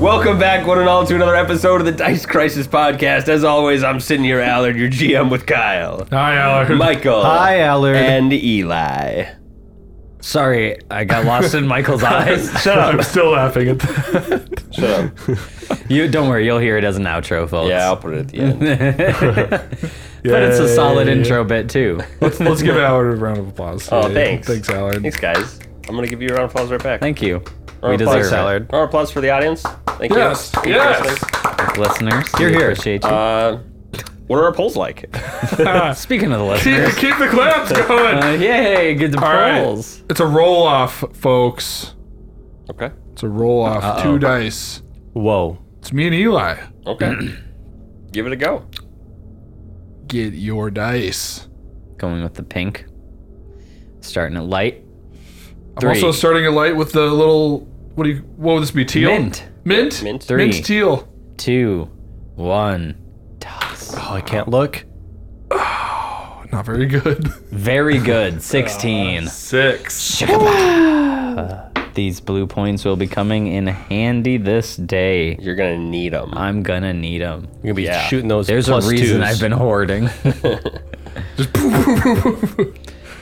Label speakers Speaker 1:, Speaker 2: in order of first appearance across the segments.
Speaker 1: Welcome back, one and all, to another episode of the Dice Crisis Podcast. As always, I'm sitting here, Allard, your GM with Kyle,
Speaker 2: Hi, Allard.
Speaker 1: Michael,
Speaker 3: Hi, Allard.
Speaker 1: and Eli.
Speaker 3: Sorry, I got lost in Michael's eyes.
Speaker 2: Shut up. I'm still laughing at that.
Speaker 1: Shut up.
Speaker 3: You don't worry, you'll hear it as an outro, folks.
Speaker 1: Yeah, I'll put it at the end.
Speaker 3: but it's a solid
Speaker 2: Yay.
Speaker 3: intro bit too.
Speaker 2: Let's, let's give Allard a round of applause.
Speaker 1: Oh,
Speaker 2: Yeah,
Speaker 1: thanks.
Speaker 2: Thanks, Allard.
Speaker 1: Thanks, guys. I'm gonna give you a round of applause right back.
Speaker 3: Thank you.
Speaker 1: Round
Speaker 3: we
Speaker 1: of applause.
Speaker 3: deserve it,
Speaker 1: Round of applause for the audience. Thank
Speaker 2: Yes,
Speaker 1: you. Thank you, listeners.
Speaker 2: yes.
Speaker 3: listeners.
Speaker 1: You're
Speaker 3: we
Speaker 1: here.
Speaker 3: Appreciate you.
Speaker 1: Uh, what are our polls like?
Speaker 3: Speaking of the
Speaker 2: Ah, keep,
Speaker 3: listeners,
Speaker 2: keep the claps going.
Speaker 3: uh, yay, good
Speaker 2: All right.
Speaker 3: polls.
Speaker 2: It's a roll off, folks.
Speaker 1: Okay.
Speaker 2: It's a roll off. Two dice.
Speaker 3: Whoa.
Speaker 2: It's me and Eli.
Speaker 1: Okay. Give it a go.
Speaker 2: Get your dice.
Speaker 3: Going with the pink. Starting at light.
Speaker 2: I'm also
Speaker 3: Three.
Speaker 2: starting a light with the little. What do you? What would this be? Teal.
Speaker 3: Mint.
Speaker 2: Mint.
Speaker 1: Mint.
Speaker 3: Three.
Speaker 2: Mint teal.
Speaker 3: Two, one. Toss.
Speaker 4: Oh, I can't look.
Speaker 2: Not very good.
Speaker 3: Very good. 16.
Speaker 2: Six.
Speaker 3: Uh, These blue points will be coming in handy this day.
Speaker 1: You're gonna need them.
Speaker 3: I'm gonna need them.
Speaker 4: You're gonna be
Speaker 1: Yeah.
Speaker 4: shooting those.
Speaker 3: There's
Speaker 4: plus
Speaker 3: a reason
Speaker 4: twos.
Speaker 3: I've been hoarding.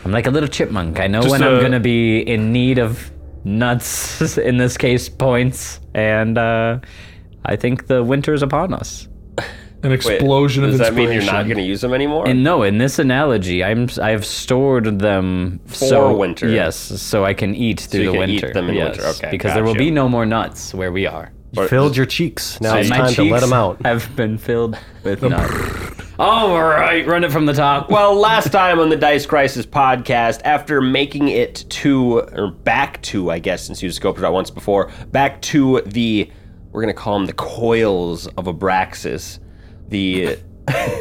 Speaker 3: I'm like a little chipmunk. I know when
Speaker 2: a-
Speaker 3: I'm gonna be in need of nuts. In this case, points, and uh, I think the winter's upon us.
Speaker 2: An explosion
Speaker 1: Wait,
Speaker 2: of
Speaker 1: Does that
Speaker 2: inspiration.
Speaker 1: mean you're not gonna use them anymore?
Speaker 3: And no, in this analogy, I'm I've stored them for so,
Speaker 1: winter.
Speaker 3: Yes, so I can eat through
Speaker 1: you
Speaker 3: the
Speaker 1: can eat
Speaker 3: winter.
Speaker 1: them in
Speaker 3: yes,
Speaker 1: winter. Okay,
Speaker 3: because there will
Speaker 1: gotcha.
Speaker 3: be no more nuts where we are.
Speaker 4: You filled your cheeks. Now
Speaker 3: So
Speaker 4: it's
Speaker 3: my
Speaker 4: time to let
Speaker 3: cheeks
Speaker 4: them out.
Speaker 3: Have been filled with nuts. All right, run it from the top.
Speaker 1: Well, last time on the Dice Crisis podcast, after making it to, or back to, I guess, since you scoped it out once before, back to the, we're going to call them the coils of Abraxas. The.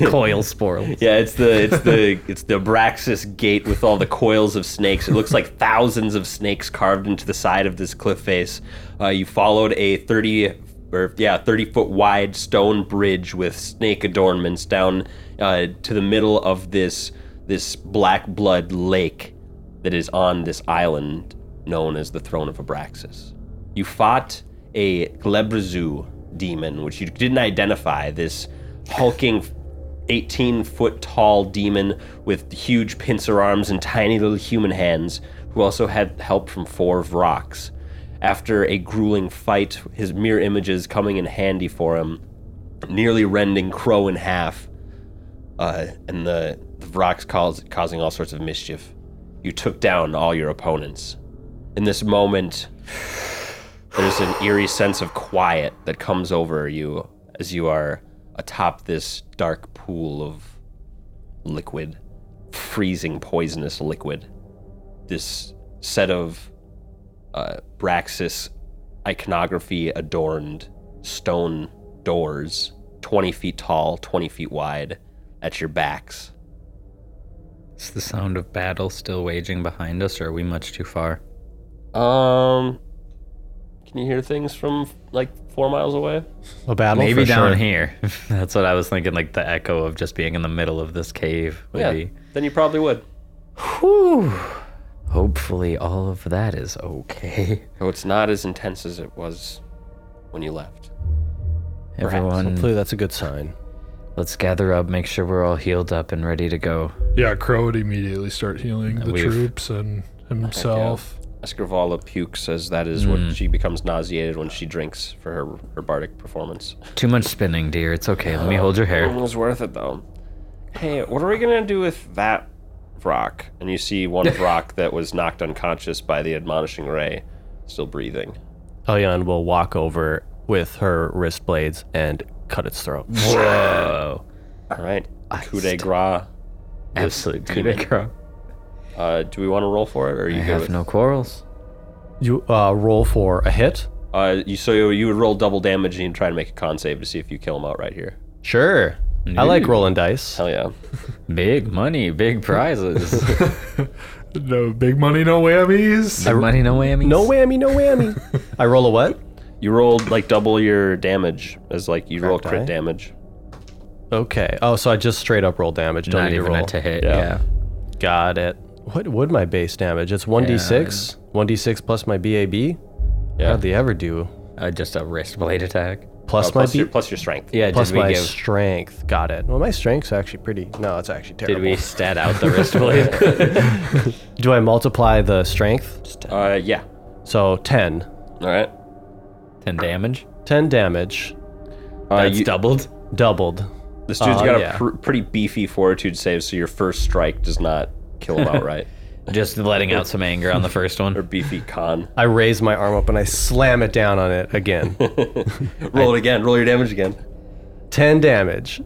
Speaker 3: coil sporles.
Speaker 1: Yeah, it's the it's the it's the Abraxas gate with all the coils of snakes. It looks like thousands of snakes carved into the side of this cliff face. Uh, you followed a thirty or yeah thirty foot wide stone bridge with snake adornments down uh, to the middle of this this black blood lake that is on this island known as the Throne of Abraxas. You fought a Glebrezu demon, which you didn't identify. This hulking, 18 foot tall demon with huge pincer arms and tiny little human hands, who also had help from four Vrocks. After a grueling fight, his mere images coming in handy for him, nearly rending Crow in half, uh, and the, the Vrocks cause, causing all sorts of mischief. You took down all your opponents. In this moment, there's an eerie sense of quiet that comes over you as you are atop this dark pool of liquid, freezing poisonous liquid. This set of uh, Braxis iconography adorned stone doors, 20 feet tall, 20 feet wide, at your backs.
Speaker 3: Is the sound of battle still waging behind us, or are we much too far?
Speaker 1: Um, can you hear things from like four miles away?
Speaker 4: A battle.
Speaker 3: Maybe
Speaker 4: Oh, for
Speaker 3: down
Speaker 4: sure.
Speaker 3: here. That's what I was thinking. Like the echo of just being in the middle of this cave would be.
Speaker 1: then you probably would.
Speaker 3: Whew. Hopefully, all of that is okay.
Speaker 1: So it's not as intense as it was when you left.
Speaker 3: Everyone,
Speaker 4: Hopefully that's a good sign.
Speaker 3: let's gather up. Make sure we're all healed up and ready to go.
Speaker 2: Yeah, Crow would immediately start
Speaker 1: Uh,
Speaker 2: healing the
Speaker 3: We've-
Speaker 2: troops and himself.
Speaker 1: Escrivala pukes as that is
Speaker 3: Hmm.
Speaker 1: what she becomes nauseated when she drinks for her, her bardic performance.
Speaker 3: Too much spinning, dear. It's okay. Let me hold your
Speaker 1: It
Speaker 3: hair.
Speaker 4: Oh,
Speaker 1: was worth it though. Hey, what are we gonna do with that rock? And you see one rock that was knocked unconscious by the admonishing ray, still breathing.
Speaker 4: Elyon will walk over with her wrist blades and cut its throat.
Speaker 3: Whoa. Ah,
Speaker 1: All right, coup de grace.
Speaker 3: Absolute coup de grace.
Speaker 1: Uh, do we want to roll for it, or are
Speaker 3: I
Speaker 1: you good
Speaker 3: have
Speaker 1: with?
Speaker 3: no quarrels.
Speaker 4: You uh, roll for a hit.
Speaker 1: Uh, you so you, you would roll double damage and try to make a con save to see if you kill him outright here.
Speaker 4: Sure. I like rolling dice.
Speaker 1: Hell yeah.
Speaker 3: Big money, big prizes.
Speaker 2: No big money, no whammies.
Speaker 3: big money, no whammies.
Speaker 4: No whammy, no whammy. I roll a what?
Speaker 1: You rolled like double your damage as like you roll crit
Speaker 4: die.
Speaker 1: damage.
Speaker 4: Okay. Oh, so I just straight up roll damage. Don't
Speaker 3: Not
Speaker 4: need
Speaker 3: even
Speaker 4: to roll.
Speaker 3: a to hit.
Speaker 1: Yeah.
Speaker 3: yeah.
Speaker 4: Got it. What would my base damage? It's 1d6. 1d6 plus my BAB.
Speaker 1: Yeah.
Speaker 4: How'd they ever do
Speaker 3: Uh, just a wrist blade attack.
Speaker 1: Uh,
Speaker 4: Plus my
Speaker 1: plus, your,
Speaker 4: beat.
Speaker 1: plus your strength.
Speaker 3: Yeah,
Speaker 4: Plus
Speaker 3: did we
Speaker 4: my
Speaker 3: give?
Speaker 4: strength. Got it. Well, my strength's actually pretty. No, it's actually
Speaker 3: Did
Speaker 4: terrible.
Speaker 3: we stat out the wrist blade?
Speaker 4: Do I multiply the strength?
Speaker 1: Uh, yeah.
Speaker 4: So 10.
Speaker 1: All right.
Speaker 3: Ten damage.
Speaker 4: 10 damage,
Speaker 1: Uh,
Speaker 3: That's
Speaker 1: you,
Speaker 3: doubled.
Speaker 4: doubled.
Speaker 1: this dude's
Speaker 4: Oh,
Speaker 1: got
Speaker 4: yeah.
Speaker 1: a pr- pretty beefy fortitude save, so your first strike does not kill him outright.
Speaker 3: Just letting out some anger on the first
Speaker 1: or
Speaker 3: one.
Speaker 1: beefy con.
Speaker 4: I raise my arm up and I slam it down on it again.
Speaker 1: Roll it again. Roll your damage again.
Speaker 4: 10 damage.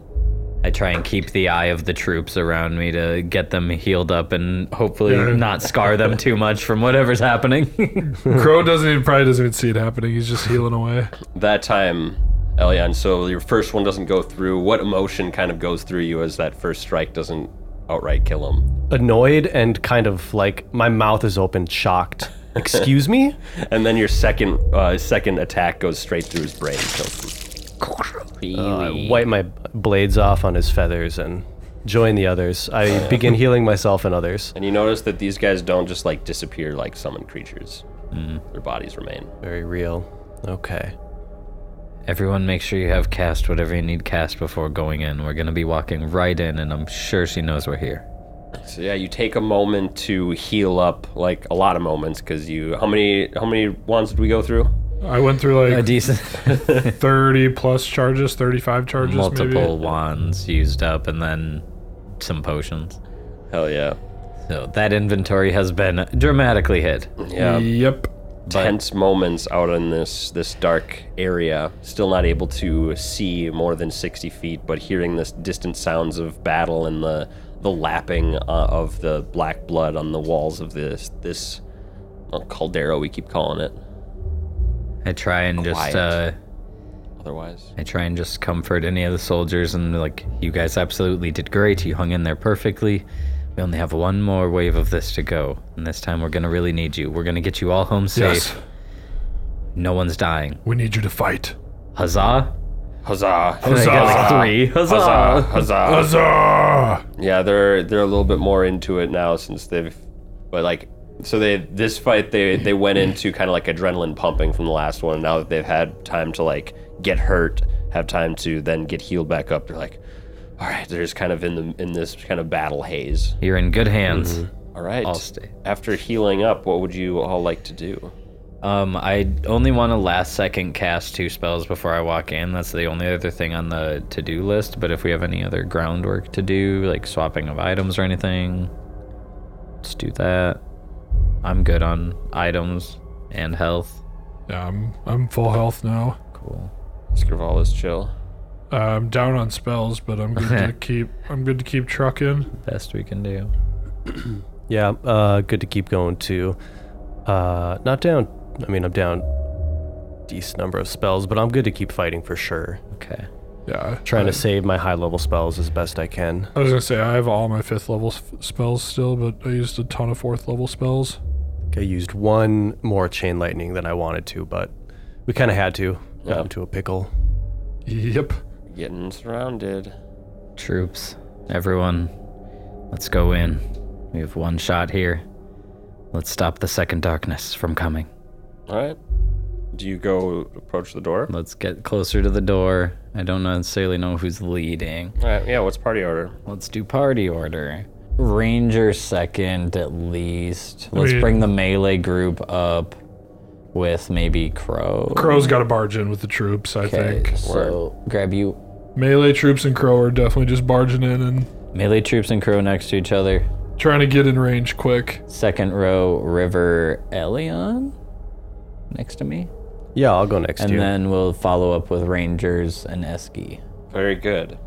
Speaker 3: I try and keep the eye of the troops around me to get them healed up and hopefully not scar them too much from whatever's happening.
Speaker 2: Crow doesn't even probably doesn't even see it happening. He's just healing away.
Speaker 1: That time, Elian, so your first one doesn't go through. What emotion kind of goes through you as that first strike doesn't outright kill him?
Speaker 4: Annoyed and kind of like my mouth is open, shocked. Excuse me?
Speaker 1: And then your second uh, second attack goes straight through his brain. and kills him.
Speaker 3: Uh,
Speaker 4: I wipe my blades off on his feathers and join the others. I begin healing myself and others.
Speaker 1: And you notice that these guys don't just like disappear like summoned creatures. Their bodies remain.
Speaker 4: Very real. Okay.
Speaker 3: Everyone, make sure you have cast whatever you need cast before going in. We're gonna be walking right in, and I'm sure she knows we're here.
Speaker 1: So yeah, you take a moment to heal up, like a lot of moments, because you how many how many wands did we go through?
Speaker 2: I went through
Speaker 3: A
Speaker 2: like
Speaker 3: decent
Speaker 2: 30 plus charges, 35 charges
Speaker 3: multiple
Speaker 2: maybe.
Speaker 3: wands used up, and then some potions.
Speaker 1: Hell yeah.
Speaker 3: So that inventory has been dramatically hit.
Speaker 1: Yeah.
Speaker 2: Yep.
Speaker 1: tense moments out in this this dark area. Still not able to see more than sixty feet, but hearing this distant sounds of battle and the the lapping uh, of the black blood on the walls of this this well, caldera we keep calling it.
Speaker 3: I try and just
Speaker 1: Quiet.
Speaker 3: uh,
Speaker 1: Otherwise,
Speaker 3: I try and just comfort any of the soldiers and like, you guys absolutely did great. You hung in there perfectly. We only have one more wave of this to go, and this time we're gonna really need you. We're gonna get you all home safe.
Speaker 2: Yes.
Speaker 3: No one's dying.
Speaker 2: We need you to fight.
Speaker 3: Huzzah!
Speaker 1: huzzah!
Speaker 3: I got like three.
Speaker 4: Ah.
Speaker 3: Huzzah!
Speaker 1: Huzzah! Huzzah!
Speaker 2: Huzzah!
Speaker 1: Yeah, they're they're a little bit more into it now since they've, but like, so they this fight they they went into kind of like adrenaline pumping from the last one. Now that they've had time to like get hurt, have time to then get healed back up, they're like, all right, they're just kind of in the in this kind of battle haze.
Speaker 3: You're in good hands.
Speaker 1: All right,
Speaker 3: I'll stay.
Speaker 1: after healing up, what would you all like to do?
Speaker 3: Um, I only want to last second cast two spells before I walk in. That's the only other thing on the to do list. But if we have any other groundwork to do, like swapping of items or anything, let's do that. I'm good on items and health.
Speaker 2: Yeah, I'm, I'm full health now.
Speaker 3: Cool.
Speaker 1: Scrival is chill.
Speaker 2: Uh, I'm down on spells, but I'm good to keep I'm good to keep trucking.
Speaker 3: Best we can do.
Speaker 4: Yeah, uh, good to keep going too. Uh, not down. I mean, I'm down decent number of spells, but I'm good to keep fighting for sure.
Speaker 3: Okay.
Speaker 2: Yeah.
Speaker 4: Trying to save my high level spells as best I can.
Speaker 2: I was gonna say I have all my fifth level s- spells still, but I used a ton of fourth level spells.
Speaker 4: I used one more chain lightning than I wanted to, but we kind of had to. Got
Speaker 1: Yeah.
Speaker 4: into a pickle.
Speaker 2: Yep.
Speaker 1: Getting surrounded.
Speaker 3: Troops, everyone, let's go in. We have one shot here. Let's stop the second darkness from coming.
Speaker 1: All right. Do you go approach the door?
Speaker 3: Let's get closer to the door. I don't necessarily know who's leading.
Speaker 1: All right. Yeah. What's party order?
Speaker 3: Let's do party order. Ranger second, at least. Let's
Speaker 2: mean-
Speaker 3: bring the melee group up with maybe Crow.
Speaker 2: Crow's got to barge in with the troops, I
Speaker 3: Okay,
Speaker 2: think.
Speaker 3: so grab you.
Speaker 2: Melee troops and Crow are definitely just barging in and
Speaker 3: Melee troops and Crow next to each other.
Speaker 2: trying to get in range quick.
Speaker 3: Second row, River Elion next to me.
Speaker 4: Yeah, I'll go next
Speaker 3: And
Speaker 4: to you.
Speaker 3: then we'll follow up with Rangers and Eski.
Speaker 1: Very good.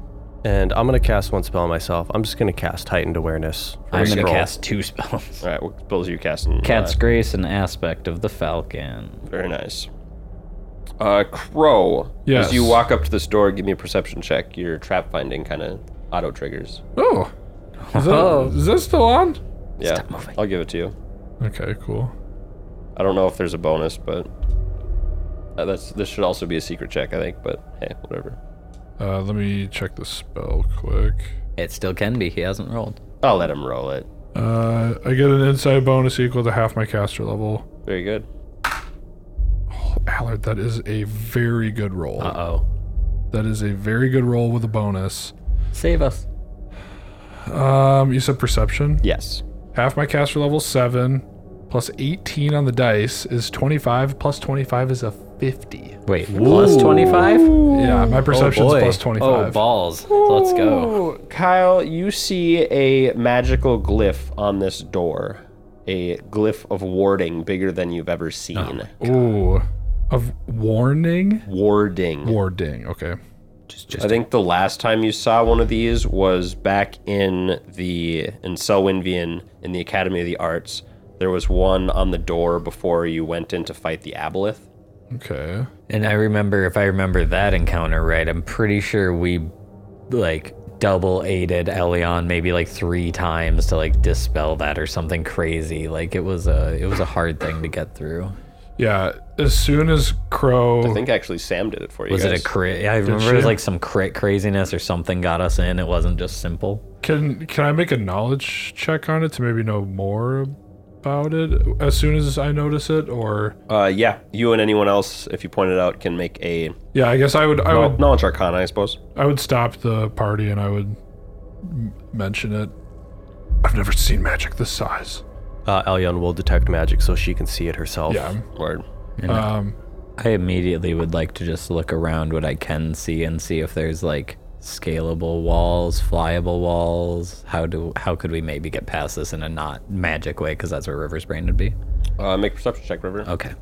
Speaker 4: and I'm gonna cast one spell myself. I'm just gonna cast heightened awareness. for
Speaker 3: I'm
Speaker 4: a
Speaker 3: going to
Speaker 4: scroll.
Speaker 3: cast two spells
Speaker 1: All right. What spells are you casting?
Speaker 3: Cat's Grace and Aspect of the Falcon.
Speaker 1: Very nice. Uh, Crow.
Speaker 2: Yes.
Speaker 1: As you walk up to this door, give me a perception check. Your trap finding kind of auto triggers.
Speaker 2: Oh, is that, is that still on?
Speaker 1: Yeah.
Speaker 3: Stop moving.
Speaker 1: I'll give it to you.
Speaker 2: Okay, cool.
Speaker 1: I don't know if there's a bonus, but uh, that's this should also be a secret check, I think. But hey, whatever.
Speaker 2: Uh, let me check the spell quick.
Speaker 3: It still can be. He hasn't rolled.
Speaker 1: I'll let him roll it.
Speaker 2: Uh, I get an insight bonus equal to half my caster level.
Speaker 1: Very good.
Speaker 2: Allard, that is a very good roll.
Speaker 3: Uh oh.
Speaker 2: That is a very good roll with a bonus.
Speaker 3: Save us.
Speaker 2: Um, you said perception.
Speaker 1: Yes.
Speaker 2: Half my caster level seven, plus eighteen on the dice is twenty-five. Plus twenty-five is a fifty.
Speaker 3: Wait, plus 25?
Speaker 2: Yeah, my perception's
Speaker 3: boy.
Speaker 2: plus
Speaker 3: Oh,
Speaker 2: twenty-five.
Speaker 3: balls. Let's go.
Speaker 1: Ooh, Kyle, you see a magical glyph on this door. A glyph of warding bigger than you've ever seen.
Speaker 2: Ooh, of warning.
Speaker 1: Warding.
Speaker 2: Warding. Okay.
Speaker 3: Just,
Speaker 1: I
Speaker 3: just
Speaker 1: think the last time you saw one of these was back in the in Selwynvian in the Academy of the Arts. There was one on the door before you went in to fight the Aboleth.
Speaker 2: Okay.
Speaker 3: And I remember, if I remember that encounter right, I'm pretty sure we like double aided Elion maybe like three times to like dispel that or something crazy. Like it was a it was a hard thing to get through.
Speaker 2: Yeah. As soon as
Speaker 1: I
Speaker 2: Crow,
Speaker 1: think actually Sam did it for you.
Speaker 3: Was
Speaker 1: guys.
Speaker 3: it a crit? Yeah, I remember it was
Speaker 2: she?
Speaker 3: like some crit craziness or something got us in. It wasn't just simple.
Speaker 2: can can I make a knowledge check on it to maybe know more about it as soon as I notice it, or
Speaker 1: Uh, yeah, you and anyone else, if you point it out, can make a
Speaker 2: yeah, I guess I would I
Speaker 3: Oh.
Speaker 1: well,
Speaker 2: would
Speaker 1: knowledge arcana, I suppose.
Speaker 2: I would stop the party and I would m- mention it. I've never seen magic this size.
Speaker 4: Uh, Elyon will detect magic so she can see it herself.
Speaker 2: Yeah.
Speaker 1: Word.
Speaker 2: Um.
Speaker 3: I immediately would like to just look around what I can see and see if there's like scalable walls, flyable walls. How do how could we maybe get past this in a not magic way? Because that's where River's brain would be.
Speaker 1: Uh, make a perception check, River.
Speaker 3: Okay.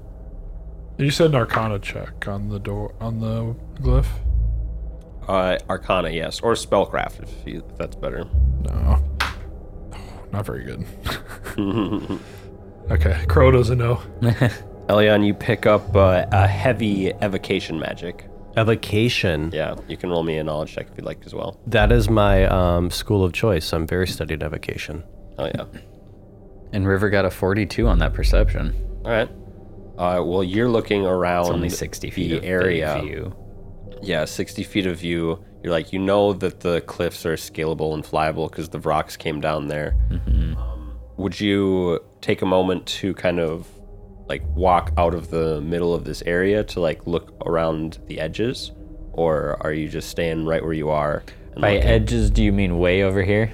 Speaker 2: You said an arcana check on the door on the glyph.
Speaker 1: Uh, arcana, yes, or spellcraft, if, you, if that's better.
Speaker 2: No. Oh, Not very good. okay, Crow doesn't know.
Speaker 1: Elion, you pick up uh, a heavy evocation magic.
Speaker 4: Evocation.
Speaker 1: Yeah, you can roll me a knowledge check if you'd like as well.
Speaker 4: That is my um, school of choice. I'm very studied evocation.
Speaker 1: Oh yeah.
Speaker 3: And River got a 42 on that perception.
Speaker 1: All right. Uh, well, you're looking around.
Speaker 3: It's only 60 feet
Speaker 1: the
Speaker 3: of
Speaker 1: area.
Speaker 3: view.
Speaker 1: Yeah, 60 feet of view. You're like, you know that the cliffs are scalable and flyable because the rocks came down there.
Speaker 3: Mm-hmm.
Speaker 1: Um, would you take a moment to kind of like walk out of the middle of this area to like look around the edges, or are you just staying right where you are? And
Speaker 3: By
Speaker 1: looking?
Speaker 3: edges, do you mean way over here?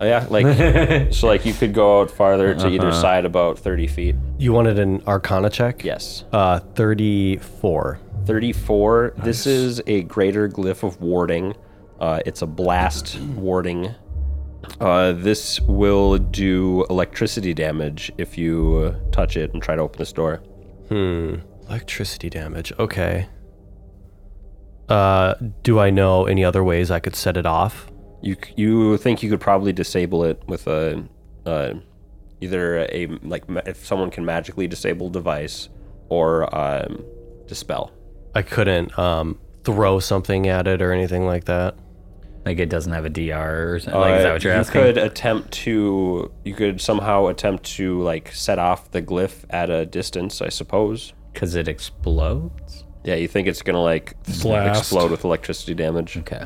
Speaker 1: Oh, yeah, like so, like you could go out farther to either
Speaker 3: Uh-huh.
Speaker 1: side about 30 feet.
Speaker 4: You wanted an arcana check?
Speaker 1: Yes.
Speaker 4: Uh, 34.
Speaker 1: 34. This is a greater glyph of warding. Uh, it's a blast warding. Uh, this will do electricity damage if you uh, touch it and try to open this door.
Speaker 4: Hmm. Electricity damage. Okay. Uh, do I know any other ways I could set it off?
Speaker 1: You c- you think you could probably disable it with a uh, either a like ma- if someone can magically disable device or um, dispel.
Speaker 4: I couldn't um, throw something at it or anything like that.
Speaker 3: Like it doesn't have a DR or something. like, Oh, is
Speaker 1: Uh,
Speaker 3: that what you're
Speaker 1: you
Speaker 3: asking?
Speaker 1: could attempt to you could somehow attempt to like set off the glyph at a distance, I suppose.
Speaker 3: Because it explodes?
Speaker 1: Yeah, you think it's gonna like
Speaker 2: Blast.
Speaker 1: explode with electricity damage?
Speaker 3: Okay.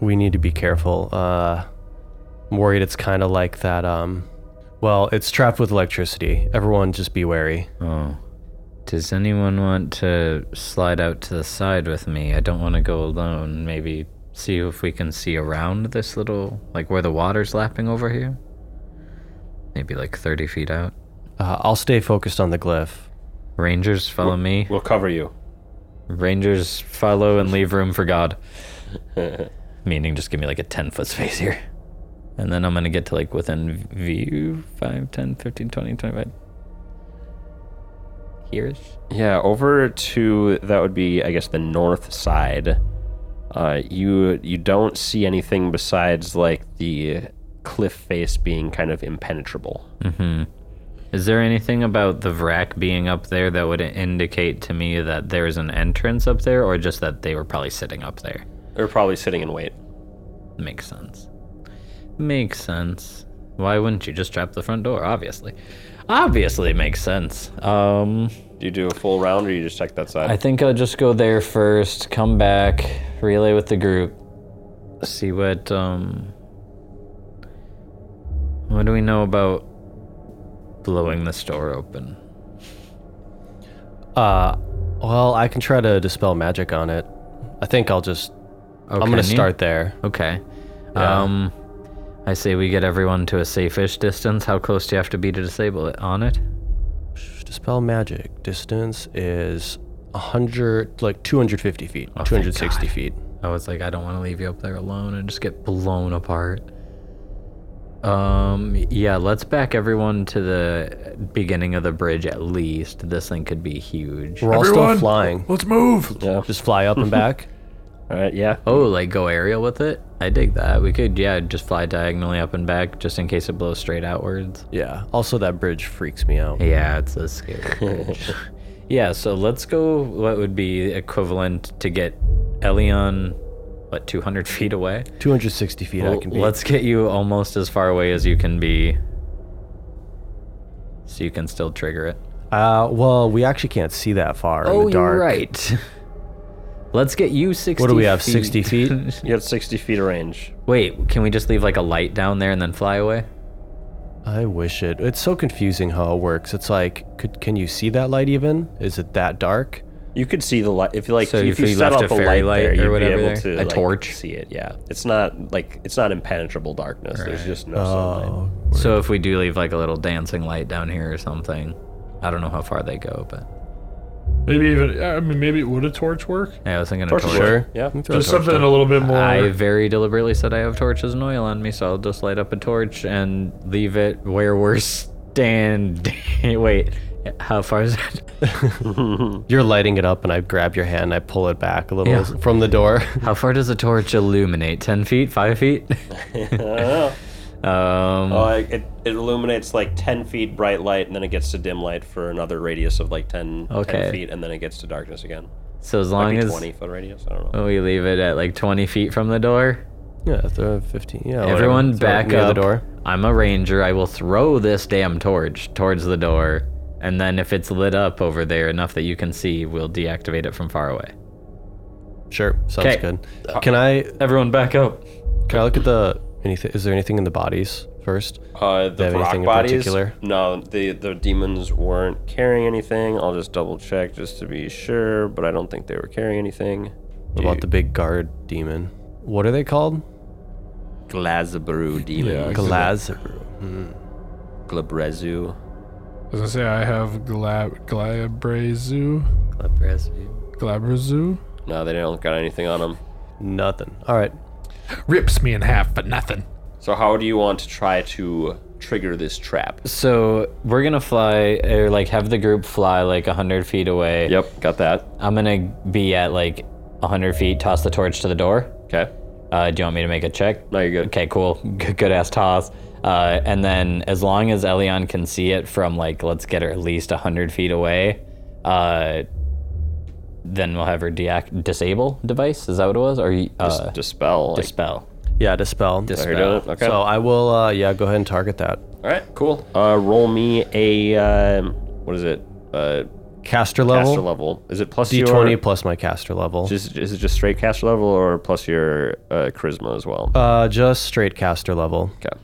Speaker 4: We need to be careful. Uh, I'm worried it's kind of like that. Um, well, it's trapped with electricity. Everyone just be wary.
Speaker 3: Oh. Does anyone want to slide out to the side with me? I don't want to go alone. Maybe see if we can see around this little, like where the water's lapping over here? Maybe like 30 feet out.
Speaker 4: Uh, I'll stay focused on the glyph.
Speaker 3: Rangers, follow me.
Speaker 1: We'll cover you.
Speaker 3: Rangers, follow and leave room for God. Meaning, just give me like a 10 foot space here. And then I'm going to get to like within view 5, 10, 15, 20, 25. Here
Speaker 1: Yeah, over to that would be I guess the north side. Uh, you you don't see anything besides like the cliff face being kind of impenetrable.
Speaker 3: Is there anything about the vrac being up there that would indicate to me that there's an entrance up there, or just that they were probably sitting up there?
Speaker 1: They're probably sitting in wait.
Speaker 3: Makes sense. Makes sense. Why wouldn't you just trap the front door? Obviously, obviously it makes sense. Um,
Speaker 1: Do you do a full round or you just check that side?
Speaker 3: I think I'll just go there first. Come back, relay with the group. See what um. What do we know about blowing this door open?
Speaker 4: Uh, well, I can try to dispel magic on it. I think I'll just.
Speaker 3: Oh,
Speaker 4: I'm gonna
Speaker 3: can you?
Speaker 4: start there.
Speaker 3: Okay.
Speaker 4: Yeah.
Speaker 3: Um, I say we get everyone to a safe-ish distance. How close do you have to be to disable it on it?
Speaker 4: Dispel magic. Distance is 100, like 250 feet,
Speaker 3: Oh, thank
Speaker 4: 260
Speaker 3: God.
Speaker 4: feet.
Speaker 3: I was like, I don't want to leave you up there alone and just get blown apart. Um, yeah, let's back everyone to the beginning of the bridge at least. This thing could be huge.
Speaker 4: We're all
Speaker 2: Everyone, Oh.
Speaker 4: still flying.
Speaker 2: Let's move.
Speaker 1: Yeah.
Speaker 4: Just fly up and back.
Speaker 1: All right. Yeah.
Speaker 3: Oh, like go aerial with it? I dig that. We could, yeah, just fly diagonally up and back just in case it blows straight outwards.
Speaker 4: Yeah. Also, that bridge freaks me out.
Speaker 3: Yeah, it's a scary bridge. yeah, so let's go what would be equivalent to get Elion, what, 200 feet away?
Speaker 4: 260 feet. I
Speaker 3: Well,
Speaker 4: can be.
Speaker 3: Let's get you almost as far away as you can be. So you can still trigger it.
Speaker 4: Uh, well, we actually can't see that far in the dark.
Speaker 3: Oh, right. Let's get you 60
Speaker 4: What do we have? 60 feet?
Speaker 1: You got 60 feet of range.
Speaker 3: Wait, can we just leave like a light down there and then fly away?
Speaker 4: I wish it. It's so confusing how it works. It's like, could can you see that light even? Is it that dark?
Speaker 1: You could see the light if you like.
Speaker 3: So
Speaker 1: if
Speaker 3: if
Speaker 1: you
Speaker 3: you
Speaker 1: set
Speaker 3: left
Speaker 1: up
Speaker 3: a
Speaker 1: a
Speaker 3: fairy
Speaker 1: light,
Speaker 3: light
Speaker 1: there,
Speaker 3: or
Speaker 1: you'd be
Speaker 3: whatever
Speaker 1: able
Speaker 3: there?
Speaker 1: to
Speaker 3: A
Speaker 1: like,
Speaker 3: torch?
Speaker 1: See it. Yeah. It's not like it's not impenetrable darkness. There's just no sunlight.
Speaker 4: Oh,
Speaker 3: So if we do leave like a little dancing light down here or something, I don't know how far they go, but
Speaker 2: Maybe even. I mean, maybe would a torch work?
Speaker 3: yeah, I was thinking a
Speaker 1: Torch
Speaker 3: torch.
Speaker 1: would work. Yeah.
Speaker 2: Just something a little bit more.
Speaker 3: I very deliberately said I have torches and oil on me, so I'll just light up a torch and leave it where we're standing. Wait, how far is that?
Speaker 4: you're lighting it up, and I grab your hand, and I pull it back a little
Speaker 3: Yeah.
Speaker 4: from the door.
Speaker 3: How far does a torch illuminate? Ten feet? Five feet? um,
Speaker 1: Oh, it, it it illuminates like 10 feet bright light, and then it gets to dim light for another radius of like 10, 10
Speaker 3: Okay.
Speaker 1: feet, and then it gets to darkness again.
Speaker 3: so as
Speaker 1: Might
Speaker 3: long
Speaker 1: be
Speaker 3: as
Speaker 1: 20 foot radius. I don't
Speaker 4: Oh.
Speaker 1: know.
Speaker 3: we leave it at like twenty feet from the door,
Speaker 4: yeah, throw 15. Yeah, whatever.
Speaker 3: everyone
Speaker 4: Throw it
Speaker 3: back
Speaker 4: near
Speaker 3: up.
Speaker 4: the door.
Speaker 3: I'm a ranger. I will throw this damn torch towards the door, and then if it's lit up over there enough that you can see, we'll deactivate it from far away.
Speaker 4: Sure,
Speaker 3: 'Kay.
Speaker 4: sounds good.
Speaker 3: Uh,
Speaker 4: Can I
Speaker 3: Everyone, back up.
Speaker 4: can I look at the anything? Is there anything in the bodies first?
Speaker 1: Uh,
Speaker 4: They
Speaker 1: the
Speaker 4: have anything
Speaker 1: rock
Speaker 4: in
Speaker 1: bodies.
Speaker 4: particular?
Speaker 1: No, the the demons weren't carrying anything. I'll just double check just to be sure, but I don't think they were carrying anything.
Speaker 4: What about the big guard demon? What are they called?
Speaker 1: Glazabru demon?
Speaker 4: Glazuru.
Speaker 1: Glabrezu.
Speaker 2: I was gonna say I have glab glabrezu glabrezu
Speaker 1: No, they don't got anything on them.
Speaker 4: Nothing. All right.
Speaker 2: rips me in half, but nothing.
Speaker 1: So how do you want to try to trigger this trap?
Speaker 3: So we're gonna fly, or like have the group fly like hundred feet away.
Speaker 1: Yep, got that.
Speaker 3: I'm gonna be at like hundred feet. Toss the torch to the door.
Speaker 1: Okay.
Speaker 3: Uh, do you want me to make a check?
Speaker 1: No, you're good.
Speaker 3: Okay, cool. Good, good ass toss. Uh, and then as long as Elion can see it from like, let's get her at least hundred feet away. Uh, then we'll have her deac- disable device. Is that what it was? Or
Speaker 1: Just
Speaker 3: uh,
Speaker 1: dispel. Like,
Speaker 3: dispel?
Speaker 4: Yeah, dispel.
Speaker 1: are you doing it? Okay.
Speaker 4: So
Speaker 1: All
Speaker 4: I will. Uh, yeah, go ahead and target that.
Speaker 1: right. Cool. Uh, roll me a um, what is it? Uh, caster
Speaker 4: Caster level.
Speaker 1: level. Is it plus your
Speaker 4: D20 plus my caster level.
Speaker 1: Just, is it just straight caster level or plus your uh, charisma as well?
Speaker 4: uh, just straight caster level.
Speaker 1: okay.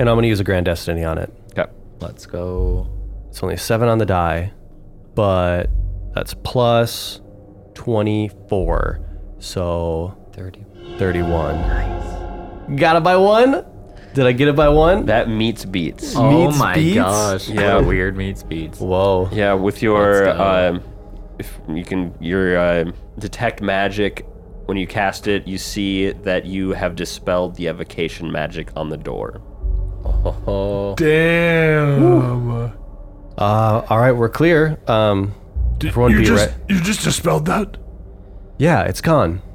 Speaker 4: And I'm going to use a Grand Destiny on it.
Speaker 1: Okay.
Speaker 3: Let's go.
Speaker 4: It's only a 7 on the die, but that's plus 24. So
Speaker 3: Thirty.
Speaker 4: 31. Nice. Got it by one? Did I get it by one?
Speaker 1: That meets beats.
Speaker 3: Oh
Speaker 4: Meets
Speaker 3: my
Speaker 4: beats?
Speaker 3: gosh.
Speaker 1: Yeah.
Speaker 3: Weird meat speeds.
Speaker 4: Whoa.
Speaker 1: Yeah, with your um, if you can your um detect magic when you cast it, you see that you have dispelled the evocation magic on the door.
Speaker 3: Oh.
Speaker 2: Damn.
Speaker 4: Uh, all right, we're clear. Um,
Speaker 2: Did-
Speaker 4: Everyone
Speaker 2: you
Speaker 4: be
Speaker 2: just
Speaker 4: right-
Speaker 2: you just dispelled that.
Speaker 4: yeah, it's gone.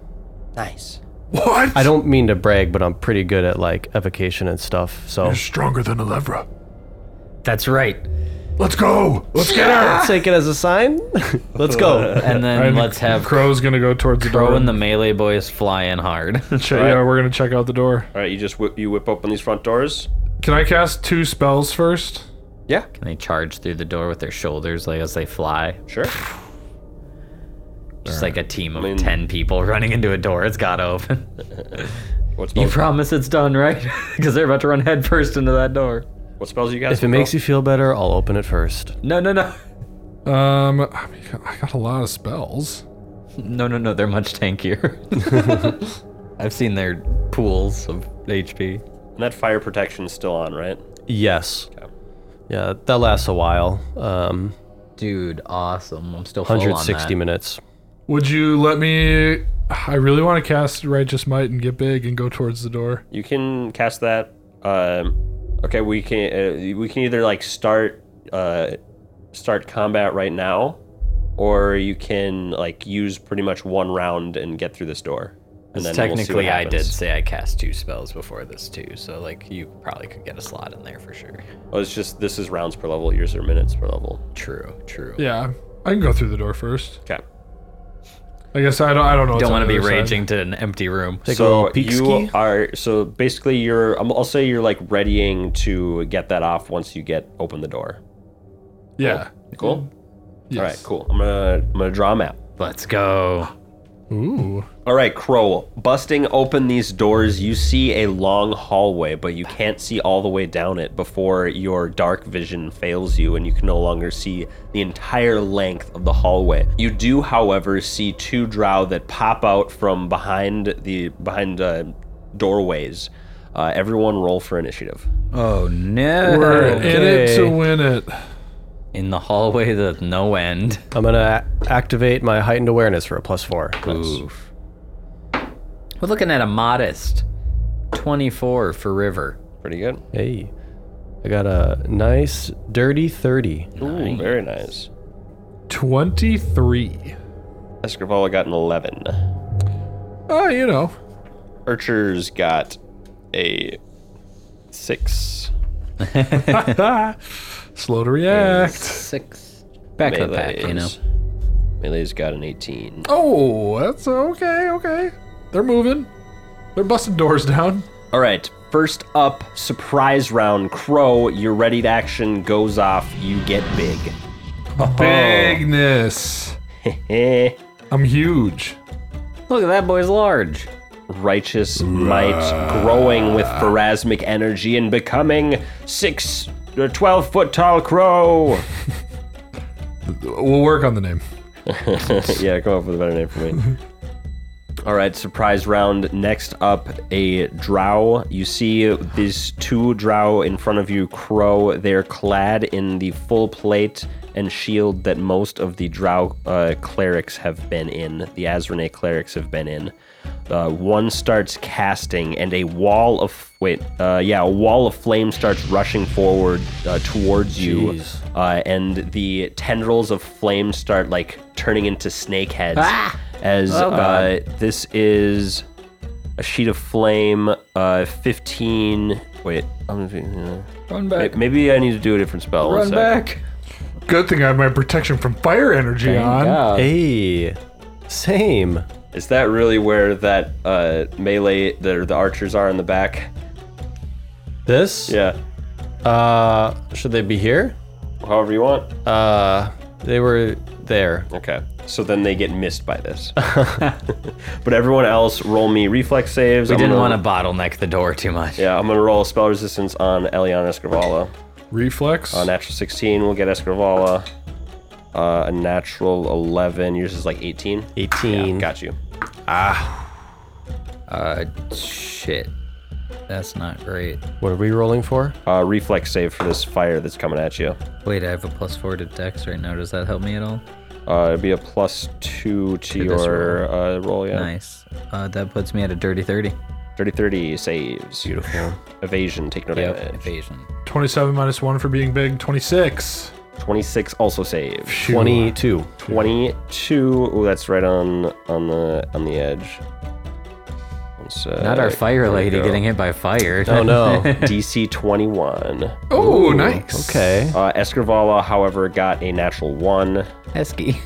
Speaker 1: Nice.
Speaker 2: What?
Speaker 4: I don't mean to brag, but I'm pretty good at like evocation and stuff. So
Speaker 2: You're stronger than Elevra.
Speaker 3: That's right.
Speaker 2: Let's go. Let's get her.
Speaker 4: let's take it as a sign. let's go.
Speaker 3: And then
Speaker 2: And
Speaker 3: let's have
Speaker 2: Crow's gonna go towards the
Speaker 3: Crow
Speaker 2: door.
Speaker 3: and the melee boys flying hard.
Speaker 2: Che- Yeah, we're gonna check out the door.
Speaker 1: All right, you just whip, you whip open these front doors.
Speaker 2: Can I cast two spells first?
Speaker 1: Yeah,
Speaker 3: and they charge through the door with their shoulders like as they fly.
Speaker 1: sure.
Speaker 3: Just like a team of
Speaker 1: mean-
Speaker 3: 10 people running into a door. It's got to open.
Speaker 1: What spells?
Speaker 3: You promise it's done, right? Because they're about to run headfirst into that door.
Speaker 1: what spells you guys?
Speaker 4: If it makes you feel better, I'll open it first.
Speaker 3: No, no, no.
Speaker 2: Um, I, mean, I got a lot of spells.
Speaker 3: No, no, no. They're much tankier. I've seen their pools of HP.
Speaker 1: And that fire protection's still on, right?
Speaker 4: Yes.
Speaker 1: Okay.
Speaker 4: Yeah, that lasts a while. Um,
Speaker 3: Dude, awesome. I'm still full on that.
Speaker 4: 160 minutes.
Speaker 2: Would you let me? I really want to cast Righteous Might and get big and go towards the door.
Speaker 1: You can cast that. Um, okay, we can uh, we can either like start uh, start combat right now, or you can like use pretty much one round and get through this door. And then we'll see what
Speaker 3: Technically, I did
Speaker 1: happens.
Speaker 3: say I cast two spells before this too, so like you probably could get a slot in there for sure.
Speaker 1: Oh, it's just this is rounds per level. Yours are minutes per level.
Speaker 3: True, true.
Speaker 2: Yeah, I can go through the door first.
Speaker 1: Okay.
Speaker 2: I guess I don't. I don't know. what's
Speaker 3: Don't
Speaker 2: on
Speaker 3: want to
Speaker 2: the
Speaker 3: be
Speaker 2: other side.
Speaker 3: raging to an empty room.
Speaker 4: Take a
Speaker 1: so
Speaker 4: little peek
Speaker 1: you
Speaker 4: ski.
Speaker 1: are so basically you're. I'm- I'll say you're like readying to get that off once you get open the door.
Speaker 2: Yeah.
Speaker 1: Cool.
Speaker 2: Yes.
Speaker 1: All right. Cool. I'm gonna I'm gonna draw a map.
Speaker 3: Let's go.
Speaker 2: Ooh.
Speaker 1: All right, Crow. Busting open these doors, you see a long hallway, but you can't see all the way down it before your dark vision fails you and you can no longer see the entire length of the hallway. You do, however, see two drow that pop out from behind the behind uh, doorways. Uh, everyone roll for initiative.
Speaker 3: Oh no!
Speaker 2: We're in it to
Speaker 4: Okay.
Speaker 2: win it.
Speaker 3: in the hallway that no end.
Speaker 4: I'm going to a- activate my heightened awareness for a plus four.
Speaker 3: Oof. We're looking at a modest 24 for River.
Speaker 1: Pretty good.
Speaker 4: Hey, I got a nice dirty 30.
Speaker 1: Ooh, very nice.
Speaker 2: Twenty-three.
Speaker 1: Escrivola got an 11.
Speaker 2: Oh, you know.
Speaker 1: Archer's got a 6.
Speaker 2: Slow to react.
Speaker 3: Six. Back to the pack, you know.
Speaker 1: Melee's- Melee's got an 18.
Speaker 2: Oh, that's okay. Okay. They're moving. They're busting doors down.
Speaker 1: All right. First up, surprise round. Crow, your ready to action goes off. You get big.
Speaker 3: Oh.
Speaker 2: Bigness.
Speaker 1: Eh.
Speaker 2: I'm huge.
Speaker 3: Look at that boy's large.
Speaker 1: Righteous might growing with pharasmic energy and becoming six or 12 foot tall crow.
Speaker 2: We'll work on the name.
Speaker 1: yeah, come up with a better name for me. All right, surprise round. Next up, a drow. You see these two drow in front of you, crow. They're clad in the full plate and shield that most of the drow uh, clerics have been in, the Azrene clerics have been in. Uh, one starts casting, and a wall of wait, uh, yeah, a wall of flame starts rushing forward uh, towards you,
Speaker 4: Jeez.
Speaker 1: uh, and the tendrils of flame start like turning into snake heads.
Speaker 3: Ah!
Speaker 1: As
Speaker 3: Oh,
Speaker 1: uh, this is a sheet of flame, uh, fifteen. Wait, I'm gonna,
Speaker 3: Run
Speaker 1: uh,
Speaker 3: back.
Speaker 1: maybe I need to do a different spell. One
Speaker 3: Run
Speaker 1: sec.
Speaker 3: back.
Speaker 2: Good thing I have my protection from fire energy on.
Speaker 4: Uh, Hey, same.
Speaker 1: Is that really where that uh, melee, the, the archers are in the back?
Speaker 4: This?
Speaker 1: Yeah,
Speaker 4: Uh, should they be here?
Speaker 1: however you want.
Speaker 4: Uh, they were there.
Speaker 1: Okay. So then they get missed by this. but everyone else, roll me reflex saves.
Speaker 3: We
Speaker 1: I'm
Speaker 3: didn't
Speaker 1: gonna-
Speaker 3: want to bottleneck the door too much.
Speaker 1: Yeah, I'm gonna roll spell resistance on Eliana Escrivala.
Speaker 2: Reflex.
Speaker 1: A natural 16 will get Escrivala. Uh, a natural 11. Yours is like 18.
Speaker 4: 18.
Speaker 1: Got you.
Speaker 3: Uh, shit. That's not great.
Speaker 4: What are we rolling for?
Speaker 1: Uh, reflex save for this fire that's coming at you.
Speaker 3: Wait, I have a plus four to dex right now. Does that help me at all?
Speaker 1: Uh, it'd be a plus two to,
Speaker 3: this
Speaker 1: your roll. Uh, roll. Yeah.
Speaker 3: Nice. Uh, that puts me at a dirty 30.
Speaker 1: 30 30 saves. Beautiful. Evasion, take no
Speaker 3: Yep.
Speaker 1: damage.
Speaker 3: Evasion.
Speaker 2: 27 minus 1 for being big. 26.
Speaker 1: 26 also save.
Speaker 2: Phew.
Speaker 4: 22.
Speaker 1: 22 oh that's right on on the on the edge It's, uh,
Speaker 3: Not our
Speaker 1: there
Speaker 3: fire
Speaker 1: we
Speaker 3: lady
Speaker 1: go.
Speaker 3: getting hit by fire.
Speaker 4: Oh no.
Speaker 1: dc 21
Speaker 2: Oh, nice.
Speaker 4: Okay.
Speaker 1: uh escrivala however got a natural one
Speaker 3: Esky.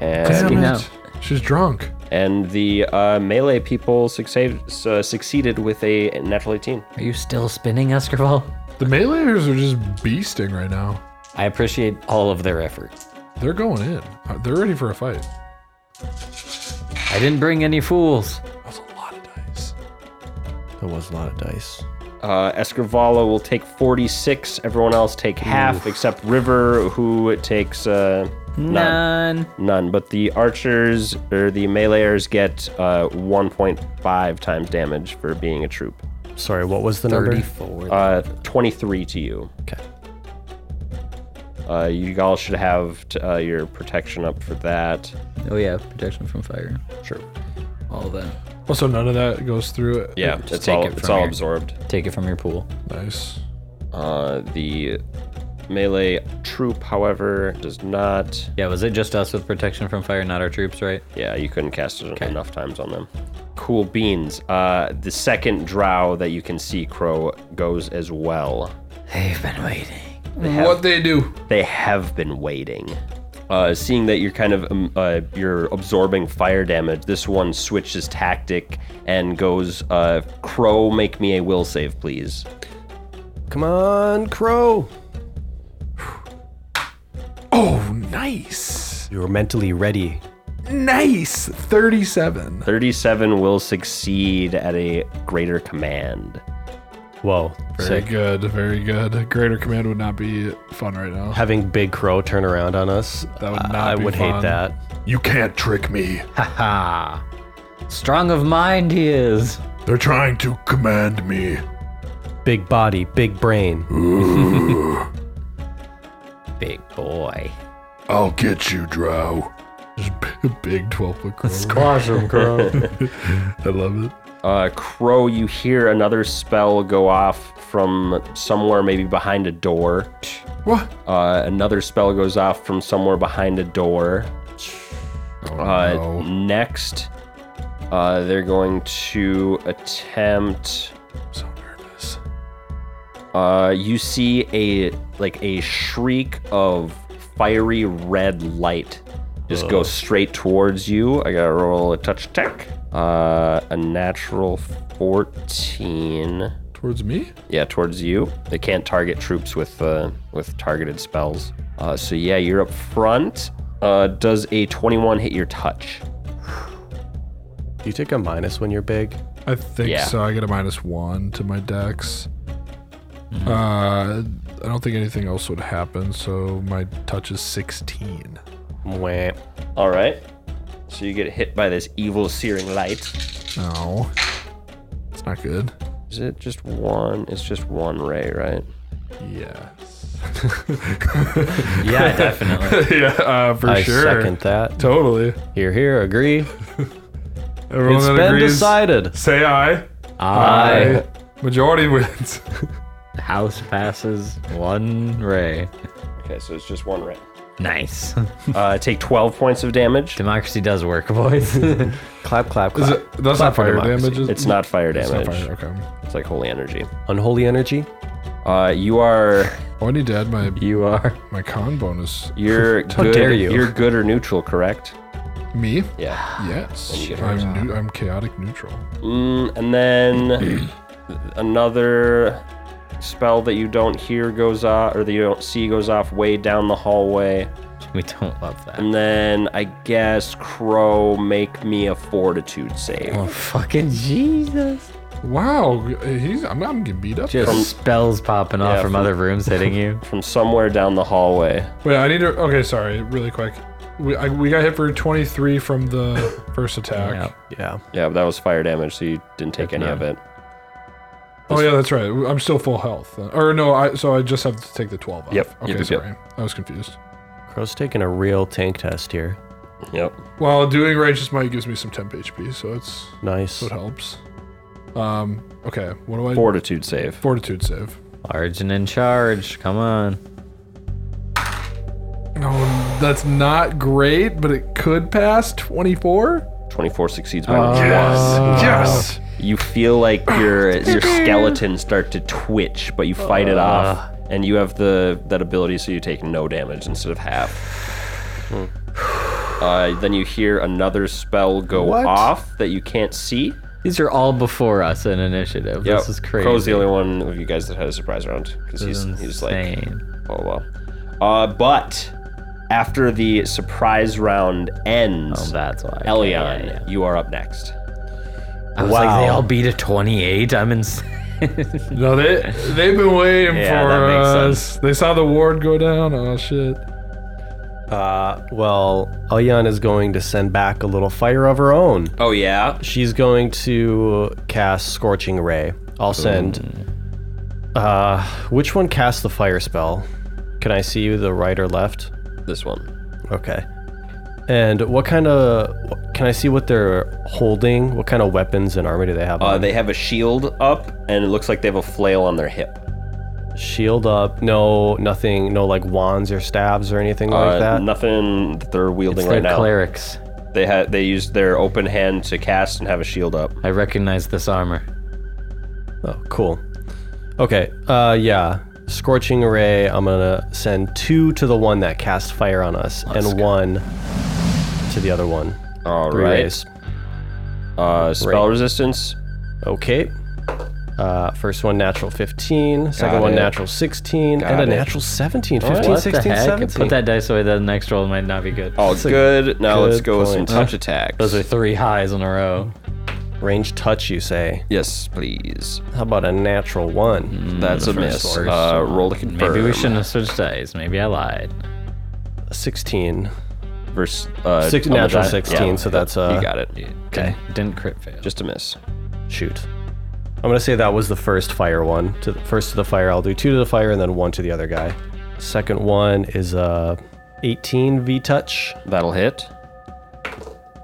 Speaker 1: and
Speaker 2: Damn
Speaker 3: Now-
Speaker 2: it. She's drunk.
Speaker 1: and the uh, melee people succeed, uh, succeeded with a natural 18
Speaker 3: Are you still spinning, Escarval?
Speaker 2: The meleeers are just beasting right now.
Speaker 3: I appreciate all of their effort.
Speaker 2: They're going in. Uh, They're ready for a fight.
Speaker 3: I didn't bring any fools.
Speaker 2: That was a lot of dice.
Speaker 4: That was a lot of dice.
Speaker 1: uh, escrivala will take 46 everyone else take half except river who takes uh,
Speaker 3: None.
Speaker 1: None. But the archers or the meleeers get uh, 1.5 times damage for being a troop.
Speaker 4: Sorry, what was the number?
Speaker 3: Thirty-four.
Speaker 1: Uh, 23 to you.
Speaker 4: Okay.
Speaker 1: Uh, you all should have t- uh, your protection up for that.
Speaker 3: oh yeah, protection from fire.
Speaker 1: Sure.
Speaker 3: All that.
Speaker 2: Also, none of that goes through it.
Speaker 1: Yeah,
Speaker 3: Just
Speaker 1: it's
Speaker 3: take
Speaker 1: all
Speaker 3: it
Speaker 1: it's
Speaker 3: from
Speaker 1: all
Speaker 3: here.
Speaker 1: absorbed.
Speaker 3: Take it from your pool.
Speaker 2: Nice.
Speaker 1: Uh, the melee troop, however, does not.
Speaker 3: Yeah, was it just us with protection from fire, not our troops, right?
Speaker 1: Yeah, you couldn't cast it enough times on them. Cool beans. Uh, the second drow that you can see, Crow, goes as well.
Speaker 3: They've been waiting.
Speaker 2: What they do?
Speaker 1: They have been waiting. Uh, seeing that you're kind of um, uh, you're absorbing fire damage, this one switches tactic and goes, uh, "Crow, make me a will save, please."
Speaker 4: Come on, Crow.
Speaker 2: Oh, nice.
Speaker 4: You were mentally ready.
Speaker 2: Nice. 37.
Speaker 1: 37 will succeed at a greater command.
Speaker 4: Whoa.
Speaker 2: Very
Speaker 4: Sick.
Speaker 2: good. Very good. Greater command would not be fun right now.
Speaker 4: Having Big Crow turn around on us,
Speaker 2: That would
Speaker 4: I-
Speaker 2: not
Speaker 4: I
Speaker 2: be
Speaker 4: would
Speaker 2: fun.
Speaker 4: hate that.
Speaker 2: You can't trick me.
Speaker 3: Ha! Strong of mind he is.
Speaker 2: They're trying to command me.
Speaker 4: Big body, big brain.
Speaker 3: Big boy.
Speaker 2: I'll get you, Drow. Just b- big 12 foot crow.
Speaker 4: him, Crow.
Speaker 2: I love it.
Speaker 1: Uh, Crow, you hear another spell go off from somewhere, maybe behind a door.
Speaker 2: What?
Speaker 1: Uh, another spell goes off from somewhere behind a door. Uh,
Speaker 2: Oh, no.
Speaker 1: Next, uh, they're going to attempt.
Speaker 2: I'm so nervous.
Speaker 1: Uh, you see a like a shriek of fiery red light just go straight towards you. I gotta roll a touch tech. Uh, a natural fourteen.
Speaker 2: Towards me?
Speaker 1: Yeah, towards you. They can't target troops with uh, with targeted spells. Uh, so yeah, you're up front. Uh, does a 21 hit your touch?
Speaker 4: Do you take a minus when you're big?
Speaker 2: I think
Speaker 1: Yeah.
Speaker 2: so. I get a minus one to my dex.
Speaker 4: Mm-hmm.
Speaker 2: Uh, I don't think anything else would happen, so my touch is 16.
Speaker 4: Mwah.
Speaker 1: All right. So you get hit by this evil searing light.
Speaker 2: No. Oh. It's not good.
Speaker 1: Is it just one? It's just one ray, right?
Speaker 2: Yes.
Speaker 3: Yeah, definitely.
Speaker 2: yeah, uh, for
Speaker 4: I
Speaker 2: sure.
Speaker 4: second that.
Speaker 2: Totally.
Speaker 4: Here, here, agree.
Speaker 2: Everyone
Speaker 4: it's
Speaker 2: that
Speaker 4: been
Speaker 2: agrees,
Speaker 4: decided.
Speaker 2: say aye.
Speaker 3: I
Speaker 2: Majority wins.
Speaker 3: house passes one ray.
Speaker 1: Okay, so it's just one ray.
Speaker 3: Nice.
Speaker 1: Uh, take 12 points of damage.
Speaker 3: Democracy does work, boys.
Speaker 4: Clap, clap,
Speaker 2: Is
Speaker 4: clap.
Speaker 2: it, that's not
Speaker 4: Clap for
Speaker 2: fire
Speaker 4: democracy.
Speaker 2: damage. is-
Speaker 1: It's not fire
Speaker 2: It's
Speaker 1: damage.
Speaker 2: not
Speaker 1: It's,
Speaker 2: fire. Okay.
Speaker 1: like holy energy.
Speaker 4: Unholy energy?
Speaker 1: Uh, you are
Speaker 2: Oh, I need to add my
Speaker 3: you are.
Speaker 2: my con bonus.
Speaker 1: you're
Speaker 4: How
Speaker 1: good.
Speaker 4: dare you.
Speaker 1: are good or neutral, correct?
Speaker 2: Me?
Speaker 1: Yeah. And you
Speaker 2: Yes.
Speaker 1: get
Speaker 2: I'm new, I'm chaotic neutral.
Speaker 1: Mm, and then another spell that you don't hear goes off, or that you don't see goes off way down the hallway.
Speaker 3: We don't love that.
Speaker 1: And then I guess Crow make me a fortitude save.
Speaker 3: Fucking Jesus.
Speaker 2: Wow, he's I'm not getting beat up.
Speaker 3: Just
Speaker 1: From-
Speaker 3: spells popping off
Speaker 1: Yeah,
Speaker 3: from
Speaker 1: from-
Speaker 3: other rooms hitting you.
Speaker 1: From somewhere down the hallway.
Speaker 2: Wait, I need to. Okay, sorry, really quick. We I, we got hit for 23 from the first attack.
Speaker 3: Yep.
Speaker 4: Yeah.
Speaker 1: Yeah, but that was fire damage, so you didn't take any of it.
Speaker 2: Oh yeah, that's right. I'm still full health. Or no, I so I just have to take the 12 off.
Speaker 1: Yep,
Speaker 2: Okay,
Speaker 1: yep, yep, yep.
Speaker 2: sorry. I was confused.
Speaker 4: Crow's taking a real tank test here.
Speaker 1: Yep.
Speaker 2: Well, doing righteous might gives me some temp HP, so it's
Speaker 4: Nice.
Speaker 2: so it helps. Um. Okay. What do I?
Speaker 1: Fortitude save.
Speaker 2: Fortitude save.
Speaker 3: Arjun in charge. Come on.
Speaker 2: No, that's not great, but it could pass 24.
Speaker 1: 24 succeeds by one.
Speaker 2: Uh, yes.
Speaker 1: You feel like your your skeletons start to twitch, but you fight it off,
Speaker 3: Uh.
Speaker 1: and you have the that ability, so you take no damage instead of half.
Speaker 3: Hmm.
Speaker 1: Uh, then you hear another spell go off that you can't see.
Speaker 3: These are all before us in initiative.
Speaker 1: Yep.
Speaker 3: This is crazy.
Speaker 1: Crow's the only one of you guys that had a surprise round because
Speaker 3: This
Speaker 1: he's
Speaker 3: is
Speaker 1: he's like
Speaker 3: insane.
Speaker 1: Oh well. Uh, but after the surprise round ends,
Speaker 3: Oh, that's why.
Speaker 1: Elion,
Speaker 3: Yeah, yeah,
Speaker 1: you are up next.
Speaker 3: yeah. I was like, they
Speaker 4: Wow.
Speaker 3: all beat a 28. I'm insane.
Speaker 2: No, they they've been waiting
Speaker 3: Yeah,
Speaker 2: for
Speaker 3: that makes
Speaker 2: us. They saw the ward go down. Oh shit.
Speaker 4: Uh, well, Elyan is going to send back a little fire of her own.
Speaker 1: Oh yeah.
Speaker 4: She's going to cast Scorching Ray. I'll send. Uh, which one casts the fire spell? Can I see the right or left?
Speaker 1: This one.
Speaker 4: Okay. And what kind of? Can I see what they're holding? What kind of weapons and armor do they have?
Speaker 1: Uh,
Speaker 4: on?
Speaker 1: they have a shield up, and it looks like they have a flail on their hip.
Speaker 4: Shield up. No, nothing. No like wands or stabs or anything
Speaker 1: Uh,
Speaker 4: like that.
Speaker 1: Nothing that they're wielding
Speaker 3: They're
Speaker 1: right now.
Speaker 3: clerics.
Speaker 1: They had they used their open hand to cast and have a shield up.
Speaker 3: I recognize this armor.
Speaker 4: Oh, cool. Okay. Uh, yeah. Scorching Array. I'm gonna send two to the one that cast fire on us, and one to the other one.
Speaker 1: All
Speaker 4: Three
Speaker 1: right.
Speaker 4: rays.
Speaker 1: Uh, spell
Speaker 4: Right.
Speaker 1: resistance.
Speaker 4: Okay. Uh, first one natural 15, second
Speaker 1: Got
Speaker 4: one
Speaker 1: it.
Speaker 4: natural 16,
Speaker 1: Got
Speaker 4: and a
Speaker 1: it.
Speaker 4: natural 17. 15, 16, 17.
Speaker 3: Put that dice away. That next roll might not be good.
Speaker 1: All good. Now let's
Speaker 4: good
Speaker 1: go with some
Speaker 4: point.
Speaker 1: touch attacks.
Speaker 3: Those are three highs in a row.
Speaker 4: range touch, you say.
Speaker 1: yes, please.
Speaker 4: How about a natural one?
Speaker 3: Mm-hmm.
Speaker 1: That's a
Speaker 3: Hmm, first
Speaker 1: miss.
Speaker 3: source.
Speaker 1: Uh, roll to confirm.
Speaker 3: Maybe we shouldn't have switched dice. Maybe I lied.
Speaker 4: 16.
Speaker 1: Versus, uh,
Speaker 4: Six,
Speaker 1: on the
Speaker 4: natural
Speaker 1: die.
Speaker 4: 16,
Speaker 1: Yeah.
Speaker 4: so that's uh,
Speaker 1: you got it.
Speaker 3: Okay. Didn't crit fail.
Speaker 1: Just a miss.
Speaker 4: shoot. I'm gonna say that was the first fire one. To the first to the fire, I'll do two to the fire and then one to the other guy. Second one is uh, 18 V touch,
Speaker 1: That'll hit.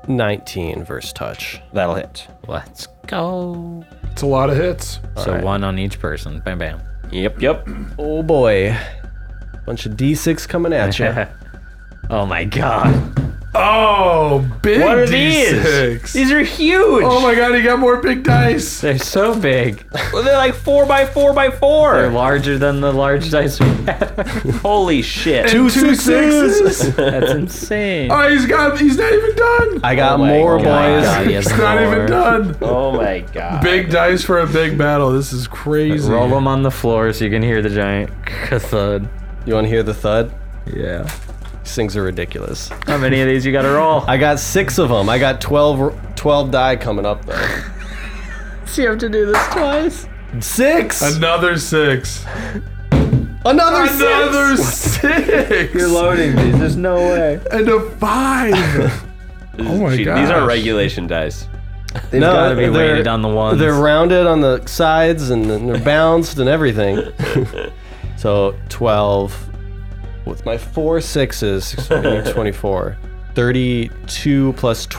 Speaker 4: 19 verse touch.
Speaker 1: That'll hit.
Speaker 3: Let's go.
Speaker 2: It's a lot of hits.
Speaker 3: so one on each person. Bam, bam.
Speaker 1: Yep, yep.
Speaker 4: Oh boy, bunch of D6 coming at you.
Speaker 3: Oh my
Speaker 2: Ah,
Speaker 3: god.
Speaker 2: Oh, big
Speaker 3: What are
Speaker 2: D6.
Speaker 3: these? These are huge.
Speaker 2: oh my god, he got more big dice.
Speaker 3: They're so big.
Speaker 1: Well, they're like four by four by
Speaker 3: They're
Speaker 1: four.
Speaker 3: larger than the large dice we had.
Speaker 1: Holy shit.
Speaker 2: Two sixes.
Speaker 3: That's insane.
Speaker 2: Oh, he's got. He's not even done.
Speaker 4: I got
Speaker 3: Oh my
Speaker 4: more
Speaker 3: God.
Speaker 4: boys.
Speaker 3: God, he has
Speaker 2: He's not even
Speaker 3: more.
Speaker 2: done.
Speaker 1: Oh my god.
Speaker 2: Big dice for a big battle. This is crazy.
Speaker 3: Roll them on the floor so you can hear the giant thud.
Speaker 4: You want to hear the thud?
Speaker 3: Yeah.
Speaker 4: These things are ridiculous.
Speaker 3: How many of these you gotta roll?
Speaker 4: I got six of them. I got 12, 12 die coming up, though.
Speaker 3: So you have to do this twice.
Speaker 4: Six!
Speaker 2: Another six.
Speaker 4: Another,
Speaker 2: Another
Speaker 4: six!
Speaker 2: six.
Speaker 3: Loading these. There's no way.
Speaker 2: and a five.
Speaker 1: This is
Speaker 2: Oh my
Speaker 1: cheating. These are
Speaker 2: gosh.
Speaker 1: regulation dice.
Speaker 4: They've
Speaker 3: gotta be weighted on the ones.
Speaker 4: They're rounded on the sides and then they're balanced and everything. so 12 with my four sixes, 16, 24. 32 plus tw-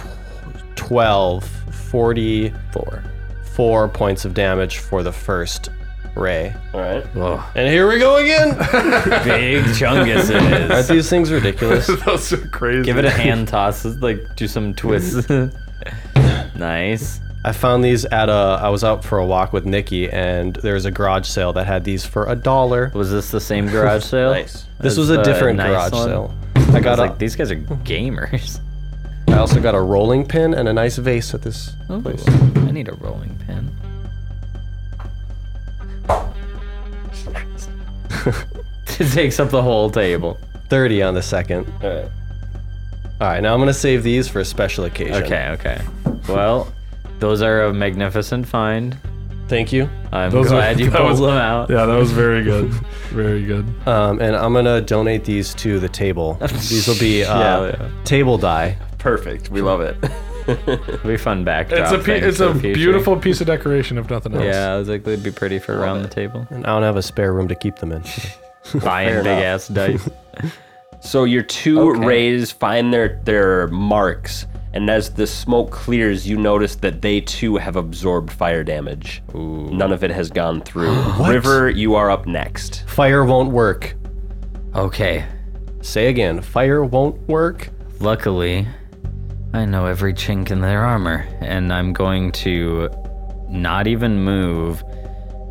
Speaker 4: 12, 44. Four points of damage for the first ray.
Speaker 1: All right.
Speaker 4: And here we go again.
Speaker 3: Big chungus it
Speaker 4: Aren't
Speaker 3: is.
Speaker 4: these things ridiculous?
Speaker 2: Those are crazy.
Speaker 3: Give it a hand toss. It's Like do some twists. nice.
Speaker 4: I found these at a. I was out for a walk with Nikki, and there was a garage sale that had these for a dollar.
Speaker 3: Was this the same garage sale?
Speaker 1: Nice.
Speaker 4: This
Speaker 3: as
Speaker 4: was a
Speaker 3: the
Speaker 4: different
Speaker 3: nice
Speaker 4: garage
Speaker 3: one?
Speaker 4: sale.
Speaker 3: I
Speaker 4: I
Speaker 3: was
Speaker 4: got. a-
Speaker 3: like, these guys are gamers.
Speaker 4: I also got a rolling pin and a nice vase at this. place.
Speaker 3: I need a rolling pin. it takes up the whole table.
Speaker 4: Thirty on the second.
Speaker 1: All right.
Speaker 4: All right, now I'm gonna save these for a special occasion.
Speaker 3: Okay, okay. Well, those are a magnificent find.
Speaker 4: Thank you.
Speaker 3: I'm
Speaker 2: Those are-
Speaker 3: glad you
Speaker 2: that
Speaker 3: pulled
Speaker 2: was-
Speaker 3: them out.
Speaker 2: Yeah, that was very good. Very good.
Speaker 3: Oh,
Speaker 4: Um, and I'm gonna donate these to the table. These will be uh,
Speaker 1: Yeah, yeah.
Speaker 4: table die.
Speaker 1: Perfect. We love it.
Speaker 3: It'll be fun backdrop.
Speaker 2: It's a pe-
Speaker 3: thing
Speaker 2: it's
Speaker 3: for
Speaker 2: a
Speaker 3: the future.
Speaker 2: beautiful piece of decoration, if nothing else.
Speaker 3: Yeah, I was like, they'd be pretty for around the table.
Speaker 4: And I don't have a spare room to keep them in.
Speaker 3: Buying big ass dice.
Speaker 1: So your two
Speaker 3: Okay.
Speaker 1: rays find their their marks, and as the smoke clears, you notice that they too have absorbed fire damage. None of it has gone through. River, you are up next.
Speaker 4: Fire won't work.
Speaker 3: Okay.
Speaker 4: Say again. Fire won't work.
Speaker 3: Luckily, I know every chink in their armor, and I'm going to not even move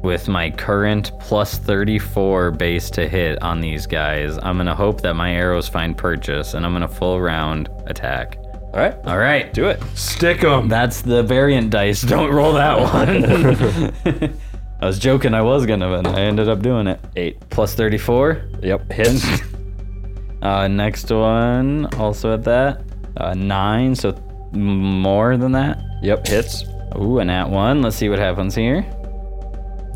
Speaker 3: with my current plus 34 base to hit on these guys. I'm going to hope that my arrows find purchase, and I'm going to full round attack.
Speaker 1: All right,
Speaker 3: All right.
Speaker 1: do it.
Speaker 2: Stick them.
Speaker 3: That's the variant dice. Don't roll that one. I was joking, I was going to, but I ended up doing it.
Speaker 1: Eight.
Speaker 3: Plus 34.
Speaker 1: Yep, hits.
Speaker 3: Uh, next one, also at that. Uh, nine, so more than that.
Speaker 1: yep, hits.
Speaker 3: Ooh, and at one. Let's see what happens here.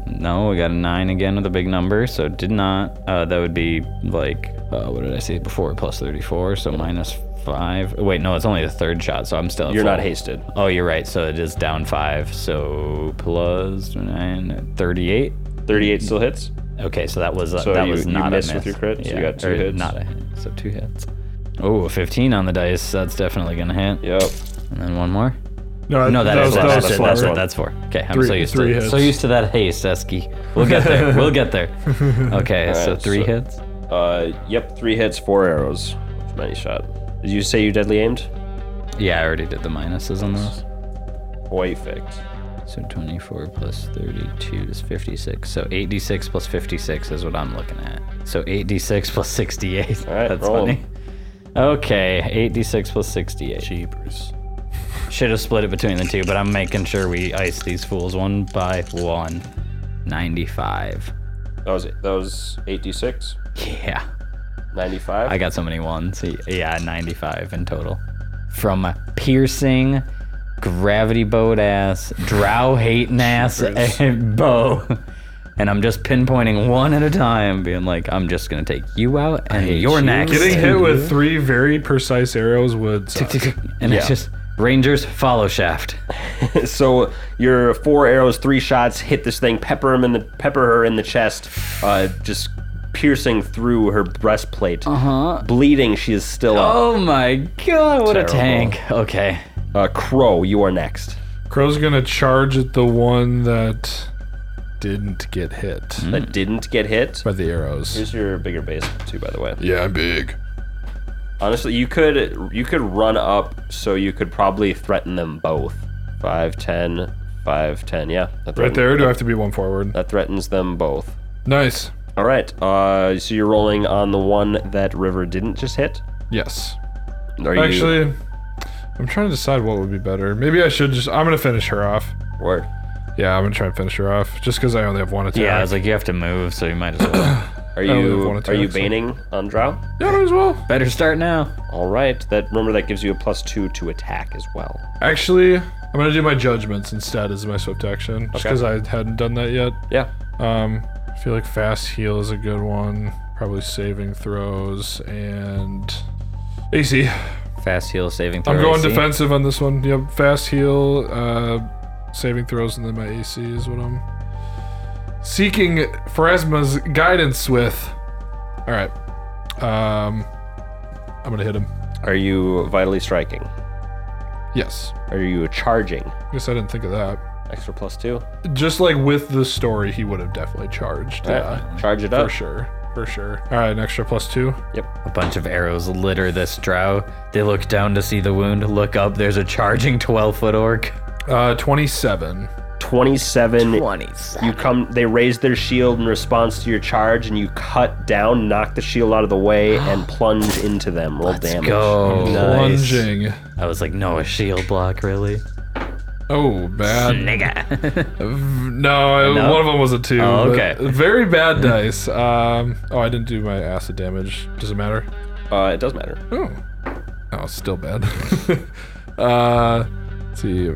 Speaker 3: No, we got a nine again with a big number, so it did not. Uh, that would be like, uh, what did I say before? Plus 34, so minus five. Wait, no, it's only the third shot, so I'm still. at
Speaker 1: You're not
Speaker 3: full.
Speaker 1: hasted.
Speaker 3: Oh, you're right. So it is down five. So plus nine, 38.
Speaker 1: 38 still hits.
Speaker 3: Okay, so that was uh,
Speaker 1: So
Speaker 3: that
Speaker 1: you-
Speaker 3: was
Speaker 1: you
Speaker 3: not a
Speaker 1: missed
Speaker 3: miss
Speaker 1: with your crit, so you got two
Speaker 3: or
Speaker 1: hits.
Speaker 3: Not a hit, so two hits. Oh, a 15 on the dice. That's definitely gonna hit.
Speaker 1: Yep.
Speaker 3: And then one more.
Speaker 2: No,
Speaker 3: No, that is
Speaker 1: that
Speaker 3: that's,
Speaker 1: was
Speaker 3: it,
Speaker 1: four.
Speaker 3: that's it. That's four. Okay, I'm
Speaker 2: Three-
Speaker 3: so used
Speaker 2: three
Speaker 3: to
Speaker 2: hits.
Speaker 3: so used to that haste, Esky. We'll get there. we'll get there. Okay, so
Speaker 1: right,
Speaker 3: three
Speaker 1: so-
Speaker 3: hits.
Speaker 1: Uh, yep, three hits, four arrows from any shot. Did you say you deadly aimed?
Speaker 3: Yeah, I already did the minuses on those.
Speaker 1: Perfect.
Speaker 3: So 24 plus 32 is 56. So 86 plus 56 is what I'm looking at. So 86 plus 68.
Speaker 1: All right,
Speaker 3: That's
Speaker 1: roll 'em.
Speaker 3: funny. Okay, 86 plus 68.
Speaker 4: Jeepers.
Speaker 3: Should have split it between the two, but I'm making sure we ice these fools one by one. 95.
Speaker 1: That was that was 86,
Speaker 3: Yeah.
Speaker 1: 95.
Speaker 3: I got so many ones. Yeah, 95 in total. From a piercing, gravity boat ass, drow hating ass and bow. And I'm just pinpointing one at a time, being like, I'm just going to take you out and you're next.
Speaker 2: Getting hit with three very precise arrows would. suck.
Speaker 3: and it's just Rangers follow shaft.
Speaker 1: so your four arrows, three shots hit this thing, pepper him in the pepper her in the chest, uh, just piercing through her breastplate. Uh-huh. Bleeding, she is still up.
Speaker 3: Oh my god, what
Speaker 1: Terrible.
Speaker 3: a tank. Okay.
Speaker 1: Uh, Crow, you are next.
Speaker 2: Crow's gonna charge at the one that didn't get hit
Speaker 3: Mm.
Speaker 1: That didn't get hit.
Speaker 2: by the arrows.
Speaker 1: Here's your bigger base too, by the way.
Speaker 2: Yeah, I'm big.
Speaker 1: Honestly, you could you could run up, so you could probably threaten them both. 5, 10, 5, 10, Yeah, that
Speaker 2: Right
Speaker 1: threaten-
Speaker 2: there, do I have to be one forward?
Speaker 1: That threatens them both.
Speaker 2: Nice.
Speaker 1: All right. Uh, so you're rolling on the one that River didn't just hit.
Speaker 2: Yes.
Speaker 1: Are you-
Speaker 2: Actually, I'm trying to decide what would be better. Maybe I should just. I'm gonna finish her off.
Speaker 1: Word.
Speaker 2: Yeah, I'm gonna try and finish her off, just because I only have one attack.
Speaker 3: Yeah, I was like, you have to move, so you might as well.
Speaker 1: Are
Speaker 2: only have
Speaker 1: you
Speaker 2: one
Speaker 1: are
Speaker 2: attack,
Speaker 1: you
Speaker 2: so-
Speaker 1: baning on Drow?
Speaker 2: Yeah, might as well.
Speaker 3: Better start now.
Speaker 1: All right. That remember that gives you a plus two to attack as well.
Speaker 2: Actually, I'm gonna do my judgments instead as my swift action, just
Speaker 1: Okay.
Speaker 2: because I hadn't done that yet.
Speaker 1: Yeah.
Speaker 2: Um, I feel like fast heal is a good one. Probably saving throws and AC.
Speaker 3: Fast heal saving throw.
Speaker 2: I'm going
Speaker 3: AC.
Speaker 2: defensive on this one. Yep, fast heal, uh, saving throws, and then my AC is what I'm seeking Phrasma's guidance with. All right, um, I'm gonna hit him.
Speaker 1: Are you vitally striking?
Speaker 2: Yes.
Speaker 1: Are you charging?
Speaker 2: Guess I didn't think of that.
Speaker 1: Extra plus two.
Speaker 2: Just like with the story, he would have definitely charged. Yeah,
Speaker 1: Charge it
Speaker 2: for
Speaker 1: up.
Speaker 2: sure, for sure. All right, an extra plus two.
Speaker 3: A bunch of arrows litter this drow. They look down to see the wound, look up, there's a charging 12 foot orc.
Speaker 2: Uh, 27.
Speaker 1: Twenty-seven.
Speaker 3: 20s.
Speaker 1: You come. They raise their shield in response to your charge, and you cut down, knock the shield out of the way, and plunge into them. Roll damage.
Speaker 3: Go.
Speaker 2: Plunging.
Speaker 3: I was like, no, a shield block, really?
Speaker 2: Oh, bad.
Speaker 3: Nigga.
Speaker 2: No, I-
Speaker 3: No?
Speaker 2: one of them was a two.
Speaker 3: Oh,
Speaker 2: but
Speaker 3: okay.
Speaker 2: Very bad dice. Um, oh, I didn't do my acid damage. Does it matter?
Speaker 1: Uh, it does matter.
Speaker 2: Oh, oh, it's still bad. uh, let's see,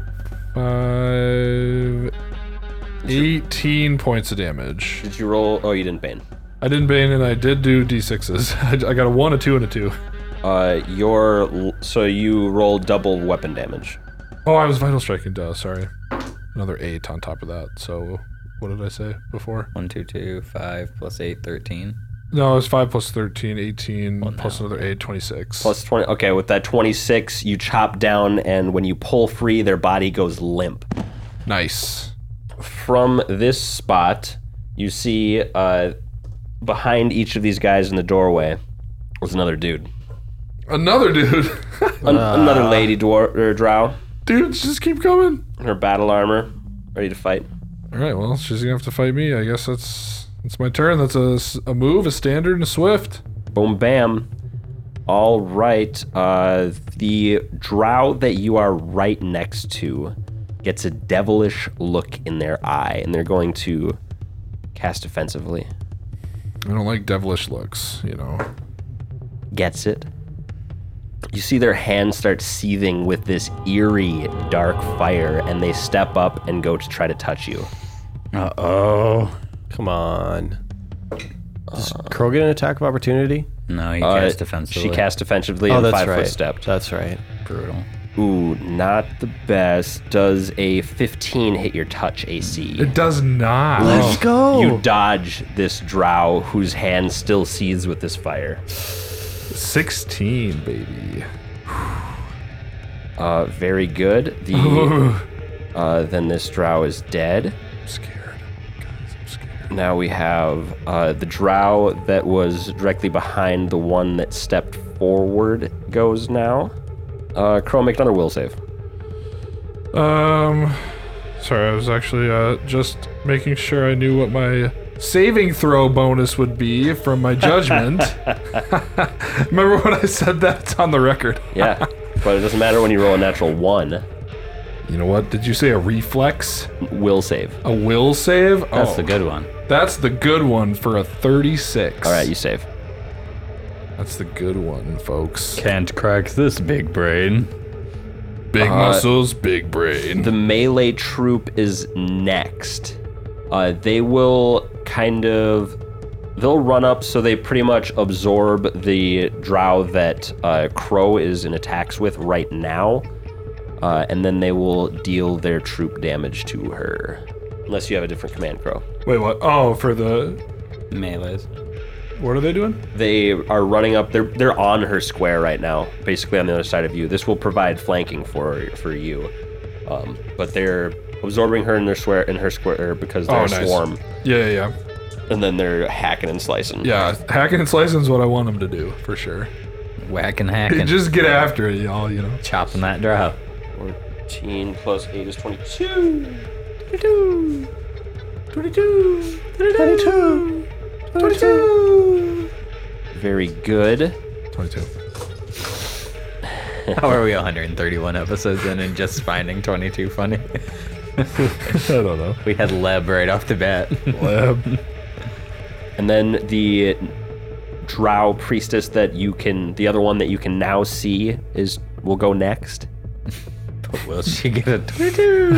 Speaker 2: five, 18 points of damage.
Speaker 1: Did you roll? Oh, you didn't bane.
Speaker 2: I didn't bane, and I did do d6s. I, I got a one, a two, and a two.
Speaker 1: Uh, your l- so you roll double weapon damage.
Speaker 2: Oh, I was vital striking. Duh, sorry. Another eight on top of that. So, what did I say before?
Speaker 3: 1, 2, 2, 5, plus 8, 13.
Speaker 2: No, it was five plus 13, 18,
Speaker 3: Oh,
Speaker 2: plus another eight, 26.
Speaker 1: Plus 20. Okay, with that 26, you chop down, and when you pull free, their body goes limp.
Speaker 2: nice.
Speaker 1: From this spot, you see uh, behind each of these guys in the doorway was another dude.
Speaker 2: Another dude.
Speaker 1: An- another lady dwar- or drow
Speaker 2: Dudes just keep coming.
Speaker 1: in her battle armor, ready to fight.
Speaker 2: All right, well, she's gonna have to fight me. I guess that's that's my turn. That's a, s- a move, a standard, and a swift.
Speaker 1: Boom, bam. All right. Uh, the drow that you are right next to gets a devilish look in their eye, and they're going to cast offensively.
Speaker 2: I don't like devilish looks, you know.
Speaker 1: Gets it. You see their hands start seething with this eerie, dark fire, and they step up and go to try to touch you.
Speaker 3: Uh oh.
Speaker 4: Come on. Does Crow get an attack of opportunity?
Speaker 3: No, he
Speaker 1: Uh,
Speaker 3: cast defensively.
Speaker 1: She cast defensively
Speaker 4: Oh,
Speaker 1: and
Speaker 4: that's
Speaker 1: five
Speaker 4: right.
Speaker 1: foot stepped.
Speaker 4: That's right.
Speaker 3: brutal.
Speaker 1: Ooh, not the best. Does a 15 hit your touch AC?
Speaker 2: It does not.
Speaker 4: Let's go.
Speaker 1: You dodge this drow whose hand still seethes with this fire.
Speaker 2: 16, baby.
Speaker 1: Uh, very good. The uh, then this drow is dead.
Speaker 2: I'm scared. Guys, I'm scared.
Speaker 1: Now we have uh, the drow that was directly behind the one that stepped forward goes now. Uh, Crow, make another will save.
Speaker 2: Um, sorry, I was actually uh, just making sure I knew what my saving throw bonus would be from my judgment. Remember when I said that? It's on the record.
Speaker 1: Yeah, but it doesn't matter when you roll a natural one.
Speaker 2: You know what? Did you say a reflex?
Speaker 1: Will save.
Speaker 2: A will save?
Speaker 3: That's
Speaker 2: oh,
Speaker 3: the good one.
Speaker 2: That's the good one for a 36.
Speaker 1: All right, you save.
Speaker 2: That's the good one, folks.
Speaker 3: Can't crack this big brain.
Speaker 2: Big muscles, big brain.
Speaker 1: uh, The melee troop is next. Uh, they will kind of. They'll run up so they pretty much absorb the drow that uh, Crow is in attacks with right now. Uh, and then they will deal their troop damage to her. Unless you have a different command, Crow.
Speaker 2: Wait, what? Oh, for the.
Speaker 3: Melees.
Speaker 2: What are they doing?
Speaker 1: They are running up. They're they're on her square right now, basically on the other side of you. This will provide flanking for for you, um, but they're absorbing her in their square in her square because they're
Speaker 2: Oh,
Speaker 1: a
Speaker 2: nice.
Speaker 1: swarm,
Speaker 2: Yeah, yeah, yeah.
Speaker 1: and then they're hacking and slicing.
Speaker 2: Yeah, hacking and slicing is what I want them to do, for sure.
Speaker 3: Whacking, hacking.
Speaker 2: Just get after it, y'all, you know.
Speaker 3: chopping that draw.
Speaker 1: fourteen plus eight is twenty-two.
Speaker 2: 22!
Speaker 4: 22. 22.
Speaker 1: Very good.
Speaker 2: 22.
Speaker 3: How are we 131 episodes in and just finding 22 funny?
Speaker 2: I don't know.
Speaker 3: We had Leb right off the bat.
Speaker 2: Lab.
Speaker 1: And then the drow priestess that you can, the other one that you can now see is will go next.
Speaker 3: Will she get a 22?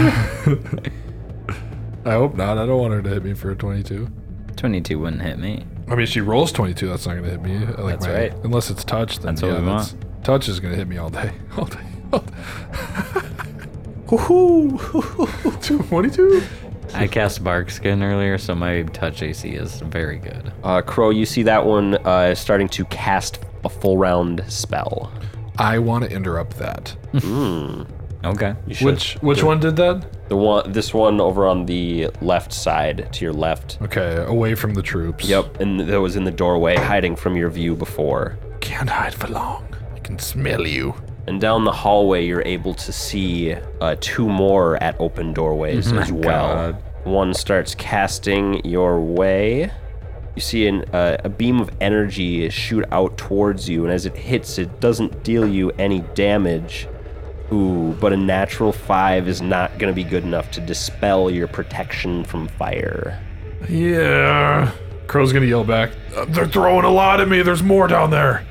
Speaker 2: I hope not. I don't want her to hit me for a 22.
Speaker 3: 22 wouldn't hit me.
Speaker 2: I mean, she rolls 22. That's not going to hit me. I Like
Speaker 3: That's
Speaker 2: my,
Speaker 3: right.
Speaker 2: Unless it's touch, then
Speaker 3: That's
Speaker 2: yeah,
Speaker 3: what we
Speaker 2: that's- touch is going to hit me all day. All day. All day. Woohoo! 22?
Speaker 3: I cast Bark Skin earlier, so my touch AC is very good.
Speaker 1: Uh, Crow, you see that one uh, starting to cast a full round spell.
Speaker 2: I want to interrupt that.
Speaker 3: Okay.
Speaker 2: Which which one did that?
Speaker 1: The one, this one over on the left side, to your left.
Speaker 2: Okay, away from the troops.
Speaker 1: Yep, and that was in the doorway, hiding from your view before.
Speaker 2: Can't hide for long. I can smell you.
Speaker 1: And down the hallway, you're able to see uh, two more at open doorways as well.
Speaker 3: God.
Speaker 1: One starts casting your way. You see an, uh, a beam of energy shoot out towards you, and as it hits, it doesn't deal you any damage. Ooh, but a natural five is not going to be good enough to dispel your protection from fire.
Speaker 2: Yeah. Crow's gonna yell back. "Uh, They're throwing a lot at me. There's more down there.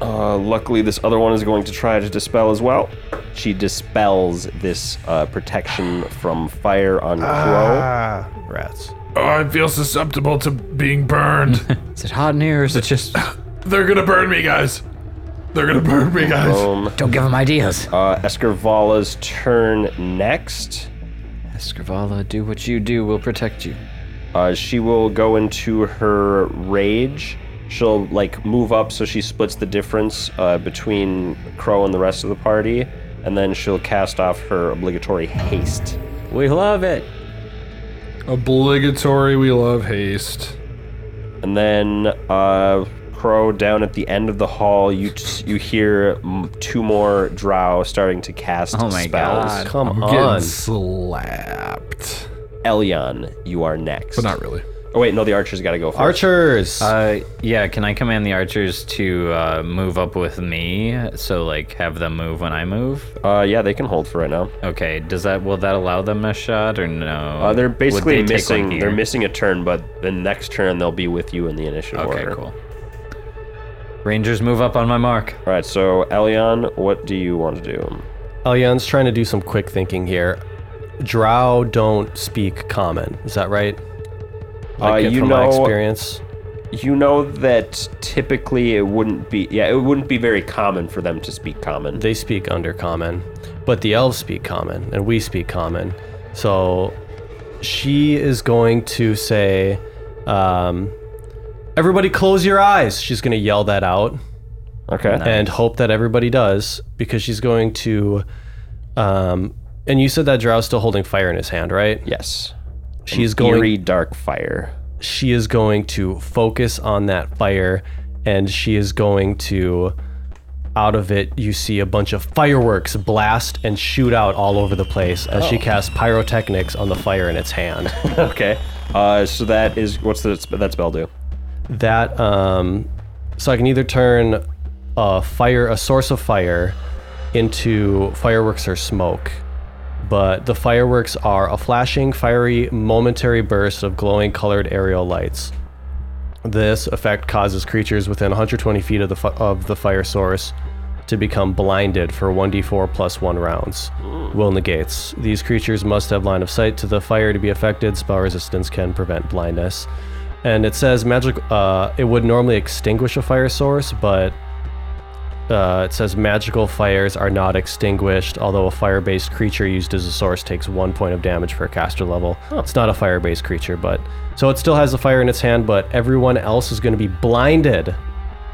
Speaker 1: Uh, luckily, this other one is going to try to dispel as well. She dispels this uh, protection from fire on Crow.
Speaker 4: Rats.
Speaker 2: Oh, I feel susceptible to being burned.
Speaker 3: Is it hot in here or is it just.
Speaker 2: They're gonna burn me, guys. They're gonna burn me, guys.
Speaker 1: Boom.
Speaker 3: Don't give him ideas.
Speaker 1: Um, Uh, Escarvala's turn next.
Speaker 3: Escrivala, do what you do. We'll protect you.
Speaker 1: Uh, she will go into her rage. She'll like move up so she splits the difference uh, between Crow and the rest of the party, and then she'll cast off her obligatory haste.
Speaker 3: We love it.
Speaker 2: Obligatory. We love haste.
Speaker 1: And then uh, Crow down at the end of the hall, you t- you hear m- two more Drow starting to cast
Speaker 3: Oh my
Speaker 1: spells.
Speaker 3: God.
Speaker 4: Come
Speaker 2: I'm
Speaker 4: on.
Speaker 2: getting slapped.
Speaker 1: Elion, you are next.
Speaker 2: But not really.
Speaker 1: Oh wait, no, the archer's got to go first.
Speaker 4: Archers.
Speaker 3: Uh, yeah, can I command the archers to uh, move up with me? So, like, have them move when I move?
Speaker 1: Uh, yeah, they can hold for right now.
Speaker 3: Okay, does that will that allow them a shot or no?
Speaker 1: Uh, they're basically
Speaker 3: Would they take
Speaker 1: missing.
Speaker 3: one
Speaker 1: they're
Speaker 3: here?
Speaker 1: missing a turn, but the next turn they'll be with you in the initiative
Speaker 3: Okay,
Speaker 1: order.
Speaker 3: cool. Rangers move up on my mark.
Speaker 1: All right, so Elion, what do you want to do?
Speaker 4: Elion's trying to do some quick thinking here. drow don't speak common. Is that right? Like,
Speaker 1: Uh, you
Speaker 4: from my
Speaker 1: know-
Speaker 4: experience.
Speaker 1: You know that typically it wouldn't be yeah, it wouldn't be very common for them to speak common.
Speaker 4: they speak under common, but the elves speak common and we speak common. So she is going to say, um, Everybody close your eyes. She's going to yell that out
Speaker 1: Okay.
Speaker 4: and hope that everybody does because she's going to. Um, and you said that Drow's still holding fire in his hand, right?
Speaker 1: Yes.
Speaker 4: She's going.
Speaker 1: Eerie dark fire.
Speaker 4: She is going to focus on that fire, and she is going to. out of it, you see a bunch of fireworks blast and shoot out all over the place as she casts pyrotechnics on the fire in its hand.
Speaker 1: okay. Uh, so that is what's the, that spell do?
Speaker 4: that, um, so I can either turn a fire, a source of fire, into fireworks or smoke. But the fireworks are a flashing, fiery, momentary burst of glowing colored aerial lights. This effect causes creatures within 120 feet of the fi- of the fire source to become blinded for 1d4 plus 1 rounds. Will negates. These creatures must have line of sight to the fire to be affected. Spell resistance can prevent blindness. And it says magic. Uh, it would normally extinguish a fire source, but uh, it says magical fires are not extinguished. Although a fire-based creature used as a source takes one point of damage per caster level. It's not a fire-based creature, but so it still has the fire in its hand. But everyone else is going to be blinded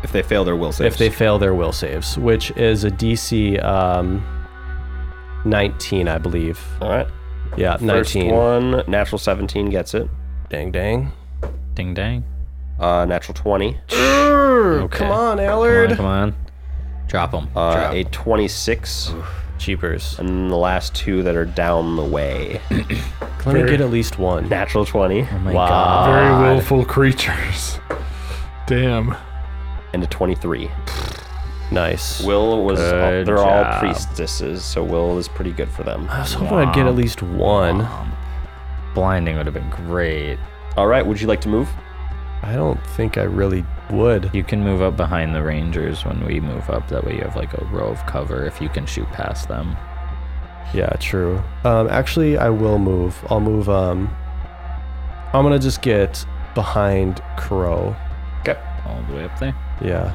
Speaker 1: If they fail their will saves.
Speaker 4: if they fail their will saves, which is a DC um, 19, I believe.
Speaker 1: All right.
Speaker 4: Yeah,
Speaker 1: First
Speaker 4: 19.
Speaker 1: one, natural 17 gets it.
Speaker 4: Dang, dang.
Speaker 3: Ding dang.
Speaker 1: Uh, natural 20.
Speaker 3: Okay.
Speaker 4: Come on,
Speaker 3: Come on,
Speaker 4: Allard.
Speaker 3: come on. Drop Oh them.
Speaker 1: Uh, a 26.
Speaker 4: Cheapers.
Speaker 1: And the last two that are down the way.
Speaker 4: Let me get at least one.
Speaker 1: Natural 20
Speaker 4: wow.
Speaker 2: Very willful creatures. Damn.
Speaker 1: and a 23.
Speaker 4: Nice.
Speaker 1: Will was,
Speaker 3: Good
Speaker 1: they're all
Speaker 3: job.
Speaker 1: priestesses, so Will is pretty good for them.
Speaker 4: I was hoping I'd get at least one.
Speaker 3: Blinding would have been great.
Speaker 1: All right, would you like to move?
Speaker 4: I don't think I really would.
Speaker 3: You can move up behind the rangers when we move up. That way you have like a row of cover if you can shoot past them.
Speaker 4: Yeah, true. Um, actually, I will move. I'll move. Um, I'm gonna just get behind Crow.
Speaker 1: Okay.
Speaker 3: All the way up there.
Speaker 4: Yeah,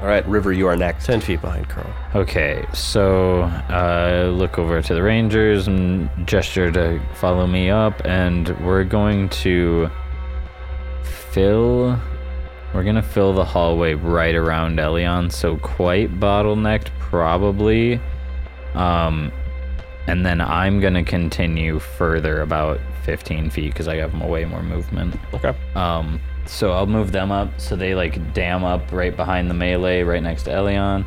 Speaker 1: All right, River, you are next.
Speaker 4: ten feet behind Crow.
Speaker 3: Okay, so uh, look over to the rangers and gesture to follow me up, and we're going to fill. We're gonna fill the hallway right around Elion, so quite bottlenecked, probably. Um, and then I'm gonna continue further about 15 feet because I have m- way more movement.
Speaker 1: Okay.
Speaker 3: Um, so I'll move them up so they like dam up right behind the melee, right next to Elion.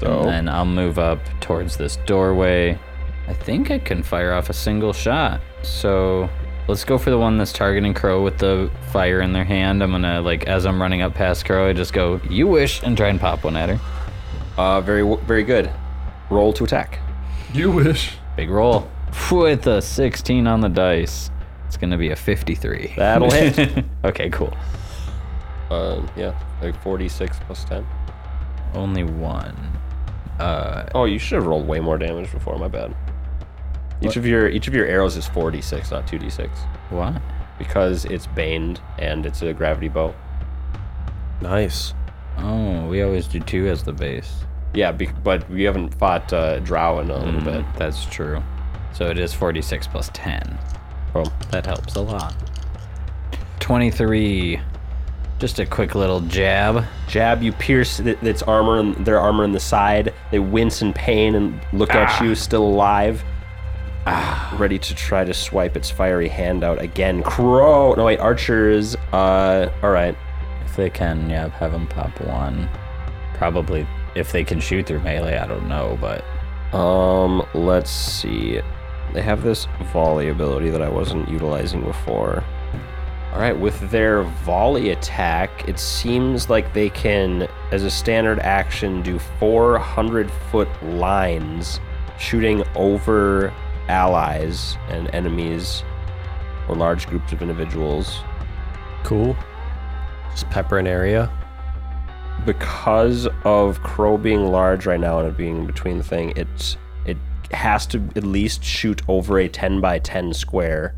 Speaker 1: So,
Speaker 3: And then I'll move up towards this doorway. I think I can fire off a single shot. So let's go for the one that's targeting Crow with the fire in their hand. I'm gonna like as I'm running up past Crow, I just go, "You wish," and try and pop one at her.
Speaker 1: uh, very, w- very good. Roll to attack.
Speaker 2: You wish.
Speaker 3: Big roll with a 16 on the dice. It's gonna be a 53.
Speaker 1: That'll hit.
Speaker 3: okay, cool.
Speaker 1: Uh, yeah, like 46 plus 10.
Speaker 3: Only one.
Speaker 1: Oh, you should have rolled way more damage before. My bad. Each of your each of your arrows is 4d6, not 2d6,
Speaker 3: What?
Speaker 1: because it's baned and it's a gravity bow.
Speaker 4: Nice.
Speaker 3: Oh, we always do two as the base.
Speaker 1: Yeah, be, but we haven't fought uh, Drow in a little bit.
Speaker 3: Mm, That's true. So it is 46 plus 10.
Speaker 1: Boom.
Speaker 3: That helps a lot. 23. Just a quick little jab.
Speaker 1: Jab, you pierce th- its armor and their armor in the side. They wince in pain and look at you, still alive, ready to try to swipe its fiery hand out again. Crow. No wait, archers. Uh, all right.
Speaker 3: If they can, yeah, have them pop one. Probably if they can shoot through melee, I don't know, but
Speaker 1: Um, let's see. They have this volley ability that I wasn't utilizing before. All right, with their volley attack, it seems like they can, as a standard action, do 400 foot lines, shooting over allies and enemies or large groups of individuals.
Speaker 4: Cool. Just pepper an area.
Speaker 1: because of Crow being large right now and it being between the thing, it's it has to at least shoot over a 10 by 10 square,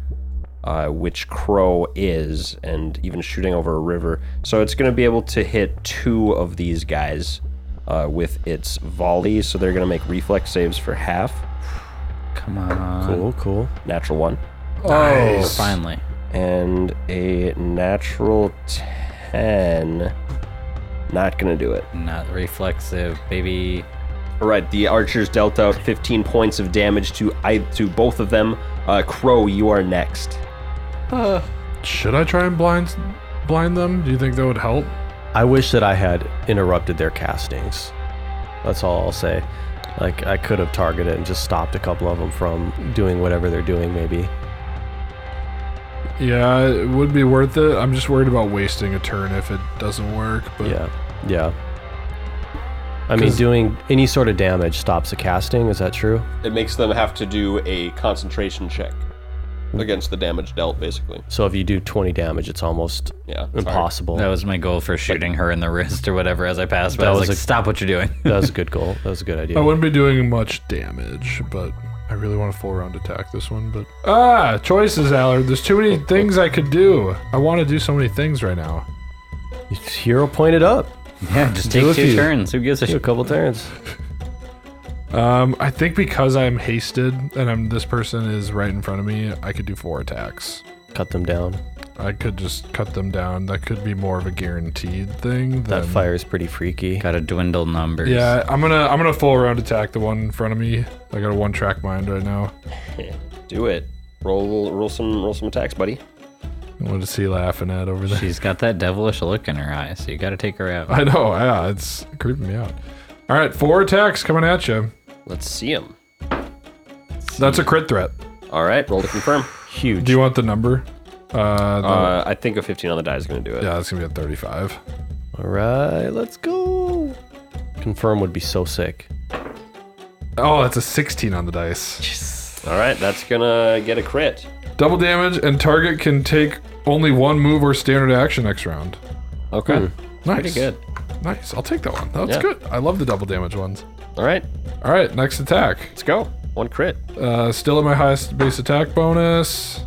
Speaker 1: uh, which Crow is, and even shooting over a river. So it's going to be able to hit two of these guys uh, with its volley. So they're going to make reflex saves for half,
Speaker 3: Come on.
Speaker 4: Cool, cool.
Speaker 1: natural one,
Speaker 2: Oh, Nice.
Speaker 3: Finally.
Speaker 1: and a natural 10. Not going to do it.
Speaker 3: Not reflexive, baby.
Speaker 1: All right, the archers dealt out 15 points of damage to I- to both of them. Uh, Crow, you are next.
Speaker 2: Should I try and blind blind them? Do you think that would help?
Speaker 4: I wish that I had interrupted their castings. That's all I'll say. Like I could have targeted and just stopped a couple of them from doing whatever they're doing. Maybe.
Speaker 2: Yeah, it would be worth it. I'm just worried about wasting a turn if it doesn't work. But
Speaker 4: Yeah, yeah. I mean,
Speaker 2: 'Cause-
Speaker 4: doing any sort of damage stops a casting. Is that true?
Speaker 1: It makes them have to do a concentration check against the damage dealt, basically.
Speaker 4: So if you do 20 damage, it's almost
Speaker 1: Yeah.
Speaker 4: impossible.
Speaker 3: That was my goal for shooting her in the wrist or whatever as I passed, but I was,
Speaker 4: was
Speaker 3: like,
Speaker 4: a-
Speaker 3: stop what you're doing.
Speaker 4: That was a good goal. That was a good idea.
Speaker 2: I wouldn't be doing much damage. But I really want a full round attack this one. But ah, choices, Allard. There's too many things I could do. I want to do so many things right now.
Speaker 4: Hero pointed up.
Speaker 3: yeah, just
Speaker 4: Do
Speaker 3: take
Speaker 4: a
Speaker 3: two
Speaker 4: few.
Speaker 3: turns. Who gives a
Speaker 4: Do a
Speaker 3: shit?
Speaker 4: couple turns.
Speaker 2: Um, I think because I'm hasted and I'm this person is right in front of me, I could do four attacks.
Speaker 4: Cut them down.
Speaker 2: I could just cut them down. That could be more of a guaranteed thing.
Speaker 4: That
Speaker 2: Than,
Speaker 4: fire is pretty freaky.
Speaker 3: Gotta dwindle numbers.
Speaker 2: Yeah, I'm gonna I'm gonna full round attack the one in front of me. I got a one track mind right now.
Speaker 1: Do it. Roll, roll some, roll some attacks, buddy.
Speaker 2: What is he laughing at over there?
Speaker 3: She's got that devilish look in her eye, so you gotta take her out.
Speaker 2: I know. Yeah, it's creeping me out. All right, four attacks coming at you.
Speaker 1: Let's see him.
Speaker 2: That's a crit threat.
Speaker 1: All right, roll to confirm.
Speaker 4: Huge.
Speaker 2: Do you want the number? Uh, the-
Speaker 1: Uh, I think a 15 on the die is going to do it.
Speaker 2: yeah, that's gonna be a 35.
Speaker 4: All right, let's go. Confirm would be so sick.
Speaker 2: Oh, that's a 16 on the dice.
Speaker 1: All right, that's going to get a crit.
Speaker 2: Double damage, and target can take only one move or standard action next round.
Speaker 1: Okay.
Speaker 2: Nice.
Speaker 1: Pretty good.
Speaker 2: Nice. I'll take that one. That's
Speaker 1: Yeah.
Speaker 2: good. I love the double damage ones.
Speaker 1: All right,
Speaker 2: All right, next attack.
Speaker 1: let's go. One crit.
Speaker 2: Uh, still at my highest base attack bonus.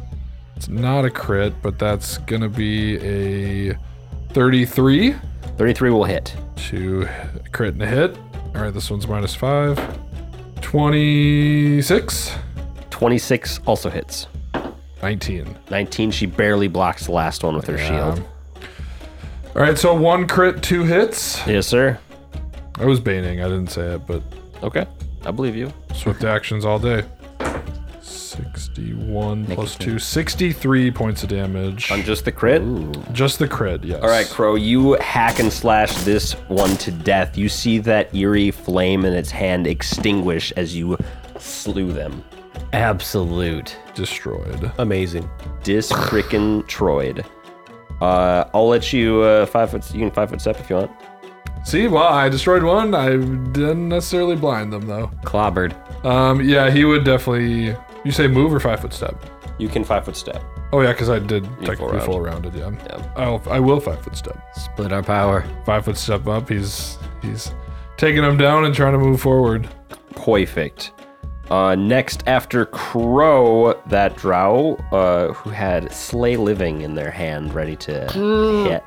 Speaker 2: It's not a crit, but that's gonna be a 33
Speaker 1: 33 will hit.
Speaker 2: to crit and a hit. All right, this one's minus five. 26,
Speaker 1: 26 also hits.
Speaker 2: 19.
Speaker 1: 19, she barely blocks the last one with her shield.
Speaker 2: Um, All right, so one crit, two hits.
Speaker 1: Yes, sir.
Speaker 2: I was baning, I didn't say it, but
Speaker 1: Okay, I believe you.
Speaker 2: swift actions all day. 61 plus 2, 63 points of damage.
Speaker 1: On just the crit.
Speaker 2: Just the crit, yes.
Speaker 1: All right, Crow, you hack and slash this one to death. You see that eerie flame in its hand extinguish as you slew them.
Speaker 3: Absolute.
Speaker 2: Destroyed.
Speaker 4: Amazing.
Speaker 1: Dis frickin' Troid. Uh, I'll let you uh, five foot. You can five foot step if you want.
Speaker 2: See, well, I destroyed one. I didn't necessarily blind them though.
Speaker 3: Clobbered.
Speaker 2: Um, yeah, he would definitely. You say move or five foot step?
Speaker 1: You can five foot step.
Speaker 2: Oh yeah, because I did technically
Speaker 1: round.
Speaker 2: full rounded. Yeah,
Speaker 1: Yeah.
Speaker 2: I'll I will five foot step.
Speaker 3: Split our power.
Speaker 2: Five foot step up. He's he's taking him down and trying to move forward.
Speaker 1: Perfect. Uh, next, after Crow, that drow uh, who had Slay Living in their hand, ready to hit.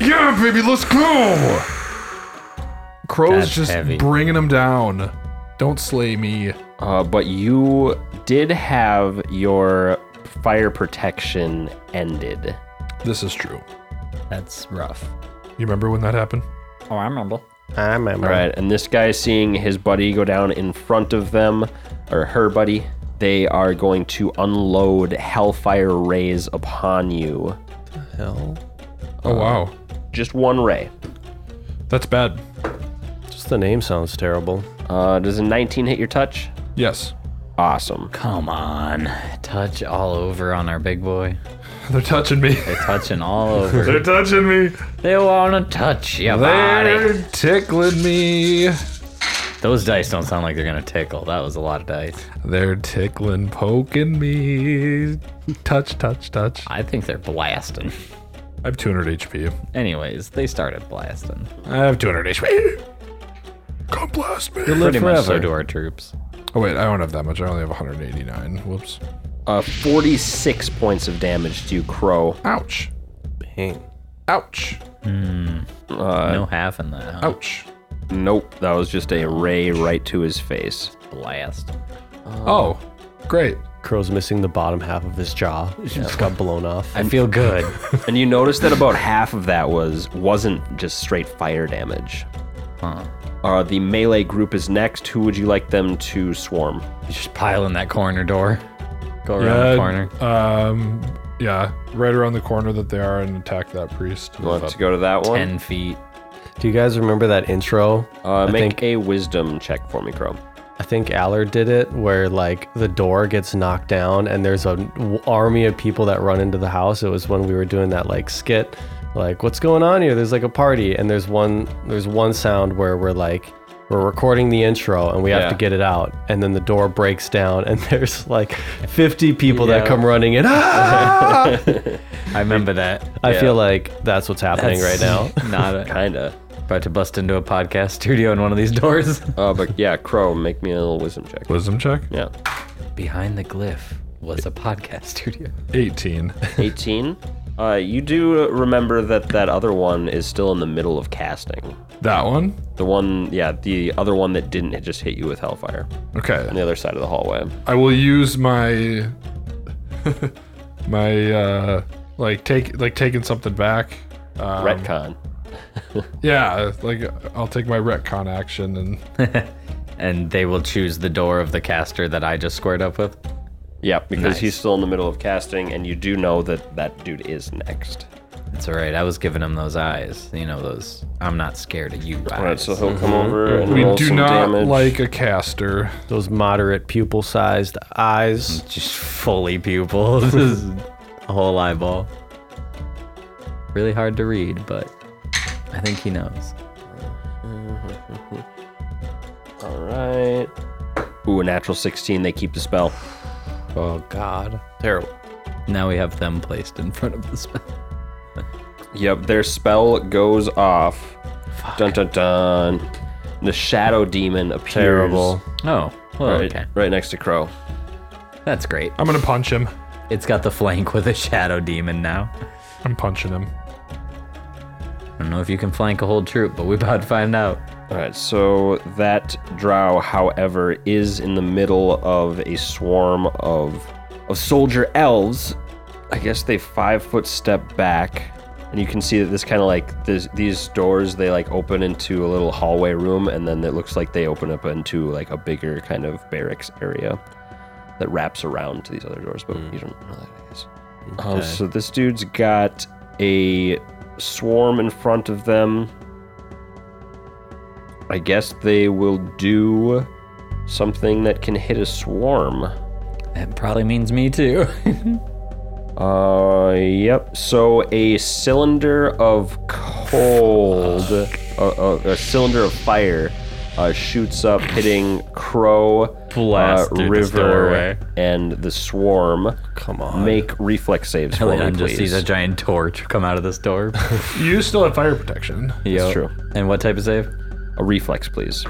Speaker 2: Yeah, baby, let's go. Crow's
Speaker 3: That's
Speaker 2: just
Speaker 3: heavy.
Speaker 2: bringing him down. Don't slay me.
Speaker 1: Uh, but you did have your fire protection ended.
Speaker 2: This is true.
Speaker 3: That's rough.
Speaker 2: You remember when that happened?
Speaker 3: Oh, I remember.
Speaker 4: I remember.
Speaker 1: All right, and this guy seeing his buddy go down in front of them, or her buddy, they are going to unload hellfire rays upon you.
Speaker 4: Hell.
Speaker 3: Uh-huh.
Speaker 2: Oh wow,
Speaker 1: Just one ray.
Speaker 2: that's bad.
Speaker 4: Just the name sounds terrible.
Speaker 1: Uh, does a 19 hit your touch?
Speaker 2: Yes,
Speaker 1: Awesome.
Speaker 3: Come on. Touch all over on our big boy.
Speaker 2: they're touching me.
Speaker 3: Touching all over.
Speaker 2: They're touching me.
Speaker 3: they wanna touch your body.
Speaker 2: They're tickling me.
Speaker 3: Those dice don't sound like they're gonna tickle. That was a lot of dice.
Speaker 2: They're tickling, poking me. Touch, touch, touch.
Speaker 3: I think they're blasting.
Speaker 2: I have 200 HP.
Speaker 3: Anyways, they started blasting.
Speaker 2: I have 200 HP. Come blast me.
Speaker 3: Pretty much so
Speaker 4: forever.
Speaker 3: do our troops.
Speaker 2: Oh wait, I don't have that much. I only have 189. Whoops.
Speaker 1: Uh, 46 points of damage to Crow.
Speaker 2: Ouch.
Speaker 4: Dang.
Speaker 2: Ouch.
Speaker 4: Uh,
Speaker 3: no half in that. Huh?
Speaker 2: Ouch.
Speaker 1: Nope, that was just a ray right to his face.
Speaker 3: Blast. Um,
Speaker 2: Oh, great.
Speaker 4: Crow's missing the bottom half of his jaw. It just got blown off.
Speaker 3: I feel good.
Speaker 1: And you notice that about half of that was wasn't just straight fire damage.
Speaker 3: huh.
Speaker 1: Uh, the melee group is next. Who would you like them to swarm?
Speaker 3: Just pile in that corner door. Go around the corner.
Speaker 2: Um, yeah, right around the corner that they are, and attack that priest.
Speaker 1: You want to go to that one?
Speaker 3: Ten feet.
Speaker 4: Do you guys remember that intro?
Speaker 1: Uh,
Speaker 4: I
Speaker 1: make
Speaker 4: think
Speaker 1: a wisdom check for me, Crow.
Speaker 4: I think Allard did it, where like the door gets knocked down and there's an w- army of people that run into the house. It was when we were doing that like skit, like what's going on here? There's like a party, and there's one there's one sound where we're like we're recording the intro and we
Speaker 1: Yeah.
Speaker 4: have to get it out, and then the door breaks down and there's like 50 people
Speaker 1: Yeah.
Speaker 4: that come running in. "Ah!"
Speaker 3: I remember that.
Speaker 4: I feel like that's what's happening right now.
Speaker 3: Not a,
Speaker 1: Kinda.
Speaker 3: about to bust into a podcast studio in one of these doors.
Speaker 1: Uh, but yeah, Crow, make me a little wisdom check.
Speaker 2: Wisdom check.
Speaker 1: Yeah.
Speaker 3: Behind the glyph was a podcast studio.
Speaker 2: 18.
Speaker 1: 18. Uh, you do remember that that other one is still in the middle of casting.
Speaker 2: that one.
Speaker 1: The one, yeah, the other one that didn't just hit you with hellfire
Speaker 2: Okay.
Speaker 1: on the other side of the hallway.
Speaker 2: I will use my my uh like take like taking something back. Um,
Speaker 1: Retcon.
Speaker 2: Yeah, like I'll take my retcon action and
Speaker 3: And they will choose the door of the caster that I just squared up with.
Speaker 1: Yeah, because he's still in the middle of casting, and you do know that that dude is next.
Speaker 3: It's all right. I was giving him those eyes. You know, those I'm not scared of you eyes.
Speaker 1: All right, so he'll come over and
Speaker 2: we
Speaker 1: roll
Speaker 2: do
Speaker 1: some
Speaker 2: not
Speaker 1: damage.
Speaker 2: like a caster.
Speaker 4: Those moderate pupil sized eyes.
Speaker 3: Just fully pupil. This is a whole eyeball. Really hard to read, but I think he knows.
Speaker 1: All right. Ooh, a natural 16. They keep the spell.
Speaker 4: Oh God, terrible.
Speaker 3: Now we have them placed in front of the spell.
Speaker 1: Yep, their spell goes off. Dun dun dun. And the shadow demon appears.
Speaker 4: Terrible.
Speaker 3: Oh, well,
Speaker 1: Right,
Speaker 3: okay.
Speaker 1: right next to Crow.
Speaker 3: That's great.
Speaker 2: I'm gonna punch him.
Speaker 3: It's got the flank with a shadow demon now.
Speaker 2: I'm punching him.
Speaker 3: I don't know if you can flank a whole troop, but we about to find out.
Speaker 1: All right, so that drow, however, is in the middle of a swarm of of soldier elves. I guess they five foot step back, and you can see that this kind of like this, these doors they like open into a little hallway room, and then it looks like they open up into like a bigger kind of barracks area that wraps around to these other doors. But you don't know that it is. Um, so this dude's got a swarm in front of them. I guess they will do something that can hit a swarm.
Speaker 3: That probably means me too.
Speaker 1: Uh, yep. So a cylinder of cold, a, a, a cylinder of fire, uh, shoots up, hitting Crow, uh,
Speaker 3: Blast through this
Speaker 1: River,
Speaker 3: doorway.
Speaker 1: and the swarm.
Speaker 4: Come on.
Speaker 1: Make reflex saves for me,
Speaker 3: Leon just sees a
Speaker 1: please.
Speaker 3: giant torch come out of this door.
Speaker 2: You still have fire protection.
Speaker 3: Yo.
Speaker 1: true.
Speaker 3: And what type of save?
Speaker 1: A reflex, please.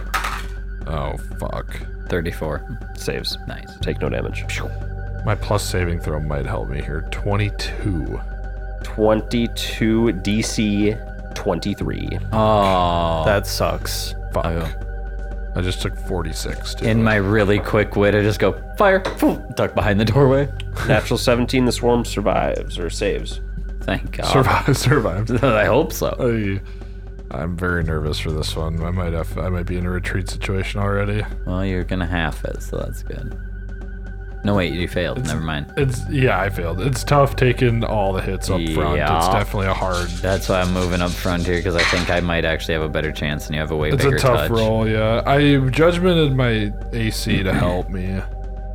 Speaker 2: Oh fuck.
Speaker 3: 34.
Speaker 1: Saves.
Speaker 3: Nice.
Speaker 1: Take no damage.
Speaker 2: My plus saving throw might help me here. 22.
Speaker 1: 22 DC 23.
Speaker 3: Oh.
Speaker 4: That sucks.
Speaker 2: Fuck. I just took 46. Too.
Speaker 3: In my really quick wit, I just go, fire, poof, duck behind the doorway.
Speaker 1: Natural 17, the swarm survives or saves.
Speaker 3: Thank God.
Speaker 2: survive survived.
Speaker 3: I hope so.
Speaker 2: I, I'm very nervous for this one. I might have I might be in a retreat situation already.
Speaker 3: Well, you're going to half it, so that's good. No, wait, you failed. Never mind.
Speaker 2: It's yeah, I failed. It's tough taking all the hits up front. It's
Speaker 3: Yeah.
Speaker 2: definitely a hard.
Speaker 3: That's why I'm moving up front here because I think I might actually have a better chance and you have a way
Speaker 2: It's
Speaker 3: bigger
Speaker 2: a tough
Speaker 3: touch.
Speaker 2: roll. Yeah, I judgmented my AC to help me,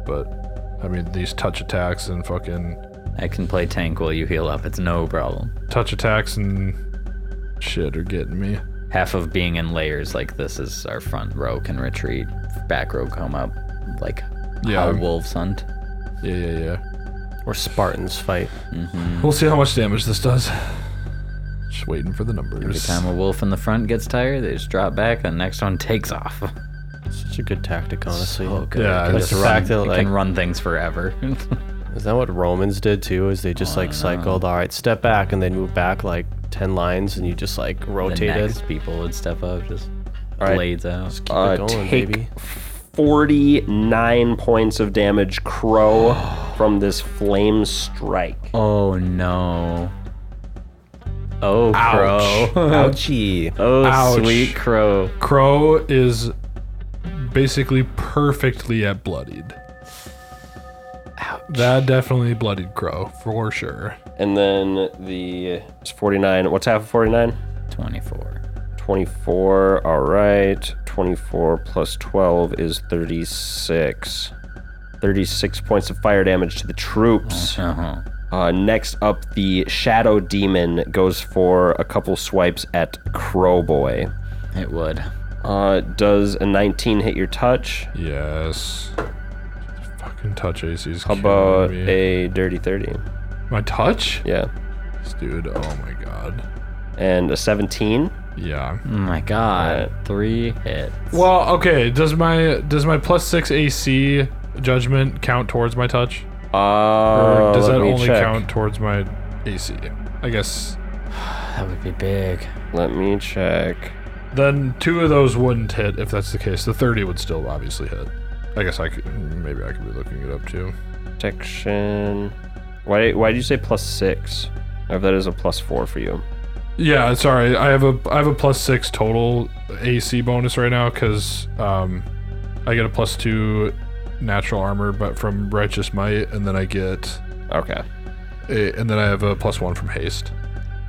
Speaker 2: but I mean these touch attacks and fucking
Speaker 3: I can play tank while you heal up. It's no problem.
Speaker 2: touch attacks and shit are getting me.
Speaker 3: half of being in layers like this is our front row can retreat back row come up like
Speaker 2: Yeah.
Speaker 3: how wolves hunt
Speaker 2: Yeah, yeah, yeah.
Speaker 4: Or Spartans fight.
Speaker 2: We'll see how much damage this does. Just waiting for the
Speaker 3: every
Speaker 2: numbers.
Speaker 3: time a wolf in the front gets tired they just drop back and the next one takes off Oh,
Speaker 4: Such a good tactic, honestly.
Speaker 3: good.
Speaker 2: Yeah,
Speaker 3: It
Speaker 2: it's
Speaker 3: can
Speaker 2: a
Speaker 3: run-
Speaker 4: fact that,
Speaker 3: it
Speaker 4: like-
Speaker 3: can run things forever.
Speaker 4: Is that what Romans did too? Is they just like cycled, all right, step back, and they'd move back like 10 lines and you just like
Speaker 3: the
Speaker 4: rotated.
Speaker 3: next people would step up, just
Speaker 4: All right.
Speaker 3: blades out.
Speaker 4: Just keep
Speaker 1: Uh,
Speaker 4: it going,
Speaker 1: take
Speaker 4: baby.
Speaker 1: 49 points of damage, Crow, from this flame strike.
Speaker 3: Oh no. Oh crow.
Speaker 1: Ouchie.
Speaker 3: Oh
Speaker 2: Ouch.
Speaker 3: sweet crow.
Speaker 2: Crow is basically perfectly at bloodied. That definitely bloodied Crow for sure.
Speaker 1: And then the it's 49. What's half of 49?
Speaker 3: Twenty-four.
Speaker 1: 24. All right. 24 plus 12 is 36. 36 points of fire damage to the troops.
Speaker 3: Uh huh.
Speaker 1: Uh, next up, the Shadow Demon goes for a couple swipes at Crowboy.
Speaker 3: It would.
Speaker 1: Uh, does a 19 hit your touch?
Speaker 2: Yes. Fucking touch AC's.
Speaker 1: How about a dirty 30?
Speaker 2: my touch?
Speaker 1: Yeah.
Speaker 2: Yes, dude. Oh my god.
Speaker 1: And a 17?
Speaker 2: Yeah.
Speaker 3: Oh my god. Three hits.
Speaker 2: Well, okay. Does my does my plus six AC judgment count towards my touch,
Speaker 1: Uh,
Speaker 2: does
Speaker 1: let
Speaker 2: that
Speaker 1: me
Speaker 2: only
Speaker 1: check.
Speaker 2: count towards my AC? I guess
Speaker 3: That would be big.
Speaker 1: Let me check.
Speaker 2: then two of those wouldn't hit if that's the case. The thirty would still obviously hit. I guess I could maybe I could be looking it up too.
Speaker 1: Protection. Why, why did you say plus six? I hope that is a plus four for you.
Speaker 2: Yeah, sorry. I have a I have a plus six total AC bonus right now because um, I get a plus two natural armor, but from righteous might, and then I get
Speaker 1: Okay.
Speaker 2: a, and then I have a plus one from haste.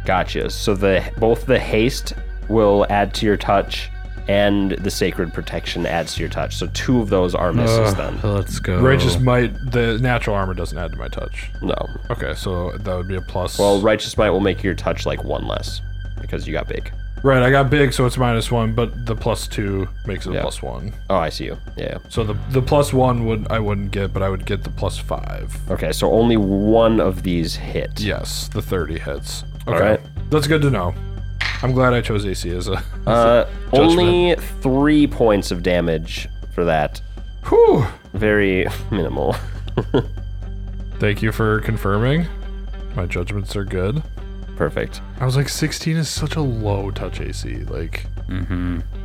Speaker 1: Gotcha. So the both the haste will add to your touch and the sacred protection adds to your touch. So two of those are misses then.
Speaker 3: Let's go.
Speaker 2: Righteous
Speaker 1: Oh.
Speaker 2: might the natural armor doesn't add to my touch.
Speaker 1: No.
Speaker 2: Okay, so that would be a plus.
Speaker 1: Well, righteous might will make your touch like one less because you got big.
Speaker 2: right, I got big, so it's minus one, but the plus two makes it
Speaker 1: Yeah.
Speaker 2: a plus one.
Speaker 1: Oh, I see you. Yeah.
Speaker 2: So the the plus one would I wouldn't get, but I would get the plus five.
Speaker 1: Okay. So only one of these hit.
Speaker 2: Yes, the 30 hits. Okay.
Speaker 1: right.
Speaker 2: That's good to know. I'm glad I chose AC as a.
Speaker 1: Uh, only three points of damage for that.
Speaker 2: Whew.
Speaker 1: Very minimal.
Speaker 2: Thank you for confirming. My judgments are good.
Speaker 1: Perfect.
Speaker 2: I was like, 16 is such a low touch AC. Like,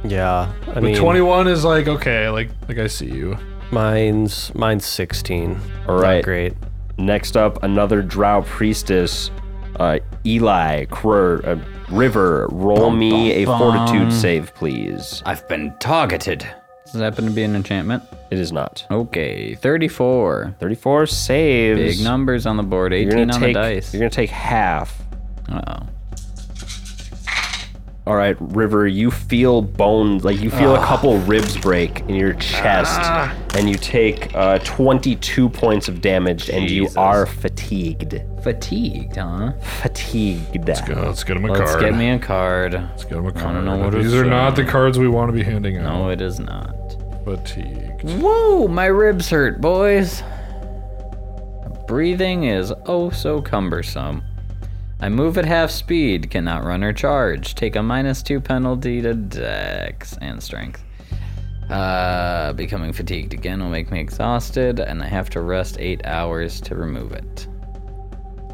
Speaker 4: Yeah. I
Speaker 2: but
Speaker 4: mean,
Speaker 2: 21 is like, okay, like, like I see you.
Speaker 4: mine's, mine's 16.
Speaker 1: All
Speaker 4: Not
Speaker 1: right.
Speaker 4: great.
Speaker 1: Next up, another Drow priestess, uh, Eli Krur, uh, River. Roll me a Fortitude save, please.
Speaker 3: I've been targeted. Does that happen to be an enchantment?
Speaker 1: It is not.
Speaker 3: Okay, 34.
Speaker 1: Thirty-four saves.
Speaker 3: Big numbers on the board,
Speaker 1: You're
Speaker 3: 18
Speaker 1: gonna
Speaker 3: on
Speaker 1: take.
Speaker 3: the dice.
Speaker 1: You're gonna take half.
Speaker 3: Uh-oh.
Speaker 1: All right, River. You feel bones, like you feel a couple ribs break in your chest,
Speaker 3: Ah.
Speaker 1: and you take uh, twenty-two points of damage, and you
Speaker 3: Jesus.
Speaker 1: are fatigued.
Speaker 3: Fatigued, huh?
Speaker 1: Fatigued.
Speaker 2: let's get him a
Speaker 3: Let's
Speaker 2: card.
Speaker 3: get me a card.
Speaker 2: Let's get him a card.
Speaker 3: know what
Speaker 2: These
Speaker 3: it's,
Speaker 2: are not the
Speaker 3: uh,
Speaker 2: cards we want to be handing out.
Speaker 3: No, it is not.
Speaker 2: Fatigued.
Speaker 3: Whoa, my ribs hurt, boys. Breathing is oh so cumbersome. I move at half speed, cannot run or charge, take a minus two penalty to dex and strength. Uh, becoming fatigued again will make me exhausted, and I have to rest eight hours to remove it.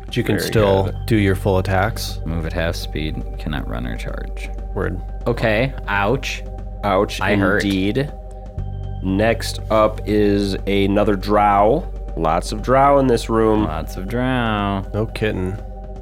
Speaker 4: But you can still do your full attacks.
Speaker 3: Move at half speed, cannot run or charge.
Speaker 4: Word.
Speaker 3: Okay, ouch.
Speaker 1: Ouch.
Speaker 3: I hurt.
Speaker 1: indeed. Next up is another drow. Lots of drow in this room.
Speaker 3: Lots of drow.
Speaker 4: No kitten.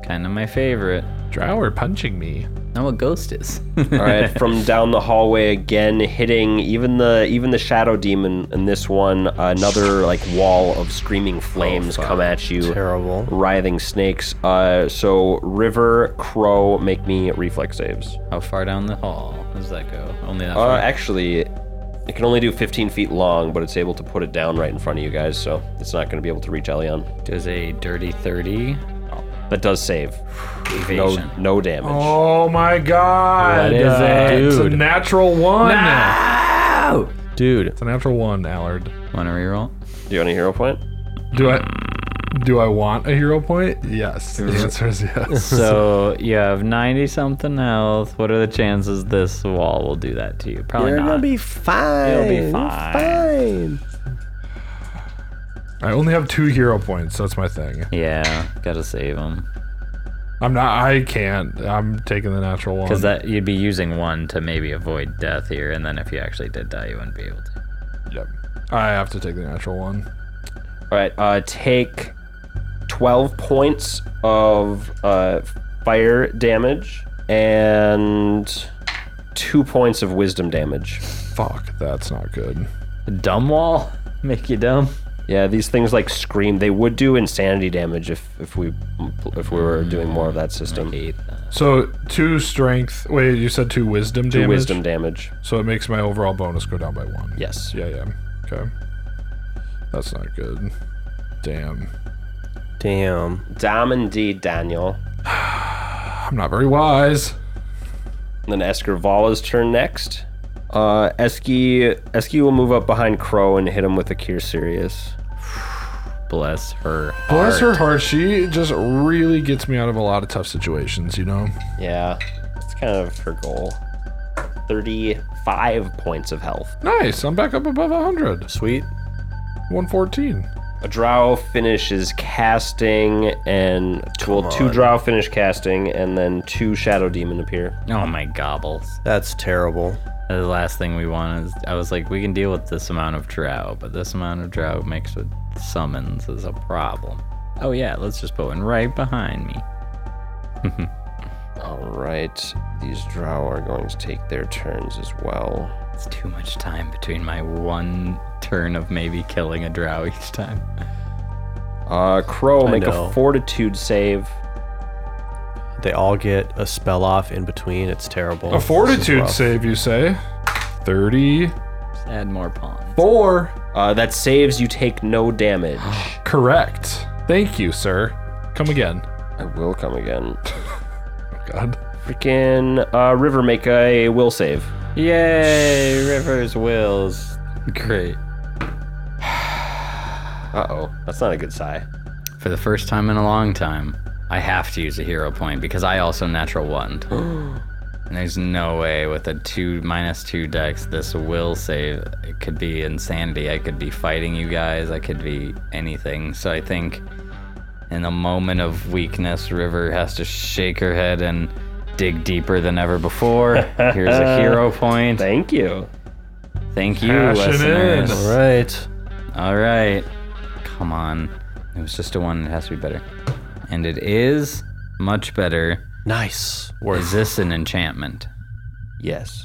Speaker 3: Kind of my favorite.
Speaker 2: Drow are punching me.
Speaker 3: Know what ghost is.
Speaker 1: All right, from down the hallway again, hitting even the even the shadow demon in this one. Another like wall of screaming flames come at you.
Speaker 4: Terrible.
Speaker 1: Writhing snakes. Uh, so river crow, make me reflex saves.
Speaker 3: How far down the hall does that go? Only that
Speaker 1: Uh,
Speaker 3: far.
Speaker 1: actually, it can only do 15 feet long, but it's able to put it down right in front of you guys, so it's not going to be able to reach Elion.
Speaker 3: Does a dirty 30
Speaker 1: That does save. No,
Speaker 3: evasion?
Speaker 1: no damage.
Speaker 2: Oh my god.
Speaker 3: What is it?
Speaker 2: It's a
Speaker 4: Dude.
Speaker 2: natural one.
Speaker 3: Ow!
Speaker 4: Dude,
Speaker 2: It's a natural one, Allard.
Speaker 3: Want to reroll?
Speaker 1: Do you want a hero point?
Speaker 2: Do I? Do I want a hero point? Yes. The answer is yes.
Speaker 3: So you have ninety something health. What are the chances this wall will do that to you? Probably
Speaker 4: You're gonna
Speaker 3: not.
Speaker 4: be fine.
Speaker 3: You'll be fine.
Speaker 4: fine.
Speaker 2: I only have two hero points. That's my thing.
Speaker 3: yeah, gotta save them
Speaker 2: I'm not. I can't. I'm taking the natural one.
Speaker 3: because that you'd be using one to maybe avoid death here, and then if you actually did die, you wouldn't be able to.
Speaker 2: Yep. I have to take the natural one.
Speaker 1: All right, uh, take 12 points of uh, fire damage and two points of wisdom damage.
Speaker 2: Fuck. That's not good.
Speaker 3: Dumb wall, make you dumb.
Speaker 1: Yeah, these things like scream. They would do insanity damage if, if we if we were doing more of that system.
Speaker 3: Hate that.
Speaker 2: So two strength. Wait, you said two wisdom
Speaker 1: Two
Speaker 2: damage.
Speaker 1: wisdom damage.
Speaker 2: So it makes my overall bonus go down by one.
Speaker 1: Yes.
Speaker 2: Yeah. Yeah. Okay. That's not good. Damn.
Speaker 4: Damn.
Speaker 1: Dam indeed, Daniel.
Speaker 2: I'm not very wise.
Speaker 1: And then Escarvala's turn next. Uh, Eski Eski will move up behind Crow and hit him with a Cure Serious.
Speaker 3: Bless her.
Speaker 2: Bless her
Speaker 3: heart.
Speaker 2: heart. She just really gets me out of a lot of tough situations. You know.
Speaker 1: Yeah, it's kind of her goal. 35 points of health.
Speaker 2: Nice. I'm back up above 100.
Speaker 4: Sweet.
Speaker 2: 114.
Speaker 1: A drow finishes casting, and well, two drow finish casting, and then two shadow demon appear.
Speaker 3: Oh my gobbles.
Speaker 4: That's terrible.
Speaker 3: The last thing we want is I was like, we can deal with this amount of drow, but this amount of drow mixed with summons is a problem. Oh yeah, let's just put one right behind me.
Speaker 1: All right, these drow are going to take their turns as well.
Speaker 3: It's too much time between my one turn of maybe killing a drow each time.
Speaker 1: Uh, Crow, make
Speaker 4: know.
Speaker 1: a fortitude save.
Speaker 4: They all get a spell off in between. It's terrible.
Speaker 2: A fortitude
Speaker 4: This is rough.
Speaker 2: save, you say? 34.
Speaker 3: Just add more pawns.
Speaker 1: Uh, that saves you take no damage.
Speaker 2: Correct. Thank you, sir. Come again.
Speaker 1: I will come again.
Speaker 2: Oh, God.
Speaker 1: Freaking uh, River, make a will save.
Speaker 3: Yay, Rivers Wills. Great.
Speaker 1: Uh oh, that's not a good sigh.
Speaker 3: For the first time in a long time, I have to use a hero point because I also natural one. and there's no way with a two minus two dex, this will save. It could be insanity. I could be fighting you guys. I could be anything. So I think in a moment of weakness, River has to shake her head and dig deeper than ever before. Here's a hero point.
Speaker 1: Thank you.
Speaker 3: Thank you,
Speaker 2: Cash it in.
Speaker 3: listeners.
Speaker 4: All right.
Speaker 3: All right. Come on. It was just a one. It has to be better. And it is much better.
Speaker 4: Nice.
Speaker 3: Is this an enchantment?
Speaker 1: Yes.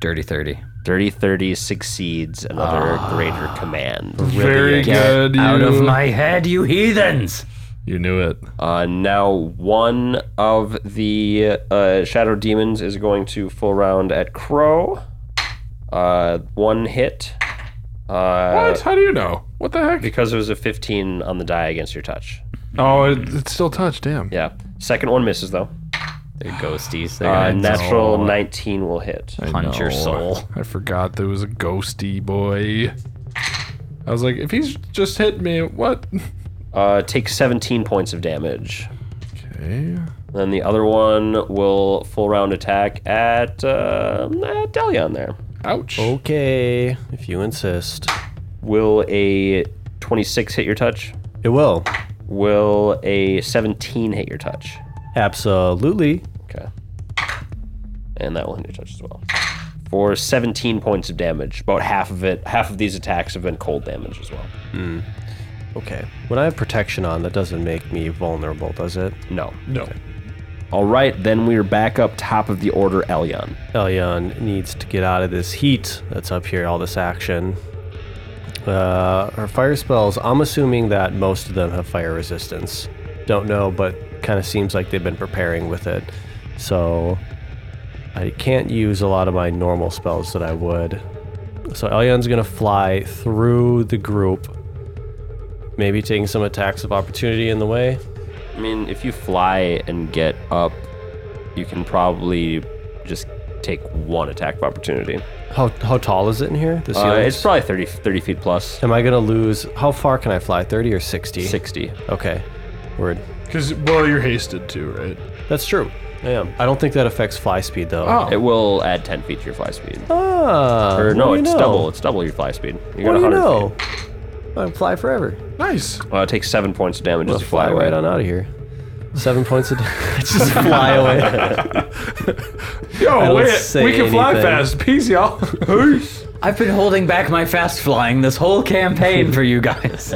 Speaker 3: Dirty 30.
Speaker 1: Dirty 30 succeeds another greater command.
Speaker 2: Very good.
Speaker 3: Out
Speaker 2: you.
Speaker 3: of my head, you heathens!
Speaker 2: You knew it.
Speaker 1: Uh, now, one of the uh, shadow demons is going to full round at Crow. Uh, one hit. Uh,
Speaker 2: what? How do you know? What the heck?
Speaker 1: Because it was a 15 on the die against your touch.
Speaker 2: Oh, it, it's still touched. Damn.
Speaker 1: Yeah. Second one misses, though.
Speaker 3: They're ghosties. They're
Speaker 1: Uh,
Speaker 3: gonna
Speaker 1: natural 19 will hit.
Speaker 3: punch your
Speaker 2: No,
Speaker 3: soul.
Speaker 2: I forgot there was a ghosty boy. I was like, if he's just hit me, what?
Speaker 1: Uh, take 17 points of damage.
Speaker 2: Okay.
Speaker 1: Then the other one will full round attack at, uh, at Delion there.
Speaker 2: Ouch.
Speaker 4: Okay. If you insist.
Speaker 1: Will a 26 hit your touch?
Speaker 4: It will.
Speaker 1: Will a 17 hit your touch?
Speaker 4: Absolutely.
Speaker 1: Okay. And that will hit your touch as well. For 17 points of damage. About half of it, half of these attacks have been cold damage as well.
Speaker 4: Okay. When I have protection on, that doesn't make me vulnerable, does it?
Speaker 1: No.
Speaker 2: No.
Speaker 1: All right, then we are back up top of the order, Elyon.
Speaker 4: Elyon needs to get out of this heat that's up here, all this action. Uh, her fire spells, I'm assuming that most of them have fire resistance. Don't know, but kind of seems like they've been preparing with it. So I can't use a lot of my normal spells that I would. So Elyon's going to fly through the group, maybe taking some attacks of opportunity in the way.
Speaker 1: I mean, if you fly and get up, you can probably just take one attack of opportunity.
Speaker 4: How how tall is it in here? The
Speaker 1: Uh,
Speaker 4: ceiling?
Speaker 1: it's probably 30, 30 feet plus,
Speaker 4: Am I gonna lose? How far can I fly? Thirty or sixty?
Speaker 1: 60.
Speaker 4: Okay. Word.
Speaker 2: Because well, you're hasted too, right?
Speaker 4: That's true. I am. I don't think that affects fly speed though.
Speaker 2: Oh.
Speaker 1: It will add 10 feet to your fly speed.
Speaker 4: Ah,
Speaker 1: or
Speaker 4: what
Speaker 1: no,
Speaker 4: do you
Speaker 1: it's
Speaker 4: know?
Speaker 1: double. It's double your fly speed. You
Speaker 4: What
Speaker 1: got
Speaker 4: do
Speaker 1: 100
Speaker 4: you know?
Speaker 1: feet.
Speaker 4: I fly forever.
Speaker 2: Nice.
Speaker 1: Uh, it takes seven points of damage
Speaker 4: Just
Speaker 1: as you fly,
Speaker 4: fly right on out of here. Seven points of damage. Just fly away.
Speaker 2: Yo,
Speaker 4: don't
Speaker 2: wait,
Speaker 4: say
Speaker 2: we can fly
Speaker 4: anything.
Speaker 2: fast. Peace, y'all. Peace.
Speaker 3: I've been holding back my fast flying this whole campaign for you guys.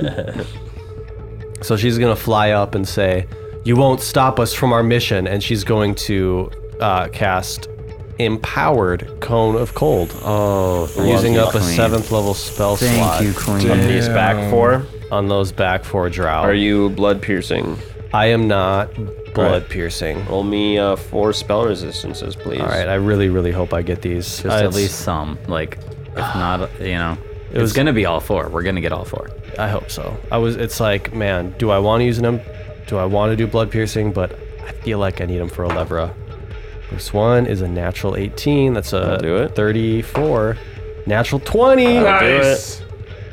Speaker 4: So she's gonna fly up and say, "You won't stop us from our mission," and she's going to uh, cast empowered cone of cold. Oh, using up a
Speaker 3: Queen.
Speaker 4: seventh level spell slot
Speaker 3: Queen.
Speaker 1: These back four.
Speaker 4: on those back four drow.
Speaker 1: Are you blood piercing?
Speaker 4: I am not blood piercing.
Speaker 1: Roll me uh, four spell resistances, please.
Speaker 4: All right, I really, really hope I get these.
Speaker 3: Just
Speaker 4: I,
Speaker 3: at least some. Like, if not, you know, it was
Speaker 4: was-
Speaker 3: gonna be all four. We're gonna get all four.
Speaker 4: I hope so. I was. It's like, man, do I want to use them? Do I want to do blood piercing? But I feel like I need them for Elevra. First one is a natural 18. That's a
Speaker 1: do it.
Speaker 4: 34. Natural 20.
Speaker 2: nice.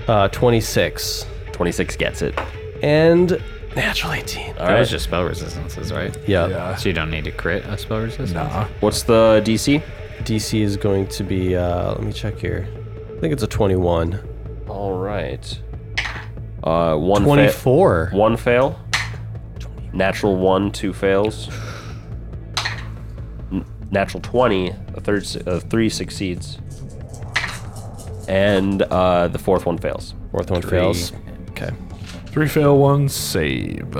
Speaker 4: Uh, 26.
Speaker 1: 26 gets it.
Speaker 4: And natural 18.
Speaker 1: All
Speaker 3: that
Speaker 1: right.
Speaker 3: was just spell resistances, right?
Speaker 4: Yeah.
Speaker 2: Yeah.
Speaker 3: So you don't need to crit a spell resistance.
Speaker 2: Nah.
Speaker 1: What's the DC?
Speaker 4: DC is going to be. Uh, let me check here. I think it's a 21.
Speaker 1: All right. Uh, one fa-
Speaker 4: 24.
Speaker 1: One fail. Natural one, two fails. N- Natural twenty, a third, su- uh, three succeeds, and uh, the fourth one fails.
Speaker 4: Fourth one fails. Okay.
Speaker 2: Three fail, one save.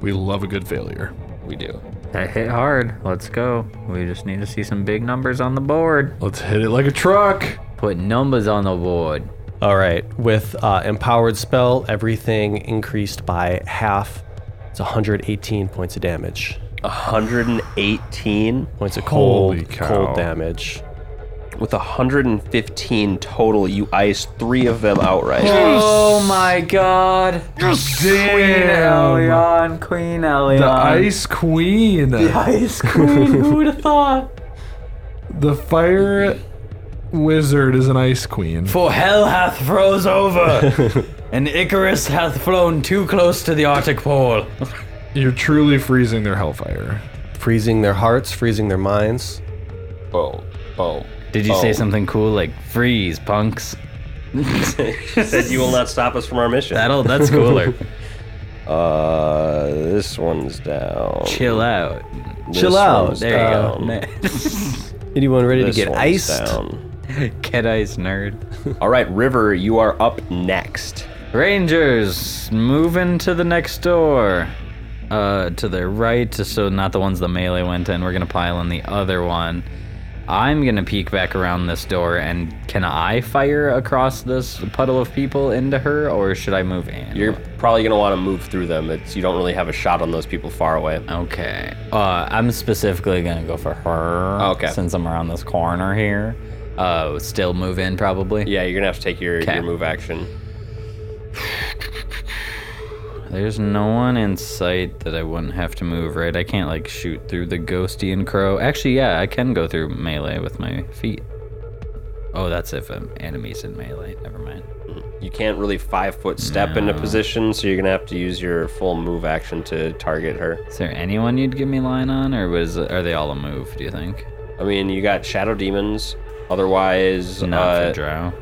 Speaker 2: We love a good failure.
Speaker 1: We do.
Speaker 3: That hit hard. Let's go. We just need to see some big numbers on the board.
Speaker 2: Let's hit it like a truck.
Speaker 3: Put numbers on the board.
Speaker 4: All right. With uh, empowered spell, everything increased by half. It's 118 points of damage.
Speaker 1: hundred and eighteen
Speaker 4: Points of
Speaker 2: Holy
Speaker 4: cold,
Speaker 2: cow.
Speaker 4: cold damage.
Speaker 1: with hundred and fifteen total. You ice three of them outright.
Speaker 3: Oh my god.
Speaker 2: Damn.
Speaker 3: Elion, Queen Elion.
Speaker 2: The Ice Queen.
Speaker 3: Ice Queen, who would have thought?
Speaker 2: The Fire Wizard is an Ice Queen.
Speaker 3: For hell hath froze over, and Icarus hath flown too close to the Arctic Pole.
Speaker 2: You're truly freezing their Hellfire.
Speaker 4: Freezing their hearts, freezing their minds.
Speaker 3: Hmm.
Speaker 1: Oh, oh.
Speaker 3: Did you say something cool like freeze, punks?
Speaker 1: Said you will not stop us from our mission.
Speaker 3: That'll that's cooler.
Speaker 1: Uh, this one's down.
Speaker 3: Chill out.
Speaker 1: This
Speaker 4: Chill out.
Speaker 1: one's
Speaker 3: There you
Speaker 1: down.
Speaker 3: go.
Speaker 4: Anyone ready
Speaker 1: This
Speaker 4: to get
Speaker 1: one's
Speaker 4: iced?
Speaker 1: down.
Speaker 3: Get ice nerd.
Speaker 1: All right, River, you are up next.
Speaker 3: Rangers moving to the next door. Uh, to the right, so not the ones the melee went in. We're gonna pile on the other one. I'm gonna peek back around this door, and can I fire across this puddle of people into her, or should I move in?
Speaker 1: You're probably gonna want to move through them. It's you don't really have a shot on those people far away.
Speaker 3: okay. Uh, I'm specifically gonna go for her.
Speaker 1: Okay.
Speaker 3: Since I'm around this corner here, uh, still move in probably.
Speaker 1: Yeah, you're gonna have to take your,
Speaker 3: Okay.
Speaker 1: your move action.
Speaker 3: There's no one in sight that I wouldn't have to move, right? I can't like shoot through the ghosty and crow. Actually, yeah, I can go through melee with my feet. Oh, that's if an enemy's in melee. Never mind.
Speaker 1: You can't really five foot step into position, so you're gonna have to use your full move action to target her.
Speaker 3: Is there anyone you'd give me line on, or was are they all a move? Do you think?
Speaker 1: I mean, you got shadow demons. Otherwise,
Speaker 3: Not for
Speaker 1: uh,
Speaker 3: drow.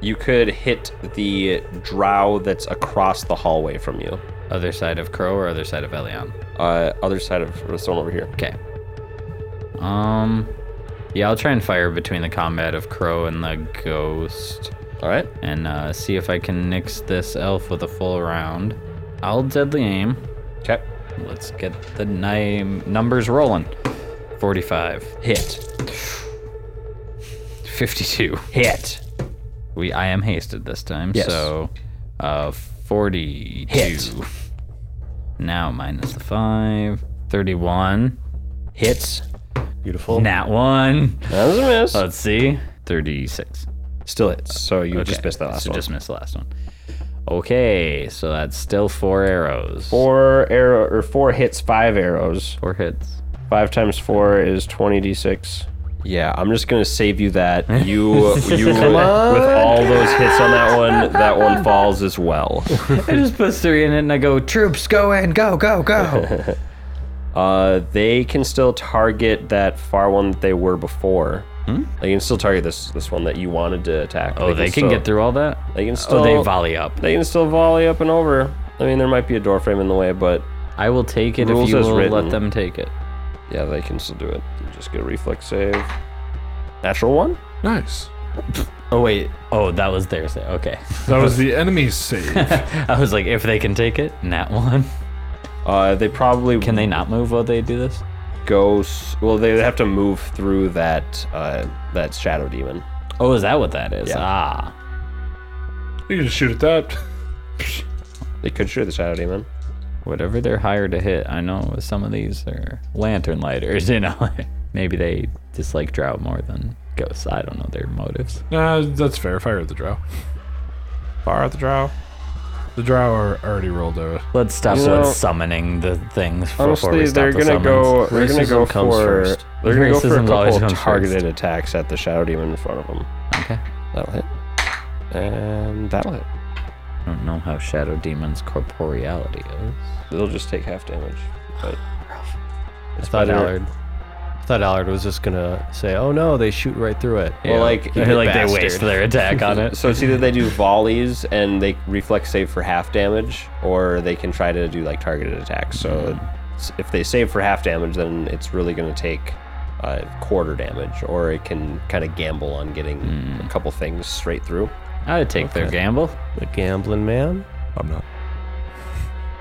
Speaker 1: you could hit the drow that's across the hallway from you.
Speaker 3: Other side of crow or other side of Elion.
Speaker 1: Uh, other side of this one over here.
Speaker 3: Okay. Um. Yeah, I'll try and fire between the combat of crow and the ghost.
Speaker 1: All right.
Speaker 3: and uh, see if I can nix this elf with a full round. I'll deadly aim.
Speaker 1: Okay.
Speaker 3: Let's get the name numbers rolling. 45,
Speaker 1: Hit.
Speaker 3: 52.
Speaker 1: Hit.
Speaker 3: We I am hasted this time,
Speaker 1: Yes.
Speaker 3: so uh 42.
Speaker 1: Hit.
Speaker 3: Now minus the 5, 31.
Speaker 1: Hits.
Speaker 4: Beautiful.
Speaker 3: Nat 1.
Speaker 1: That was a miss.
Speaker 3: Let's see. 36.
Speaker 1: Still hits. So you just
Speaker 3: Okay,
Speaker 1: missed that last
Speaker 3: so
Speaker 1: one.
Speaker 3: just missed the last one. Okay, so that's still 4 arrows.
Speaker 1: four arrow or four hits, five arrows.
Speaker 3: Four hits.
Speaker 1: Five times four is twenty d six. Yeah, I'm just gonna save you that. You you with all those hits on that one, that one falls as well.
Speaker 3: I just put three in it and I go, troops, go in, go, go, go.
Speaker 1: Uh, they can still target that far one that they were before. They can still target this this one that you wanted to attack.
Speaker 3: Hmm? oh, they can
Speaker 1: still-
Speaker 3: get through all that?
Speaker 1: They can still
Speaker 3: Oh, they volley up.
Speaker 1: They can still volley up and over. I mean, there might be a door frame in the way, but
Speaker 3: I will take it
Speaker 1: Rules
Speaker 3: if you
Speaker 1: as
Speaker 3: will
Speaker 1: written.
Speaker 3: let them take it.
Speaker 1: yeah, they can still do it. Just get a reflex save. Natural one.
Speaker 2: Nice.
Speaker 3: Oh, wait. Oh, that was theirs. Okay.
Speaker 2: That was the enemy's save.
Speaker 3: I was like, if they can take it, nat one.
Speaker 1: Uh, they probably
Speaker 3: Can they not move while they do this?
Speaker 1: go. s- Well, they have to move through that uh, that shadow demon.
Speaker 3: Oh, is that what that is?
Speaker 1: Yeah.
Speaker 3: Ah.
Speaker 2: You can just shoot at that.
Speaker 1: They could shoot the shadow demon.
Speaker 3: Whatever they're higher to hit. I know some of these are lantern lighters, you know. Maybe they dislike drought more than ghosts. I don't know their motives.
Speaker 2: Nah, that's fair. Fire at the drow. Fire at the drow. The drow are already rolled out.
Speaker 3: Let's stop
Speaker 1: You
Speaker 3: with
Speaker 1: know,
Speaker 3: summoning the things before
Speaker 1: Honestly,
Speaker 3: we stop
Speaker 1: they're
Speaker 3: the
Speaker 1: gonna
Speaker 3: summons.
Speaker 1: go. They're gonna go
Speaker 4: Racism comes
Speaker 1: for.
Speaker 4: first.
Speaker 1: They're gonna go for
Speaker 3: Racism
Speaker 1: a
Speaker 3: always
Speaker 1: couple
Speaker 3: comes
Speaker 1: targeted
Speaker 3: first.
Speaker 1: attacks at the shadow demon in front of them.
Speaker 3: Okay.
Speaker 1: That'll hit. And that'll hit.
Speaker 3: I don't know how Shadow Demon's corporeality is.
Speaker 1: They'll just take half damage. But
Speaker 4: I thought
Speaker 1: better.
Speaker 4: Allard. I thought Allard was just gonna say, "Oh no, they shoot right through it."
Speaker 1: Well, like,
Speaker 3: They're
Speaker 1: you
Speaker 3: like they
Speaker 1: bastard.
Speaker 3: waste their attack on it.
Speaker 1: so it's either they do volleys and they reflex save for half damage, or they can try to do like targeted attacks. So it's- if they save for half damage, then it's really going to take uh, quarter damage, or it can kind of gamble on getting a couple things straight through.
Speaker 3: I'd take their gamble.
Speaker 4: The gambling man.
Speaker 2: I'm not.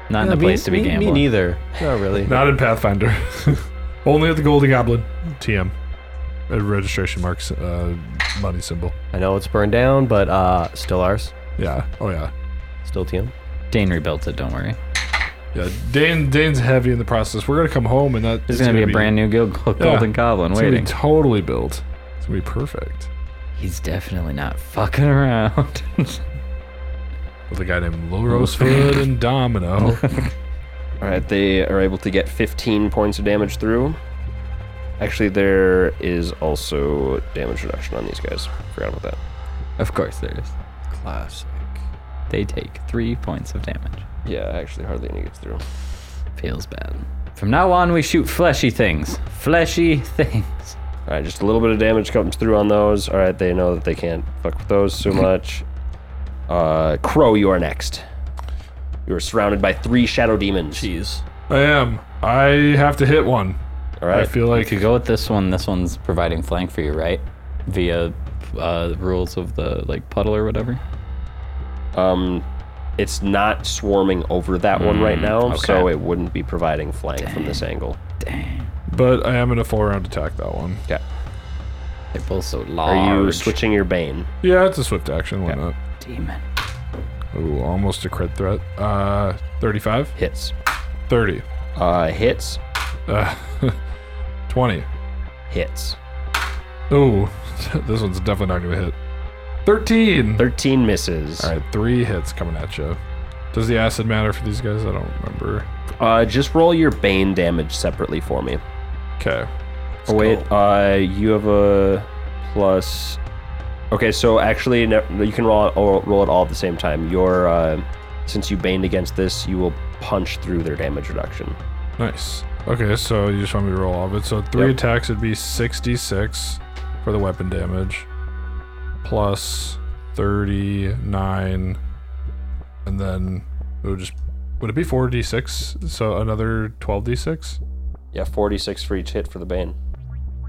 Speaker 3: Not in the
Speaker 4: Yeah, me-
Speaker 3: place to be
Speaker 4: me-
Speaker 3: gambling.
Speaker 4: Me neither. Not really.
Speaker 2: Not in Pathfinder. Only at the Golden Goblin. TM. A registration marks uh, money symbol.
Speaker 4: I know it's burned down, but uh, still ours.
Speaker 2: Yeah. Oh yeah.
Speaker 4: Still TM.
Speaker 3: Dane rebuilt it. Don't worry.
Speaker 2: Yeah. Dane Dane's heavy in the process. We're gonna come home and that
Speaker 3: There's gonna, be a brand new Gil- Golden Goblin
Speaker 2: It's gonna be
Speaker 3: waiting.
Speaker 2: totally built. It's gonna be perfect.
Speaker 3: He's definitely not fucking around.
Speaker 2: With a guy named Lil Rosefoot and Domino.
Speaker 1: All right, they are able to get 15 points of damage through. Actually, there is also damage reduction on these guys. Forgot about that.
Speaker 3: of course there is.
Speaker 4: Classic.
Speaker 3: They take three points of damage.
Speaker 1: Yeah, actually, hardly any gets through.
Speaker 3: Feels bad. From now on, we shoot fleshy things. Fleshy things.
Speaker 1: All right, just a little bit of damage comes through on those. All right, they know that they can't fuck with those too
Speaker 2: Mhm.
Speaker 1: much. Uh, Crow, you are next. You are surrounded by three shadow demons.
Speaker 4: Jeez.
Speaker 2: I am. I have to hit one.
Speaker 1: All right,
Speaker 2: I feel like
Speaker 3: If you go with this one, this one's providing flank for you, right? Via uh, rules of the like puddle or whatever.
Speaker 1: um, it's not swarming over that one right
Speaker 2: Mm,
Speaker 1: now, so
Speaker 3: okay.
Speaker 1: it wouldn't be providing flank from this angle.
Speaker 2: but I am in a full round attack that one.
Speaker 1: Yeah.
Speaker 3: They're both so
Speaker 1: Are
Speaker 3: large.
Speaker 1: you switching your bane?
Speaker 2: Yeah, it's a swift action, why not?
Speaker 3: Demon.
Speaker 2: Ooh, almost a crit threat. Uh 35?
Speaker 1: Hits.
Speaker 2: 30.
Speaker 1: Uh, hits.
Speaker 2: Uh, 20.
Speaker 1: Hits.
Speaker 2: Ooh, this one's definitely not going to hit. 13.
Speaker 1: 13 misses.
Speaker 2: All right, three hits coming at you. Does the acid matter for these guys? I don't remember.
Speaker 1: Uh, just roll your bane damage separately for me.
Speaker 2: Okay.
Speaker 1: Oh, wait, uh, you have a plus. Okay, so actually, no, you can roll or roll it all at the same time. Your uh, since you baned against this, you will punch through their damage reduction.
Speaker 2: Nice. Okay, so you just want me to roll all of it. So three
Speaker 1: Yep.
Speaker 2: attacks would be 66 for the weapon damage, plus 39, and then it would just would it be 4d6? So another 12d6.
Speaker 1: Yeah, forty-six for each hit for the bane.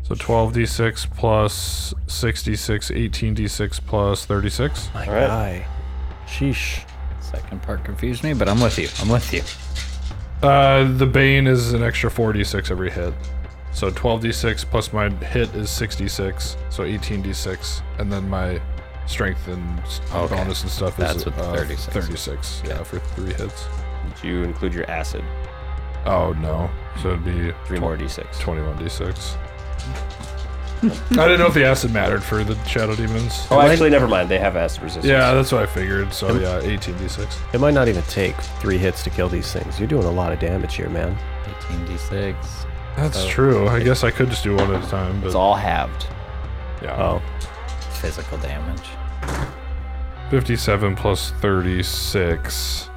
Speaker 2: So 12d6 plus 66, 18d6 plus 36.
Speaker 4: My
Speaker 1: All right.
Speaker 4: guy. Sheesh.
Speaker 3: Second part confused me, but I'm with you. I'm with you.
Speaker 2: Uh, the Bane is an extra 4d6 every hit. So 12d6 plus my hit is 66, so 18d6, and then my strength and s-
Speaker 3: Okay.
Speaker 2: bonus and stuff
Speaker 3: That's
Speaker 2: is
Speaker 3: with the
Speaker 2: uh,
Speaker 3: 36.
Speaker 2: 36, yeah, for three hits.
Speaker 1: Did you include your acid?
Speaker 2: Oh no, so it'd be
Speaker 1: Three more d6.
Speaker 2: 21d6. I didn't know if the acid mattered for the Shadow Demons.
Speaker 1: Oh, actually, never mind. They have acid resistance.
Speaker 2: Yeah, that's what I figured. So yeah, 18d6.
Speaker 4: It might not even take three hits to kill these things. You're doing a lot of damage here, man.
Speaker 3: 18d6.
Speaker 2: That's true. I guess I could just do one at a time, but
Speaker 1: It's all halved.
Speaker 2: yeah.
Speaker 4: Oh,
Speaker 3: Physical damage.
Speaker 2: 57 plus 36.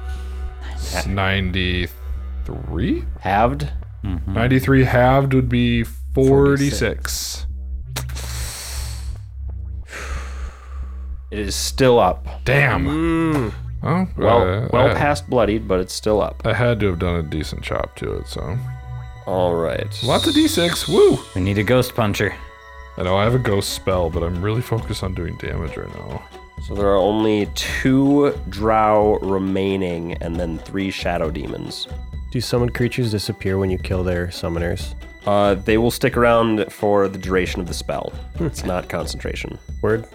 Speaker 2: It's 93?
Speaker 1: Halved?
Speaker 2: Hmm. 93 halved would be 46.
Speaker 1: It is still up.
Speaker 2: Damn. Oh,
Speaker 1: Well,
Speaker 2: uh,
Speaker 1: well
Speaker 2: I,
Speaker 1: past bloodied, but it's still up.
Speaker 2: I had to have done a decent chop to it, so.
Speaker 1: All right.
Speaker 2: Lots of d6. Woo!
Speaker 3: We need a ghost puncher.
Speaker 2: I know I have a ghost spell, but I'm really focused on doing damage right now.
Speaker 1: So there are only two drow remaining, and then three shadow demons.
Speaker 4: do summoned creatures disappear when you kill their summoners?
Speaker 1: Uh, they will stick around for the duration of the spell. It's not concentration.
Speaker 4: Word.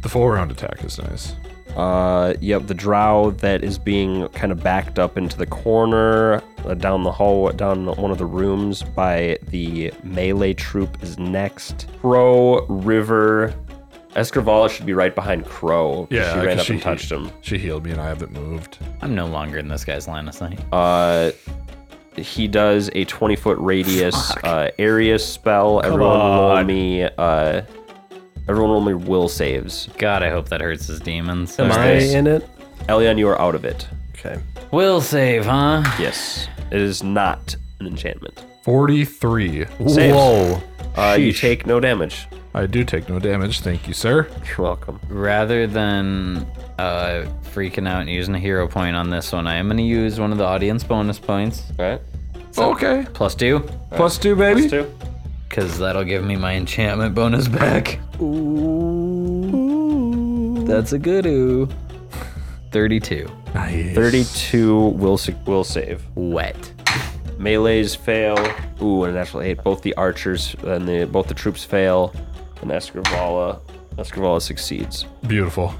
Speaker 2: The full round attack is nice.
Speaker 1: Uh, yep, the drow that is being kind of backed up into the corner, uh, down the hall, down one of the rooms by the melee troop is next. Crow River. Escrivala should be right behind Crow. 'cause she ran
Speaker 2: 'cause
Speaker 1: up and touched him.
Speaker 2: She healed me, and I haven't moved.
Speaker 3: I'm no longer in this guy's line of sight. Oh,
Speaker 1: Uh, he does a 20 foot radius uh, area spell. everyone roll me. Uh, everyone roll me will saves.
Speaker 3: God, I hope that hurts his demons.
Speaker 4: Am I
Speaker 1: this?
Speaker 4: in it?
Speaker 1: Elion, you are out of it.
Speaker 4: Okay.
Speaker 3: Will save, huh?
Speaker 1: Yes, it is not an enchantment.
Speaker 2: Forty-three.
Speaker 1: Saves.
Speaker 4: Whoa.
Speaker 1: Uh, you
Speaker 4: Sheesh.
Speaker 1: take no damage.
Speaker 2: I do take no damage, thank you, sir.
Speaker 1: You're welcome.
Speaker 3: Rather than uh, freaking out and using a hero point on this one, I am going to use one of the audience bonus points.
Speaker 1: All right.
Speaker 2: okay.
Speaker 3: Plus two,
Speaker 2: Plus two, baby.
Speaker 1: Plus two.
Speaker 3: because that'll give me my enchantment bonus back. Ooh. That's a good ooh. 32.
Speaker 2: Nice.
Speaker 1: 32 will, sa- will save.
Speaker 3: Wet.
Speaker 1: Melees fail. Ooh, and a natural eight. Both the archers and the both the troops fail. And Escrivala, Escrivala succeeds.
Speaker 2: Beautiful.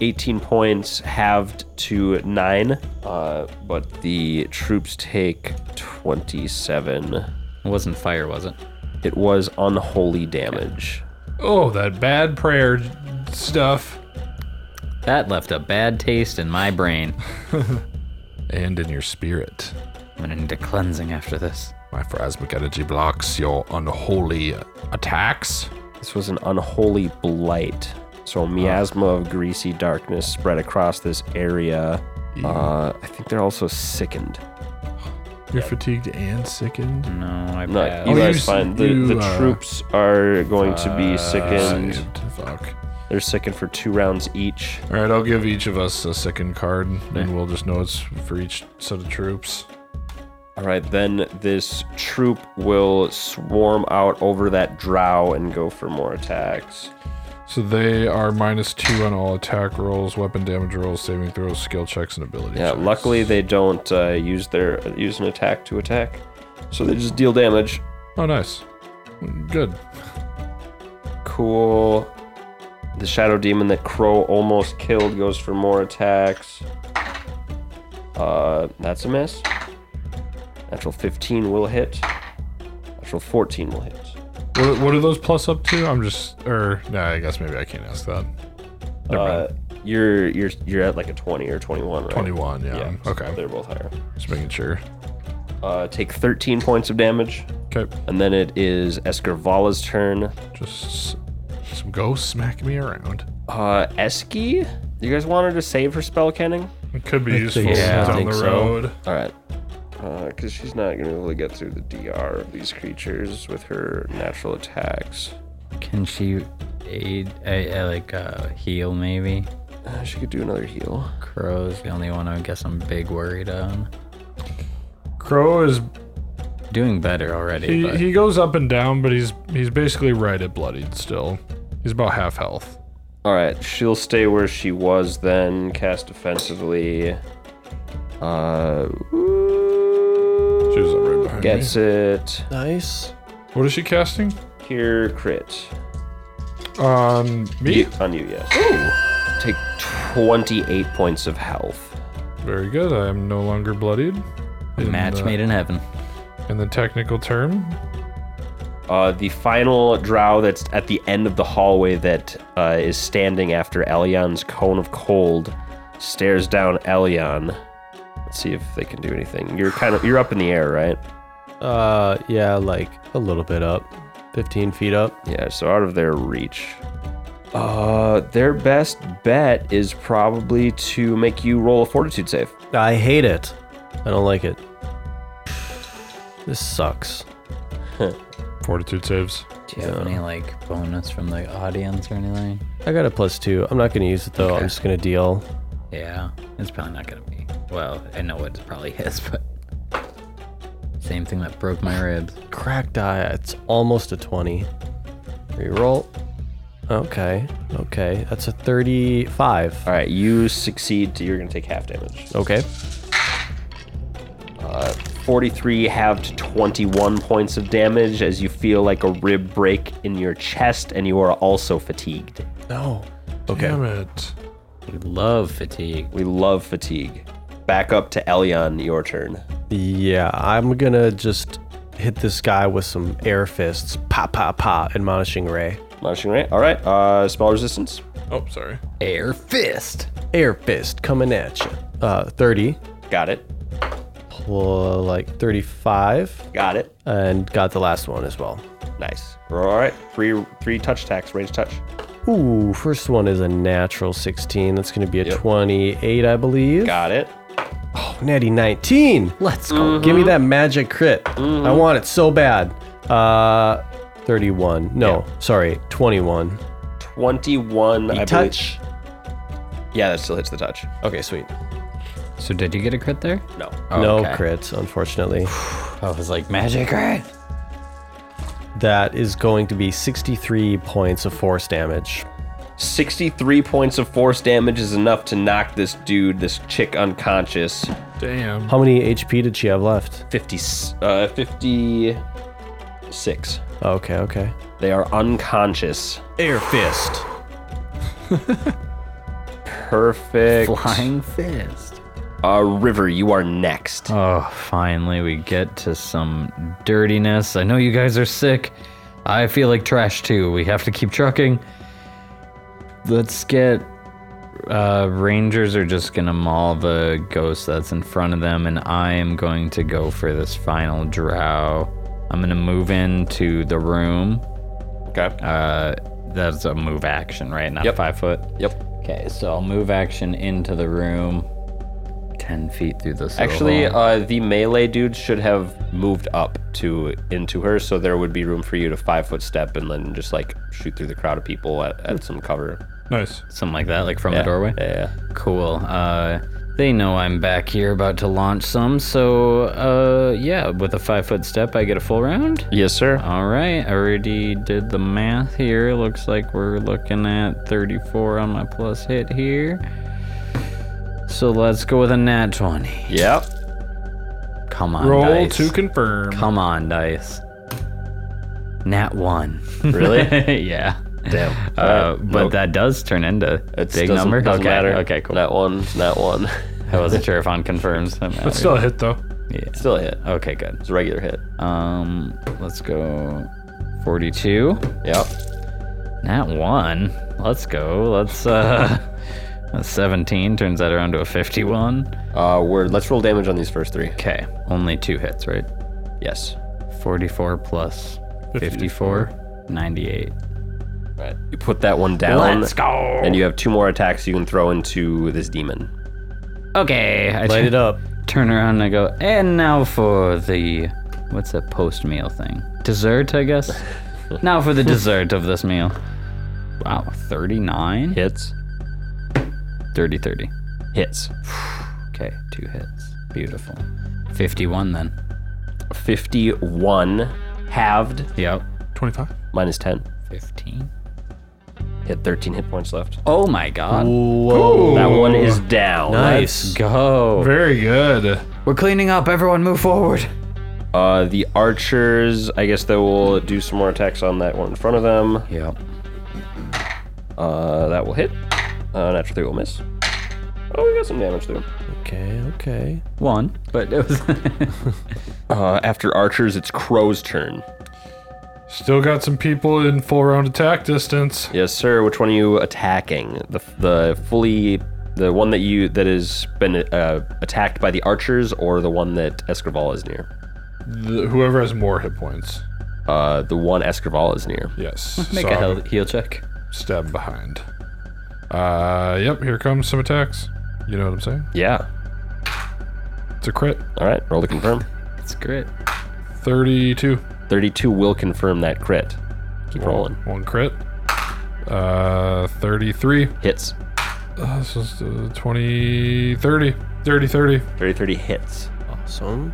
Speaker 1: 18 points halved to 9 uh, but the troops take 27
Speaker 3: It wasn't fire, was it?
Speaker 1: it was unholy damage
Speaker 2: Oh, that bad prayer stuff.
Speaker 3: That left a bad taste in my brain.
Speaker 2: And in your spirit,
Speaker 3: I'm going to need a cleansing after this.
Speaker 2: my phrasmic energy blocks your unholy attacks.
Speaker 1: this was an unholy blight so a miasma of greasy darkness spread across this area uh, i think they're also sickened
Speaker 2: You're fatigued and sickened.
Speaker 1: Mm-hmm.
Speaker 3: No, I
Speaker 1: no
Speaker 3: passed.
Speaker 1: you
Speaker 2: Oh, you
Speaker 1: guys
Speaker 2: s-
Speaker 1: fine the,
Speaker 2: you,
Speaker 1: the
Speaker 2: uh,
Speaker 1: troops are going to be sickened
Speaker 2: Saved. Fuck.
Speaker 1: they're sickened for two rounds each
Speaker 2: All right, I'll give each of us a sickened card, and we'll just know it's for each set of troops.
Speaker 1: All right, then this troop will swarm out over that drow and go for more attacks.
Speaker 2: So they are minus two on all attack rolls, weapon damage rolls, saving throws, skill checks, and ability
Speaker 1: Yeah,
Speaker 2: checks.
Speaker 1: luckily they don't uh, use their use an attack to attack, so they just deal damage.
Speaker 2: Oh, nice. Good.
Speaker 1: Cool. The shadow demon that Crow almost killed goes for more attacks. Uh, that's a miss. Natural 15 will hit. Natural 14 will hit.
Speaker 2: What, what are those plus up to? I'm just, or nah, I guess maybe I can't ask that. Never
Speaker 1: Uh,
Speaker 2: mind.
Speaker 1: you're you're you're at like a 20 or 21, right?
Speaker 2: 21, yeah.
Speaker 1: Yeah.
Speaker 2: Okay,
Speaker 1: They're both higher.
Speaker 2: just making sure.
Speaker 1: Uh, take 13 points of damage,
Speaker 2: Okay,
Speaker 1: and then it is Escarvala's turn.
Speaker 2: just some ghosts smacking me around.
Speaker 1: Uh, Eski, you guys want her to save her spell canning?
Speaker 2: It could be useful
Speaker 4: think so. Yeah, I
Speaker 2: down
Speaker 4: think
Speaker 2: the
Speaker 4: so.
Speaker 2: road.
Speaker 1: All right, because Uh, she's not gonna really get through the DR of these creatures with her natural attacks.
Speaker 3: Can she aid, I, I like uh, heal maybe?
Speaker 1: Uh, she could do another heal.
Speaker 3: Crow's the only one I guess I'm big worried on.
Speaker 2: Crow is
Speaker 3: Doing better already,
Speaker 2: he,
Speaker 3: but
Speaker 2: he goes up and down, but he's he's basically right at bloodied still. He's about half health.
Speaker 1: All right, she'll stay where she was then. Cast defensively. Uh,
Speaker 2: She was up right behind
Speaker 1: gets it.
Speaker 4: Nice.
Speaker 2: me. What is she casting?
Speaker 1: Here, crit.
Speaker 2: On Um, me.
Speaker 1: On you, yes. Ooh. Take 28 points of health.
Speaker 2: Very good. I am no longer bloodied. In
Speaker 3: match
Speaker 2: the-
Speaker 3: made in heaven.
Speaker 2: In the technical term,
Speaker 1: Uh, the final drow that's at the end of the hallway that uh, is standing after Elion's cone of cold stares down Elion. Let's see if they can do anything. You're kind of you're up in the air, right?
Speaker 4: Uh, yeah, like a little bit up, 15 feet up.
Speaker 1: Yeah, so out of their reach. Uh, their best bet is probably to make you roll a fortitude save.
Speaker 4: I hate it. I don't like it. This sucks.
Speaker 2: Fortitude saves.
Speaker 3: Do you have any like bonus from the audience or anything?
Speaker 4: I got a plus two. I'm not gonna use it though. I'm just gonna deal.
Speaker 3: Yeah, it's probably not gonna be. Well, I know it probably is, but same thing that broke my ribs.
Speaker 4: Cracked eye. It's almost a 20. Reroll. Okay. Okay. That's a 35.
Speaker 1: All right, you succeed. You're gonna take half damage.
Speaker 4: Okay.
Speaker 1: 43 halved to 21 points of damage as you feel like a rib break in your chest, and you are also fatigued.
Speaker 4: No. Okay.
Speaker 2: Damn it.
Speaker 3: We love fatigue.
Speaker 1: We love fatigue. Back up to Elion, your turn.
Speaker 4: Yeah, I'm gonna just hit this guy with some air fists. Pa pa pa. Admonishing ray.
Speaker 1: Launching right. All right. Uh, spell resistance.
Speaker 2: Oh, sorry.
Speaker 3: Air fist.
Speaker 4: Air fist coming at you. Uh, 30.
Speaker 1: Got it.
Speaker 4: Well, like 35.
Speaker 1: Got it.
Speaker 4: And got the last one as well.
Speaker 1: Nice. All right. Three three touch attacks. Range touch.
Speaker 4: Ooh, first one is a natural 16. That's gonna be a 28, I believe.
Speaker 1: Got it.
Speaker 4: Natty 19. Let's go. Give me
Speaker 3: Mm-hmm.
Speaker 4: that magic crit. I want it so bad. Uh, 31. No, sorry, 21.
Speaker 1: 21. I
Speaker 4: touch.
Speaker 1: Believe. Yeah, that still hits the touch.
Speaker 4: Okay, sweet.
Speaker 3: So did you get a crit there?
Speaker 1: No.
Speaker 4: no
Speaker 3: okay.
Speaker 4: crits, unfortunately.
Speaker 3: I was like magic crit.
Speaker 4: That is going to be 63 points of force damage.
Speaker 1: 63 points of force damage is enough to knock this dude, this chick, unconscious.
Speaker 2: Damn.
Speaker 4: How many HP did she have left?
Speaker 1: 50, uh, 56.
Speaker 4: Okay, okay.
Speaker 1: They are unconscious.
Speaker 4: Air fist.
Speaker 1: Perfect.
Speaker 3: Flying fist.
Speaker 1: Uh, River, you are next.
Speaker 3: Oh, finally we get to some dirtiness. I know you guys are sick. I feel like trash too. We have to keep trucking. Let's get. Uh, Rangers are just gonna maul the ghost that's in front of them, and I am going to go for this final drow. I'm gonna move into the room.
Speaker 1: Okay.
Speaker 3: Uh, that's a move action, right? Not
Speaker 1: Yep.
Speaker 3: five foot.
Speaker 1: yep.
Speaker 3: Okay, so I'll move action into the room, ten feet through this. little
Speaker 1: Actually,
Speaker 3: hole.
Speaker 1: uh, the melee dude should have moved up to into her, so there would be room for you to five foot step and then just like shoot through the crowd of people at, at some cover.
Speaker 2: Nice.
Speaker 3: something like that, like from
Speaker 1: Yeah.
Speaker 3: the doorway.
Speaker 1: Yeah.
Speaker 3: Cool. Uh, they know I'm back here, about to launch some. So, uh, yeah, with a five foot step, I get a full round.
Speaker 1: Yes, sir.
Speaker 3: All right, I already did the math here. Looks like we're looking at 34 on my plus hit here. So let's go with a nat 20.
Speaker 1: Yep.
Speaker 3: Come on,
Speaker 2: Roll
Speaker 3: dice.
Speaker 2: to confirm.
Speaker 3: Come on, dice. Nat 1.
Speaker 1: Really?
Speaker 3: yeah.
Speaker 1: Damn.
Speaker 3: Uh,
Speaker 1: Alright.
Speaker 3: but
Speaker 1: Nope.
Speaker 3: that does turn into a
Speaker 1: It's-
Speaker 3: big
Speaker 1: doesn't-
Speaker 3: number.
Speaker 1: Doesn't
Speaker 3: okay.
Speaker 1: matter.
Speaker 3: Okay. Cool.
Speaker 1: That one. That one.
Speaker 3: I wasn't sure if on confirms. That
Speaker 2: That's still a hit though.
Speaker 3: Yeah.
Speaker 1: Still a hit.
Speaker 3: Okay, good.
Speaker 1: It's a regular hit.
Speaker 3: Um, let's go. 42.
Speaker 1: Yep.
Speaker 3: Not one. Let's go. Let's uh. a 17 turns that around to a 51.
Speaker 1: Uh, we're let's roll damage on these first three.
Speaker 3: Okay, only two hits, right?
Speaker 1: Yes.
Speaker 3: 44 plus 54, 98.
Speaker 1: Right. You put that one down,
Speaker 3: Let's go.
Speaker 1: and you have two more attacks you can throw into this demon.
Speaker 3: okay, I
Speaker 4: Light
Speaker 3: tu-
Speaker 4: it up.
Speaker 3: turn around and I go, and now for the what's that post meal thing? Dessert, I guess. now for the dessert of this meal. Wow, 39.
Speaker 1: Hits.
Speaker 3: 30 30.
Speaker 1: Hits.
Speaker 3: Okay, two hits. Beautiful. 51 then.
Speaker 1: Fifty-one halved
Speaker 3: Yep.
Speaker 2: 25.
Speaker 1: minus ten.
Speaker 3: 15.
Speaker 1: Hit thirteen hit points left.
Speaker 3: Oh my god.
Speaker 4: Whoa.
Speaker 1: That one is down.
Speaker 4: Nice.
Speaker 3: Go.
Speaker 2: Very good.
Speaker 3: We're cleaning up. Everyone move forward.
Speaker 1: Uh, the archers, I guess they will do some more attacks on that one in front of them.
Speaker 3: Yep.
Speaker 1: Uh, that will hit. Uh, natural three will miss. Oh, we got some damage there.
Speaker 4: Okay, okay.
Speaker 3: One, but it was.
Speaker 1: Uh, after archers, it's crow's turn.
Speaker 2: Still got some people in full round attack distance.
Speaker 1: Yes, sir. Which one are you attacking? The the fully the one that you that has been uh, attacked by the archers, or the one that Escrival is near?
Speaker 2: the, whoever has more hit points.
Speaker 1: Uh, the one Escrival is near.
Speaker 2: Yes.
Speaker 3: Make
Speaker 2: so
Speaker 3: a
Speaker 2: I'm
Speaker 3: heal, heal check.
Speaker 2: stab behind. Uh, yep. Here comes some attacks. You know what I'm saying?
Speaker 1: Yeah.
Speaker 2: It's a crit.
Speaker 1: All right. Roll to confirm.
Speaker 3: It's great.
Speaker 2: Thirty-two.
Speaker 1: 32 will confirm that crit. Keep rolling.
Speaker 2: One crit. Uh, thirty-three.
Speaker 1: Hits.
Speaker 2: Uh, this is uh, 20, 30, 30, 30.
Speaker 1: 30 30 hits.
Speaker 4: Awesome.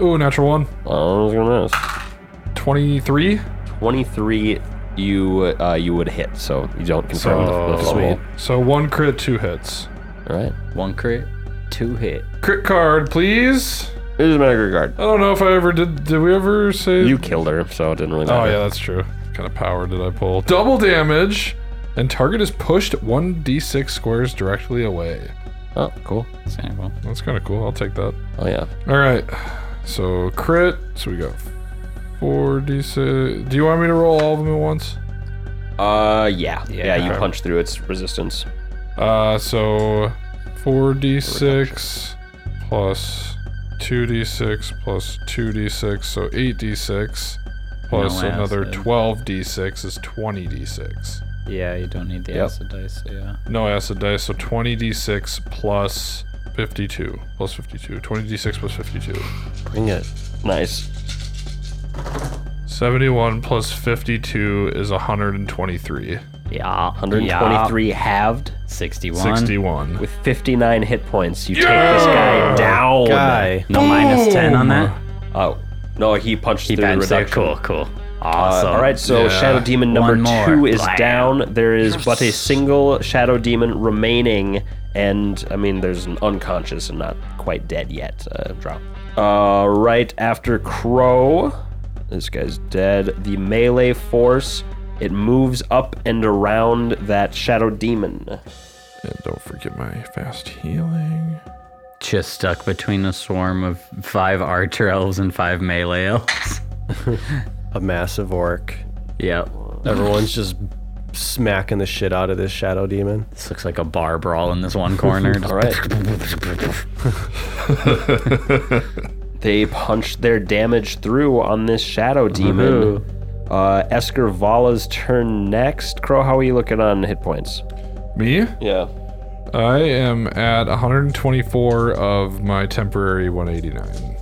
Speaker 2: Ooh, natural one.
Speaker 1: Oh, I was gonna miss.
Speaker 2: 23.
Speaker 1: 23 you uh, you would hit, so you don't confirm the, the
Speaker 2: So-
Speaker 1: roll.
Speaker 2: So one crit, two hits.
Speaker 1: All right.
Speaker 3: One crit, two hit.
Speaker 2: Crit card, please.
Speaker 1: Here's my regard.
Speaker 2: I don't know if I ever did. Did we ever say?
Speaker 1: You killed her, so it didn't really
Speaker 2: Oh
Speaker 1: matter.
Speaker 2: yeah, that's true. What kind of power did I pull? Double damage, and target is pushed 1d6 squares directly away.
Speaker 1: Oh, cool.
Speaker 2: That's kind of cool. I'll take that.
Speaker 1: Oh yeah.
Speaker 2: All right. So crit. So we got 4d6. Do you want me to roll all of them at once?
Speaker 1: Uh yeah. Yeah,
Speaker 3: Yeah.
Speaker 1: you punch through its resistance.
Speaker 2: Uh, so 4d6 plus 2d6 plus 2d6, so 8d6 plus
Speaker 3: No
Speaker 2: another
Speaker 3: acid.
Speaker 2: 12d6 is 20d6.
Speaker 3: Yeah, you don't need the
Speaker 1: Yep.
Speaker 3: acid dice. Yeah.
Speaker 2: No acid dice, so 20d6 plus 52. Plus 52. 20d6 plus 52.
Speaker 4: Bring it.
Speaker 1: Nice.
Speaker 2: 71 plus 52 is 123.
Speaker 3: Yeah.
Speaker 1: 123 halved
Speaker 3: 61.
Speaker 2: 61.
Speaker 1: with 59 hit points. You take this guy down.
Speaker 4: Guy.
Speaker 3: No minus 10 on that.
Speaker 1: Oh. No, he punched
Speaker 3: He
Speaker 1: through
Speaker 3: bounced it.
Speaker 1: reduction.
Speaker 3: Cool, cool.
Speaker 1: Uh,
Speaker 3: Awesome.
Speaker 1: all right, so
Speaker 2: Yeah.
Speaker 1: Shadow Demon number
Speaker 3: One more.
Speaker 1: two is
Speaker 3: Blam.
Speaker 1: down. There is but a single Shadow Demon remaining, and I mean, there's an unconscious and not quite dead yet. Uh, drop. Uh, right after Crow, this guy's dead. The melee force it moves up and around that Shadow Demon.
Speaker 2: And don't forget my fast healing.
Speaker 3: Just stuck between a swarm of five archer elves and five melee elves.
Speaker 4: A massive orc.
Speaker 3: yep.
Speaker 4: Everyone's just smacking the shit out of this shadow demon.
Speaker 3: This looks like a bar brawl in this one corner. All right.
Speaker 1: They punch their damage through on this Shadow Demon. Uh, Esker Vala's turn next. Crow, how are you looking on hit points?
Speaker 2: Me?
Speaker 1: Yeah.
Speaker 2: I am at 124 of my temporary 189.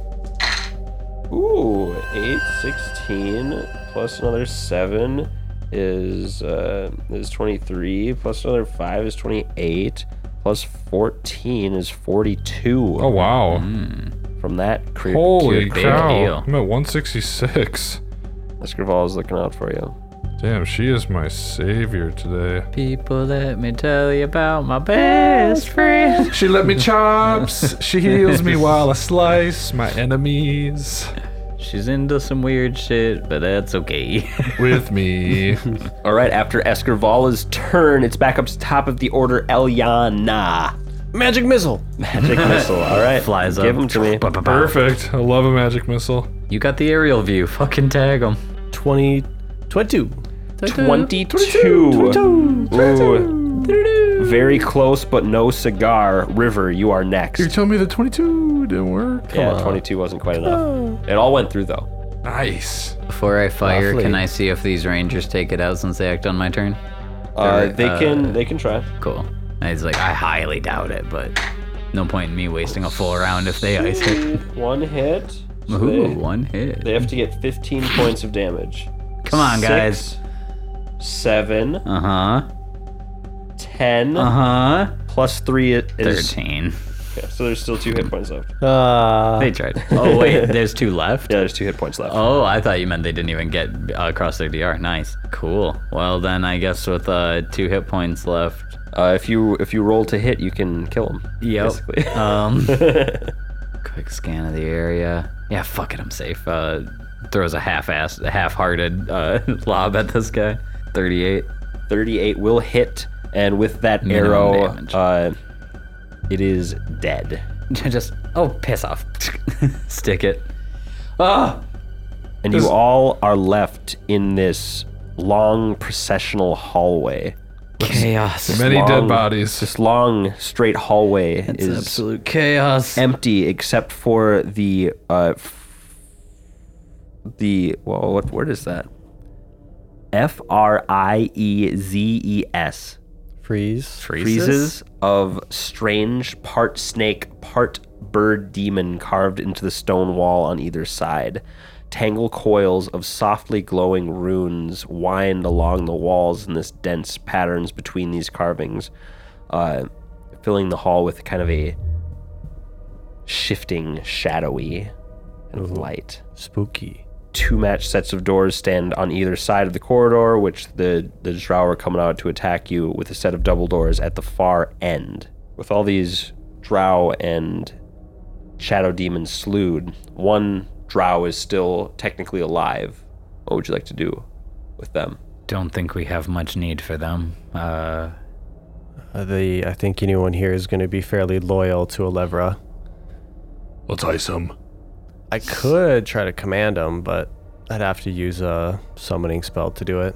Speaker 1: Ooh, 8, 16, plus another 7 is uh, is 23, plus another 5 is 28, plus 14 is 42
Speaker 2: Oh wow!
Speaker 1: from that crit.
Speaker 2: Holy
Speaker 3: big
Speaker 2: cow!
Speaker 3: Mm-hmm. deal.
Speaker 2: I'm at 166.
Speaker 1: Escrival is looking out for you.
Speaker 2: Damn, she is my savior today.
Speaker 3: People, let me tell you about my best friend.
Speaker 2: She let me chops. she heals me while I slice my enemies
Speaker 3: She's into some weird shit, but that's okay.
Speaker 2: with me.
Speaker 1: All right, after Escrivala's turn, it's back up to top of the order Eliana.
Speaker 4: Magic missile.
Speaker 1: Magic missile. All right.
Speaker 3: Flies
Speaker 1: Give
Speaker 3: up.
Speaker 1: them to me.
Speaker 2: Perfect. I love a magic missile.
Speaker 3: you got the aerial view. Fucking tag them.
Speaker 4: 20, 22.
Speaker 1: 22. Ooh. Very close, but no cigar. River, you are next.
Speaker 2: You tell me the 22 didn't work.
Speaker 1: yeah, 22 wasn't quite enough. It all went through though.
Speaker 2: Nice.
Speaker 3: Before I fire,
Speaker 4: Roughly.
Speaker 3: can I see if these rangers take it out since they act on my turn?
Speaker 1: Uh, they
Speaker 3: uh,
Speaker 1: can they can try.
Speaker 3: Cool. I was like, I highly doubt it, but no point in me wasting a full round if they ice it.
Speaker 1: One hit. so
Speaker 3: Ooh,
Speaker 1: they,
Speaker 3: one
Speaker 1: they
Speaker 3: hit.
Speaker 1: have to get 15 points of damage.
Speaker 3: Come on, guys.
Speaker 1: Six, seven,
Speaker 3: Uh huh.
Speaker 1: 10,
Speaker 3: Uh huh.
Speaker 1: plus three i- is.
Speaker 3: Thirteen.
Speaker 1: Okay, so there's still two hit points left.
Speaker 4: Uh,
Speaker 3: They tried. Oh wait, there's two left.
Speaker 1: Yeah, there's two hit points left.
Speaker 3: Oh, I thought you meant they didn't even get uh, across their DR. Nice. Cool. Well then, I guess with uh, two hit points left.
Speaker 1: Uh, if you if you roll to hit, you can kill him.
Speaker 3: Yep.
Speaker 1: Basically.
Speaker 3: Um. quick scan of the area. Yeah, fuck it, I'm safe. Uh, throws a half-assed, half-hearted uh, lob at this guy. 38.
Speaker 1: 38 will hit, and with that
Speaker 3: Minimum
Speaker 1: arrow,
Speaker 3: damage.
Speaker 1: uh, it is dead.
Speaker 3: Just oh, piss off. Stick it. Ah.
Speaker 1: And you all are left in this long processional hallway
Speaker 3: Chaos.
Speaker 2: Many
Speaker 1: long-
Speaker 2: dead bodies.
Speaker 1: This long, straight hallway is
Speaker 3: absolute chaos.
Speaker 1: empty except for the uh, f- the well, what word is that? F R I E Z E S.
Speaker 4: Freeze.
Speaker 1: Freezes of strange part snake, part bird demon carved into the stone wall on either side. Tangle coils of softly glowing runes wind along the walls in this dense patterns between these carvings, uh, filling the hall with kind of a shifting, shadowy kind of light
Speaker 4: Spooky.
Speaker 1: two match sets of doors stand on either side of the corridor, which the the drow are coming out to attack you with a set of double doors at the far end. With all these drow and shadow demons slewed, one drow is still technically alive. What would you like to do with them?
Speaker 3: Don't think we have much need for them. Uh,
Speaker 4: Uh, the I think anyone here is going to be fairly loyal to Alevra.
Speaker 2: We'll tie some.
Speaker 4: I could try to command him, but I'd have to use a summoning spell to do it.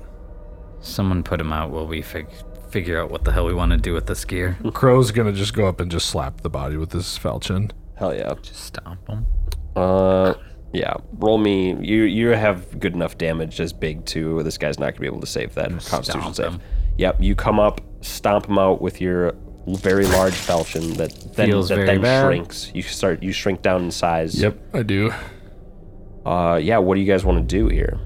Speaker 3: someone put him out while we fig- figure out what the hell we want to do with this gear.
Speaker 2: Crow's gonna just go up and just slap the body with his falchion.
Speaker 1: Hell yeah.
Speaker 3: Stomp him.
Speaker 1: Uh yeah. Roll me you you have good enough damage as big to this guy's not gonna be able to save that constitution
Speaker 3: stomp
Speaker 1: save.
Speaker 3: him.
Speaker 1: Yep, you come up, stomp him out with your very large falchion that then
Speaker 3: Feels
Speaker 1: that
Speaker 3: very
Speaker 1: then
Speaker 3: bad.
Speaker 1: shrinks. You start you shrink down in size.
Speaker 2: I do.
Speaker 1: Uh yeah, what do you guys want to do here?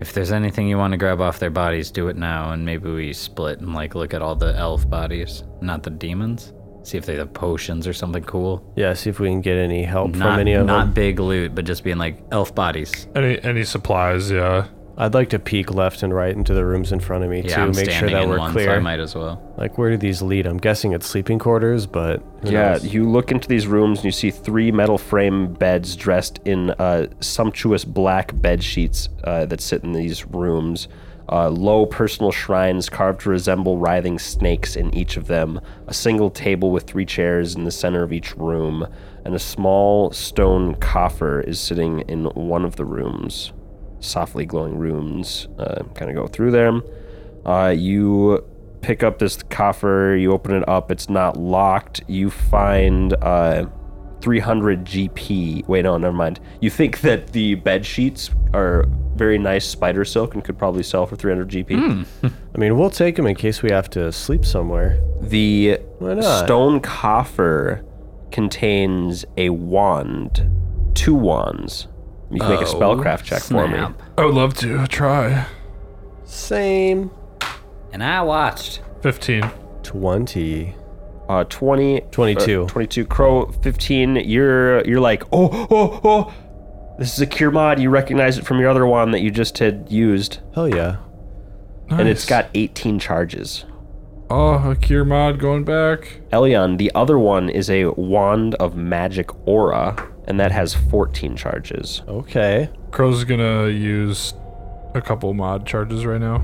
Speaker 3: If there's anything you want to grab off their bodies, do it now, and maybe we split and like look at all the elf bodies, not the demons. See if they have potions or something cool.
Speaker 4: Yeah, see if we can get any help
Speaker 3: Not,
Speaker 4: from any of
Speaker 3: not
Speaker 4: them.
Speaker 3: big loot, but just being like elf bodies.
Speaker 2: Any any supplies? Yeah.
Speaker 4: I'd like to peek left and right into the rooms in front of me
Speaker 3: Yeah,
Speaker 4: to
Speaker 3: I'm
Speaker 4: make sure
Speaker 3: standing
Speaker 4: that
Speaker 3: in
Speaker 4: we're
Speaker 3: one, so I
Speaker 4: clear.
Speaker 3: might as well.
Speaker 4: Like, where do these lead? I'm guessing it's sleeping quarters, but who
Speaker 1: Yeah,
Speaker 4: knows?
Speaker 1: you look into these rooms and you see three metal frame beds dressed in uh, sumptuous black bed sheets uh, that sit in these rooms. Uh, low personal shrines carved to resemble writhing snakes in each of them. A single table with three chairs in the center of each room, and a small stone coffer is sitting in one of the rooms. Softly glowing rooms. Uh, kind of go through there. Uh, you pick up this coffer, you open it up, it's not locked. You find uh, 300 GP. Wait, no, never mind. You think that the bed sheets are very nice spider silk and could probably sell for 300 GP.
Speaker 4: Hmm. I mean, we'll take them in case we have to sleep somewhere.
Speaker 1: The
Speaker 4: Why not?
Speaker 1: stone coffer contains a wand, two wands. You can make a
Speaker 4: Oh,
Speaker 1: spellcraft check for me.
Speaker 3: Snap.
Speaker 2: I would love to try.
Speaker 4: Same.
Speaker 3: And I watched.
Speaker 2: Fifteen.
Speaker 4: 20.
Speaker 1: Uh, 20,
Speaker 4: 22.
Speaker 1: uh, 22. Crow, 15. You're you're like, oh, oh, oh. This is a cure mod. You recognize it from your other one that you just had used,
Speaker 4: Hell yeah.
Speaker 1: and it's
Speaker 2: Nice.
Speaker 1: got 18 charges.
Speaker 2: Oh, a cure mod going back.
Speaker 1: Elion, the other one is a wand of magic aura, and that has 14 charges.
Speaker 4: Okay.
Speaker 2: Crow's gonna use a couple mod charges right now.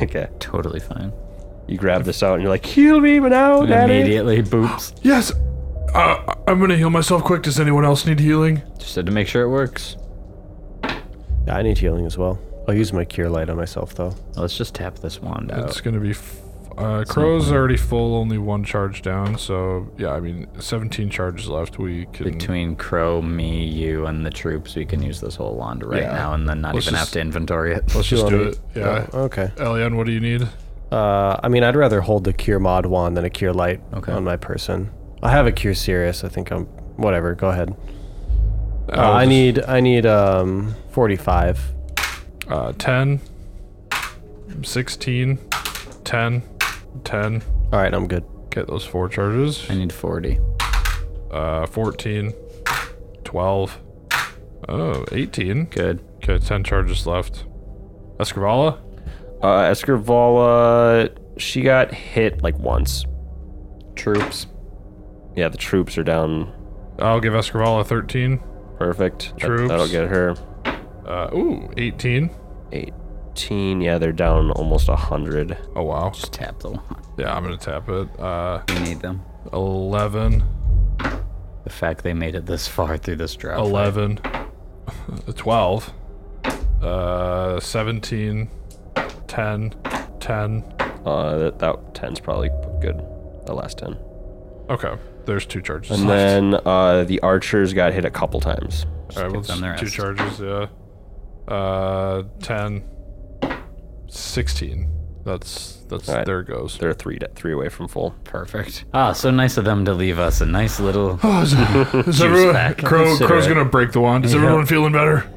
Speaker 1: okay.
Speaker 3: Totally fine.
Speaker 1: You grab this out, and you're like, heal me now, daddy.
Speaker 3: Immediately boops.
Speaker 2: Yes. Uh, I'm gonna heal myself quick. Does anyone else need healing?
Speaker 3: Just had to make sure it works.
Speaker 4: Yeah, I need healing as well. I'll use my cure light on myself, though.
Speaker 3: Let's just tap this wand
Speaker 4: Oh.
Speaker 3: out.
Speaker 2: It's gonna be. F- uh, Crow's already full, only one charge down. So yeah, I mean, 17 charges left. We can.
Speaker 3: Between Crow, me, you, and the troops, we can use this whole wand right
Speaker 2: Yeah.
Speaker 3: now, and then not
Speaker 2: Let's
Speaker 3: even
Speaker 2: just-
Speaker 3: have to inventory it.
Speaker 2: Let's just
Speaker 4: want
Speaker 2: do
Speaker 4: me-
Speaker 2: it. Yeah.
Speaker 4: Oh, okay.
Speaker 2: Elion, what do you need?
Speaker 4: Uh, I mean, I'd rather hold the cure mod wand than a cure light
Speaker 3: Okay.
Speaker 4: on my person. I have a cure serious. I think I'm. Whatever. Go ahead. Uh,
Speaker 2: I'll
Speaker 4: I
Speaker 2: just-
Speaker 4: need. I need um 45.
Speaker 2: Uh, 10, 16, 10, 10.
Speaker 4: All right, I'm good.
Speaker 2: Get those four charges.
Speaker 3: I need 40.
Speaker 2: Uh, 14, 12, oh, 18.
Speaker 3: Good.
Speaker 2: Okay, 10 charges left. Escavala?
Speaker 1: Uh, Escrivala, she got hit like once.
Speaker 3: Troops.
Speaker 1: Yeah, the troops are down.
Speaker 2: I'll give Escavala 13.
Speaker 1: Perfect. That-
Speaker 2: Troops.
Speaker 1: that'll get her.
Speaker 2: Uh, ooh, 18.
Speaker 1: 18. Yeah, they're down almost 100.
Speaker 2: Oh, wow.
Speaker 3: Just tap the wand.
Speaker 2: Yeah, I'm going to tap it. Uh,
Speaker 3: We need them.
Speaker 2: 11,
Speaker 3: The fact they made it this far through this drought.
Speaker 2: 11, 12, uh, 17, 10, 10,
Speaker 1: Uh, that, that 10's probably good. The last 10.
Speaker 2: Okay. There's two charges.
Speaker 1: And then uh, the archers got hit a couple times.
Speaker 2: All right, well,
Speaker 3: Get them their
Speaker 2: just two
Speaker 3: ass.
Speaker 2: charges, yeah. Uh, 10, 16. That's, that's,
Speaker 1: right.
Speaker 2: there it goes.
Speaker 1: They're three to, three away from full.
Speaker 3: Perfect. Ah, so nice of them to leave us a nice little.
Speaker 2: Oh, is, is everyone,
Speaker 3: back.
Speaker 2: Crow,
Speaker 3: Consider
Speaker 2: Crow's
Speaker 3: it.
Speaker 2: gonna break the wand. Is
Speaker 3: Yeah.
Speaker 2: everyone feeling better?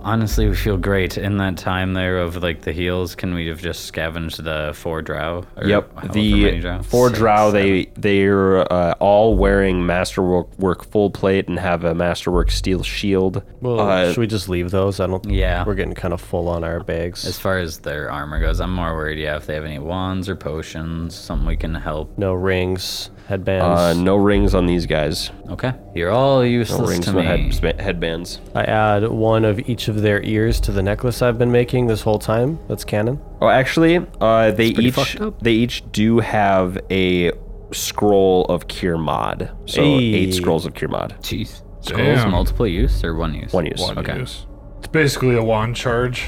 Speaker 3: Honestly, we feel great in that time there of like the heels. Can we have just scavenged the four drow? Or however
Speaker 1: Yep.
Speaker 3: many
Speaker 1: The four
Speaker 3: Six,
Speaker 1: drow,
Speaker 3: seven.
Speaker 1: they they're uh, all wearing masterwork work full plate and have a masterwork steel shield.
Speaker 4: Well,
Speaker 1: Uh,
Speaker 4: should we just leave those? I don't.
Speaker 3: Yeah.
Speaker 4: We're getting kind of full on our bags.
Speaker 3: As far as their armor goes, I'm more worried. Yeah, if they have any wands or potions, something we can help.
Speaker 4: no rings,
Speaker 1: uh,
Speaker 4: headbands.
Speaker 1: no rings on these guys.
Speaker 3: Okay, you're all
Speaker 1: No
Speaker 3: useless
Speaker 1: rings,
Speaker 3: to
Speaker 1: no
Speaker 3: me.
Speaker 1: head, sp- headbands.
Speaker 4: I add one of each of their ears to the necklace I've been making this whole time. That's canon.
Speaker 1: Oh, actually, uh, they each
Speaker 3: fucked up.
Speaker 1: they each do have a scroll of cure mod. So
Speaker 4: Hey.
Speaker 1: eight scrolls of cure mod.
Speaker 3: Jeez. Scrolls
Speaker 2: Damn.
Speaker 3: multiple use or one use?
Speaker 1: One use.
Speaker 2: One
Speaker 3: Okay.
Speaker 2: use. It's basically a wand charge,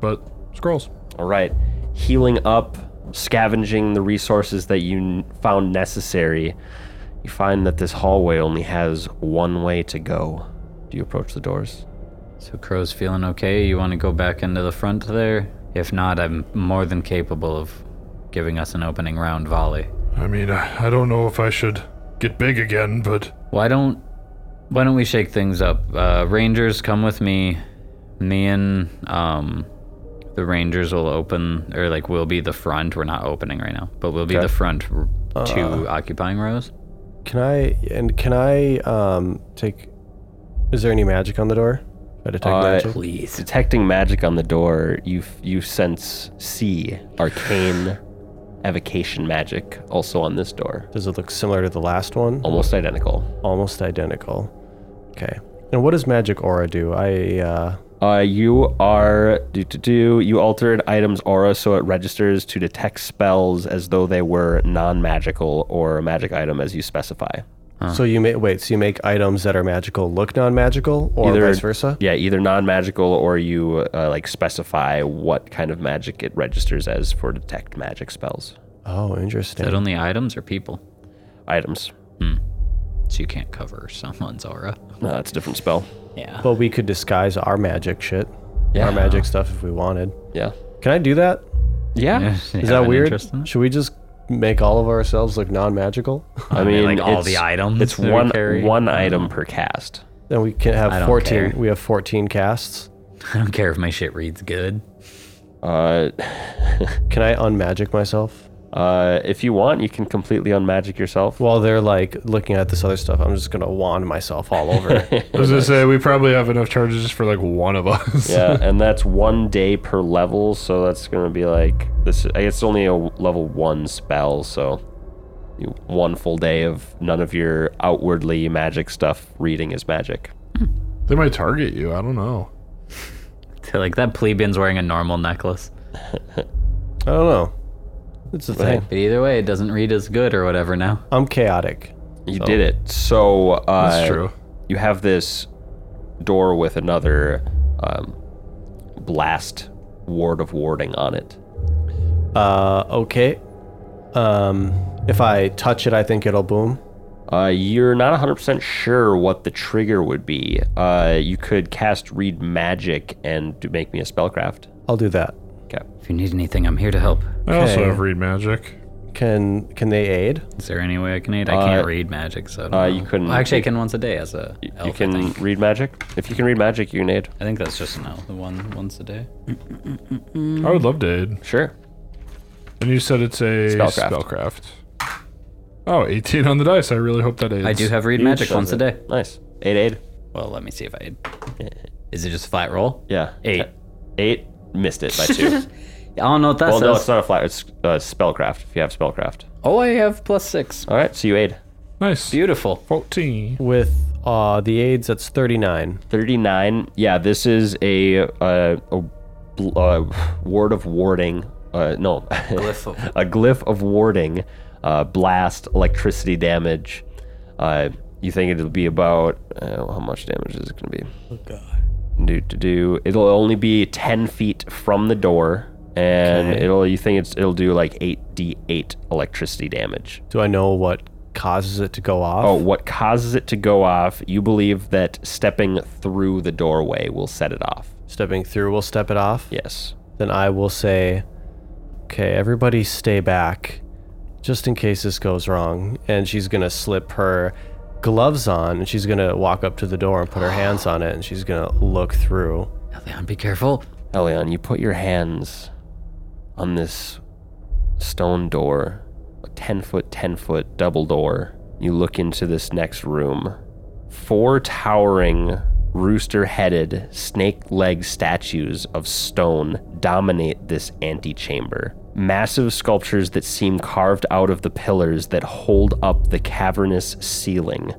Speaker 2: but scrolls.
Speaker 1: All right, healing up, scavenging the resources that you n- found necessary. You find that this hallway only has one way to go. Do you approach the doors?
Speaker 3: So Crow's feeling okay. You want to go back into the front there? If not, I'm more than capable of giving us an opening round volley.
Speaker 2: I mean, I, I don't know if I should get big again, but
Speaker 3: Why don't Why don't we shake things up? Uh, Rangers, come with me. Me and um, the Rangers will open, or like we'll be the front. We're not opening right now, but we'll be the front r-
Speaker 1: Uh,
Speaker 3: two occupying rows.
Speaker 4: Can I and can I um take? Is there any magic on the door? I detect
Speaker 1: Uh,
Speaker 4: magic.
Speaker 3: Please.
Speaker 1: Detecting magic on the door, you f- you sense C arcane evocation magic also on this door,
Speaker 4: Does it look similar to the last one?
Speaker 1: almost identical.
Speaker 4: Almost identical. Okay. And what does magic aura do? I uh,
Speaker 1: Uh, you are do to do. You alter an item's aura so it registers to detect spells as though they were non-magical or a magic item, as you specify.
Speaker 4: so you make wait. So you make items that are magical look non-magical, or vice versa.
Speaker 1: Yeah, either non-magical or you uh, like specify what kind of magic it registers as for detect magic spells
Speaker 4: Oh, interesting.
Speaker 3: Is that only items or people?
Speaker 1: items.
Speaker 3: So you can't cover someone's aura.
Speaker 1: No, that's a different spell.
Speaker 3: Yeah.
Speaker 4: Well, we could disguise our magic shit, our magic stuff if we wanted.
Speaker 1: Yeah.
Speaker 4: Can I do that?
Speaker 1: Yeah.
Speaker 3: Is
Speaker 4: Is that weird? Should we just make all of ourselves look non-magical?
Speaker 1: I
Speaker 3: mean,
Speaker 1: mean,
Speaker 3: like, all
Speaker 1: it's-
Speaker 3: the items
Speaker 1: It's
Speaker 3: that we
Speaker 1: one
Speaker 3: carry? Mm-hmm.
Speaker 1: one item per cast.
Speaker 4: then we can
Speaker 3: I
Speaker 4: have
Speaker 3: don't
Speaker 4: 14.
Speaker 3: care.
Speaker 4: We have 14 casts.
Speaker 3: I don't care if my shit reads good.
Speaker 1: Uh,
Speaker 4: Can I unmagic myself?
Speaker 1: uh, if you want, you can completely unmagic yourself.
Speaker 4: While they're like looking at this other stuff, I'm just gonna wand myself all over.
Speaker 2: I was gonna say we probably have enough charges just for like one of us.
Speaker 1: yeah, and that's one day per level, so that's gonna be like this. I guess it's only a level one spell, so you, one full day of none of your outwardly magic stuff reading is magic.
Speaker 2: They might target you. I don't know.
Speaker 3: Like that plebeian's wearing a normal necklace.
Speaker 4: I don't know. It's the thing.
Speaker 3: But either way, it doesn't read as good or whatever now.
Speaker 4: I'm chaotic.
Speaker 1: You did it. So uh,
Speaker 2: That's true.
Speaker 1: You have this door with another um, blast ward of warding on it.
Speaker 4: Uh, okay. Um, if I touch it, I think it'll boom.
Speaker 1: Uh, you're not 100% sure what the trigger would be. Uh, you could cast Read Magic and do, make me a spellcraft.
Speaker 4: I'll do that.
Speaker 1: Okay.
Speaker 3: If you need anything, I'm here to help.
Speaker 2: I also
Speaker 4: Okay.
Speaker 2: have read magic.
Speaker 4: Can can they aid?
Speaker 3: Is there any way I can aid? I can't read magic, so. I don't
Speaker 1: uh,
Speaker 3: know.
Speaker 1: you couldn't-
Speaker 3: Well, actually, I can once a day as a. Elf,
Speaker 1: you
Speaker 3: I
Speaker 1: can
Speaker 3: think.
Speaker 1: read magic? If you can read magic, you can aid.
Speaker 3: I think that's just an elf. The one once a day.
Speaker 2: I would love to aid.
Speaker 1: Sure.
Speaker 2: And you said it's a
Speaker 1: Spellcraft.
Speaker 2: spellcraft. Oh, 18 on the dice. I really hope that aids.
Speaker 3: I do have read magic once a day.
Speaker 1: Nice. Eight aid?
Speaker 3: Well, let me see if I aid. Is it just a flat roll?
Speaker 1: Yeah. Uh,
Speaker 3: Eight.
Speaker 1: Eight? Missed it by two.
Speaker 3: I don't know what that
Speaker 1: well, no,
Speaker 3: says.
Speaker 1: it's not a flat. It's uh, spellcraft, if you have spellcraft.
Speaker 3: oh, I have plus six.
Speaker 1: All right, so you aid.
Speaker 2: Nice.
Speaker 3: Beautiful.
Speaker 2: 14.
Speaker 4: With uh, the aids, that's 39.
Speaker 1: 39 yeah this is a uh, a, bl- uh ward of warding uh no
Speaker 3: Glyph of-
Speaker 1: a glyph of warding uh blast electricity damage uh you think it'll be about uh, how much damage is it gonna be oh god do to do it'll only be 10 feet from the door and
Speaker 3: Okay.
Speaker 1: it'll you think it's it'll do like 8d8 electricity damage.
Speaker 4: Do I know what causes it to go off?
Speaker 1: Oh, what causes it to go off? You believe that stepping through the doorway will set it off.
Speaker 4: Stepping through will step it off.
Speaker 1: Yes.
Speaker 4: Then I will say, okay, everybody stay back just in case this goes wrong. And she's going to slip her gloves on and she's going to walk up to the door and put her hands on it and she's going to look through.
Speaker 3: Leon, be careful.
Speaker 1: Elion, you put your hands on this stone door, a 10 foot, 10 foot double door. You look into this next room. Four towering, rooster headed, snake leg statues of stone dominate this antechamber. Massive sculptures that seem carved out of the pillars that hold up the cavernous ceiling.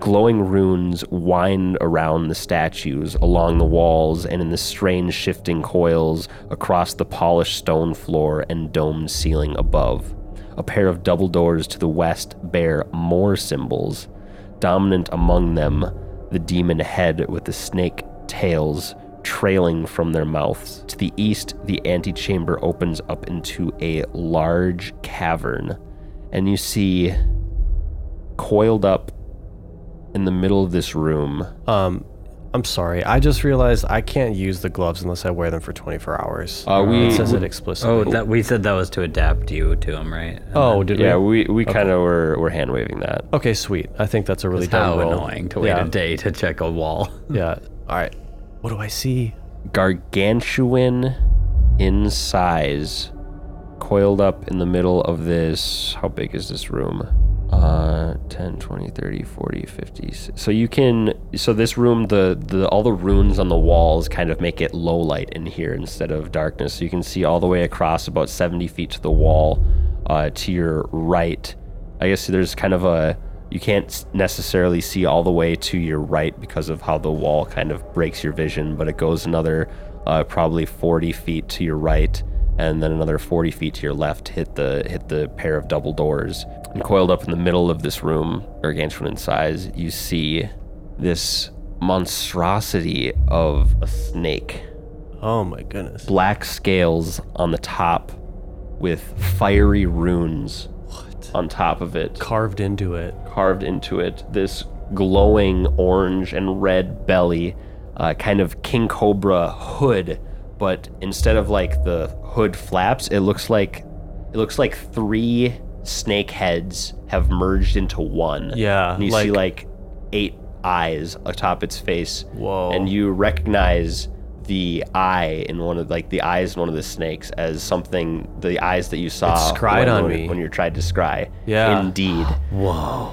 Speaker 1: Glowing runes wind around the statues, along the walls, and in the strange shifting coils across the polished stone floor and domed ceiling above. A pair of double doors to the west bear more symbols, dominant among them the demon head with the snake tails trailing from their mouths. To the east, the antechamber opens up into a large cavern, and you see coiled up in the middle of this room.
Speaker 4: Um, I'm sorry. I just realized I can't use the gloves unless I wear them for 24 hours.
Speaker 1: Uh, we-
Speaker 4: it says it explicitly.
Speaker 3: Oh, that we said that was to adapt you to him, right? And
Speaker 4: Oh, did
Speaker 1: Yeah,
Speaker 4: we?
Speaker 1: we, we kind of were, were hand waving that.
Speaker 4: Okay, sweet. I think that's a really
Speaker 3: that's how
Speaker 4: dumb roll.
Speaker 3: annoying to wait
Speaker 4: yeah.
Speaker 3: a day to check a wall.
Speaker 4: Yeah. All right. What do I see?
Speaker 1: Gargantuan in size, coiled up in the middle of this. How big is this room? Uh, 10, 20, 30, 40, 50. s- So you can. So this room, the, the all the runes on the walls kind of make it low light in here instead of darkness. So you can see all the way across about 70 feet to the wall. Uh, to your right, I guess there's kind of a you can't s- necessarily see all the way to your right because of how the wall kind of breaks your vision, but it goes another uh, probably 40 feet to your right, and then another 40 feet to your left. Hit the hit the pair of double doors, and coiled up in the middle of this room, gargantuan in size, you see this monstrosity of a snake
Speaker 4: Oh my goodness.
Speaker 1: black scales on the top with fiery runes on top of it
Speaker 4: Carved into it.
Speaker 1: carved into it this glowing orange and red belly uh, kind of king cobra hood but instead of like the hood flaps it looks like it looks like three snake heads have merged into one
Speaker 4: Yeah,
Speaker 1: and you see
Speaker 4: Uh, like-
Speaker 1: like eight eyes atop its face
Speaker 4: Whoa.
Speaker 1: and you recognize the eye in one of like the eyes in one of the snakes as something the eyes that you saw
Speaker 4: scryed
Speaker 1: when-
Speaker 4: on
Speaker 1: when-
Speaker 4: me.
Speaker 1: when you tried to scry
Speaker 4: Yeah.
Speaker 1: indeed whoa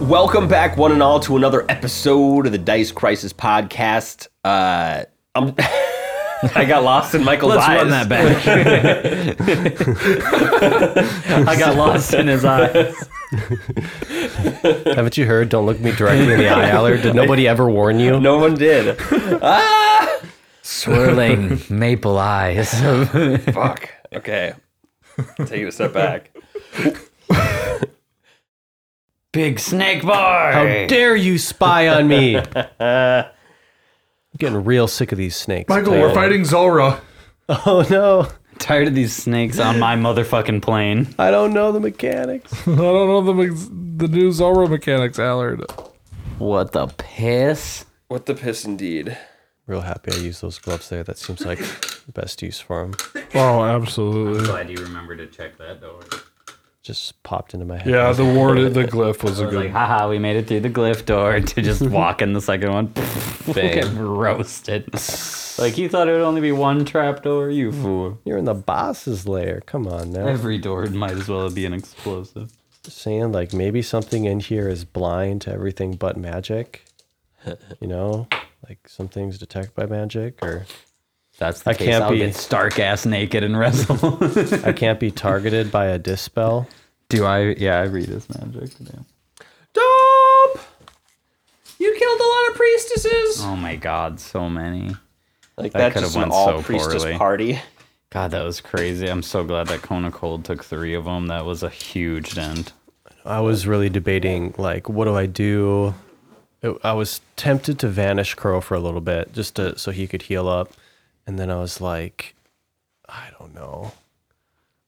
Speaker 1: Welcome back, one and all, to another episode of the Dice Crisis podcast. Uh, I'm, I got lost in Michael's
Speaker 3: Let's
Speaker 1: eyes.
Speaker 3: run that back. I got lost in his eyes.
Speaker 4: Haven't you heard? Don't look me directly in the eye, Aller. Did nobody ever warn you?
Speaker 1: No one did. Ah,
Speaker 3: Swirling maple eyes.
Speaker 1: Fuck. Okay. Take it a step back.
Speaker 3: Big snake bar.
Speaker 4: How dare you spy on me? I'm getting real sick of these snakes.
Speaker 2: Michael, we're fighting Zora.
Speaker 4: Oh no,
Speaker 5: Tired of these snakes on my motherfucking plane.
Speaker 4: I don't know the mechanics.
Speaker 2: I don't know the mex- the new Zora mechanics, Allard.
Speaker 5: What the piss?
Speaker 1: What the piss, indeed.
Speaker 4: Real happy I used those gloves there. That seems like the best use for them.
Speaker 2: Oh, absolutely.
Speaker 3: Glad you remember to check that door.
Speaker 4: Just popped into my head.
Speaker 2: Yeah, the ward, the glyph was a
Speaker 5: I was like,
Speaker 2: good.
Speaker 5: haha, we made it through the glyph door to just walk in the second one. We'll get roasted.
Speaker 3: Like you thought it would only be one trapdoor, you fool.
Speaker 4: You're in the boss's lair. Come on now.
Speaker 3: Every door might as well be an explosive.
Speaker 4: Saying like maybe something in here is blind to everything but magic. You know, like some things detect by magic, or
Speaker 3: That's the
Speaker 4: I
Speaker 3: case.
Speaker 4: can't
Speaker 3: I'll
Speaker 4: be-
Speaker 3: get stark ass naked and wrestle.
Speaker 4: I can't be targeted by a dispel.
Speaker 3: Do I? Yeah, I read this magic. Damn.
Speaker 1: Dope. You killed a lot of priestesses.
Speaker 3: Oh my god, so many.
Speaker 6: Like that's
Speaker 3: That could've
Speaker 6: just an
Speaker 3: went
Speaker 6: all
Speaker 3: so
Speaker 6: priestess
Speaker 3: poorly.
Speaker 6: party.
Speaker 3: God, that was crazy. I'm so glad that Kona Cold took three of them. That was a huge dent.
Speaker 4: I was really debating like, what do I do? It- I was tempted to vanish Crow for a little bit, just to so he could heal up, and then I was like, I don't know.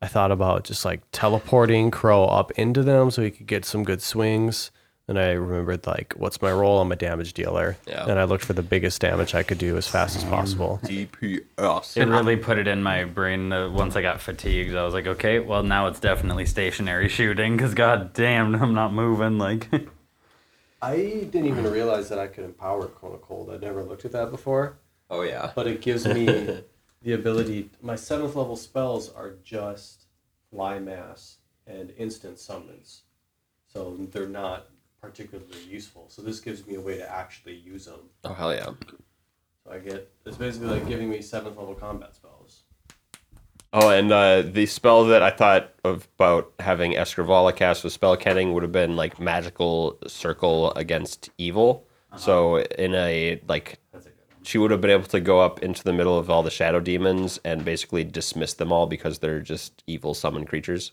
Speaker 4: I thought about just like teleporting Crow up into them so he could get some good swings. And I remembered like, what's my role? I'm a damage dealer, and I looked for the biggest damage I could do as fast as possible.
Speaker 1: DPS.
Speaker 3: It really put it in my brain uh, once I got fatigued. I was like, okay, well now it's definitely stationary shooting because god damn, I'm not moving. Like,
Speaker 4: I didn't even realize that I could empower Kona Cold. I never looked at that before.
Speaker 1: Oh yeah.
Speaker 4: but it gives me the ability. My seventh level spells are just fly mass and instant summons, so they're not particularly useful. So this gives me a way to actually use them.
Speaker 1: Oh hell yeah.
Speaker 4: So I get it's basically like giving me seventh level combat spells.
Speaker 1: Oh, and uh, the spell that I thought of about having Escrivala cast with spell canning would have been like magical circle against evil. So in a like, she would have been able to go up into the middle of all the shadow demons and basically dismiss them all because they're just evil summoned creatures.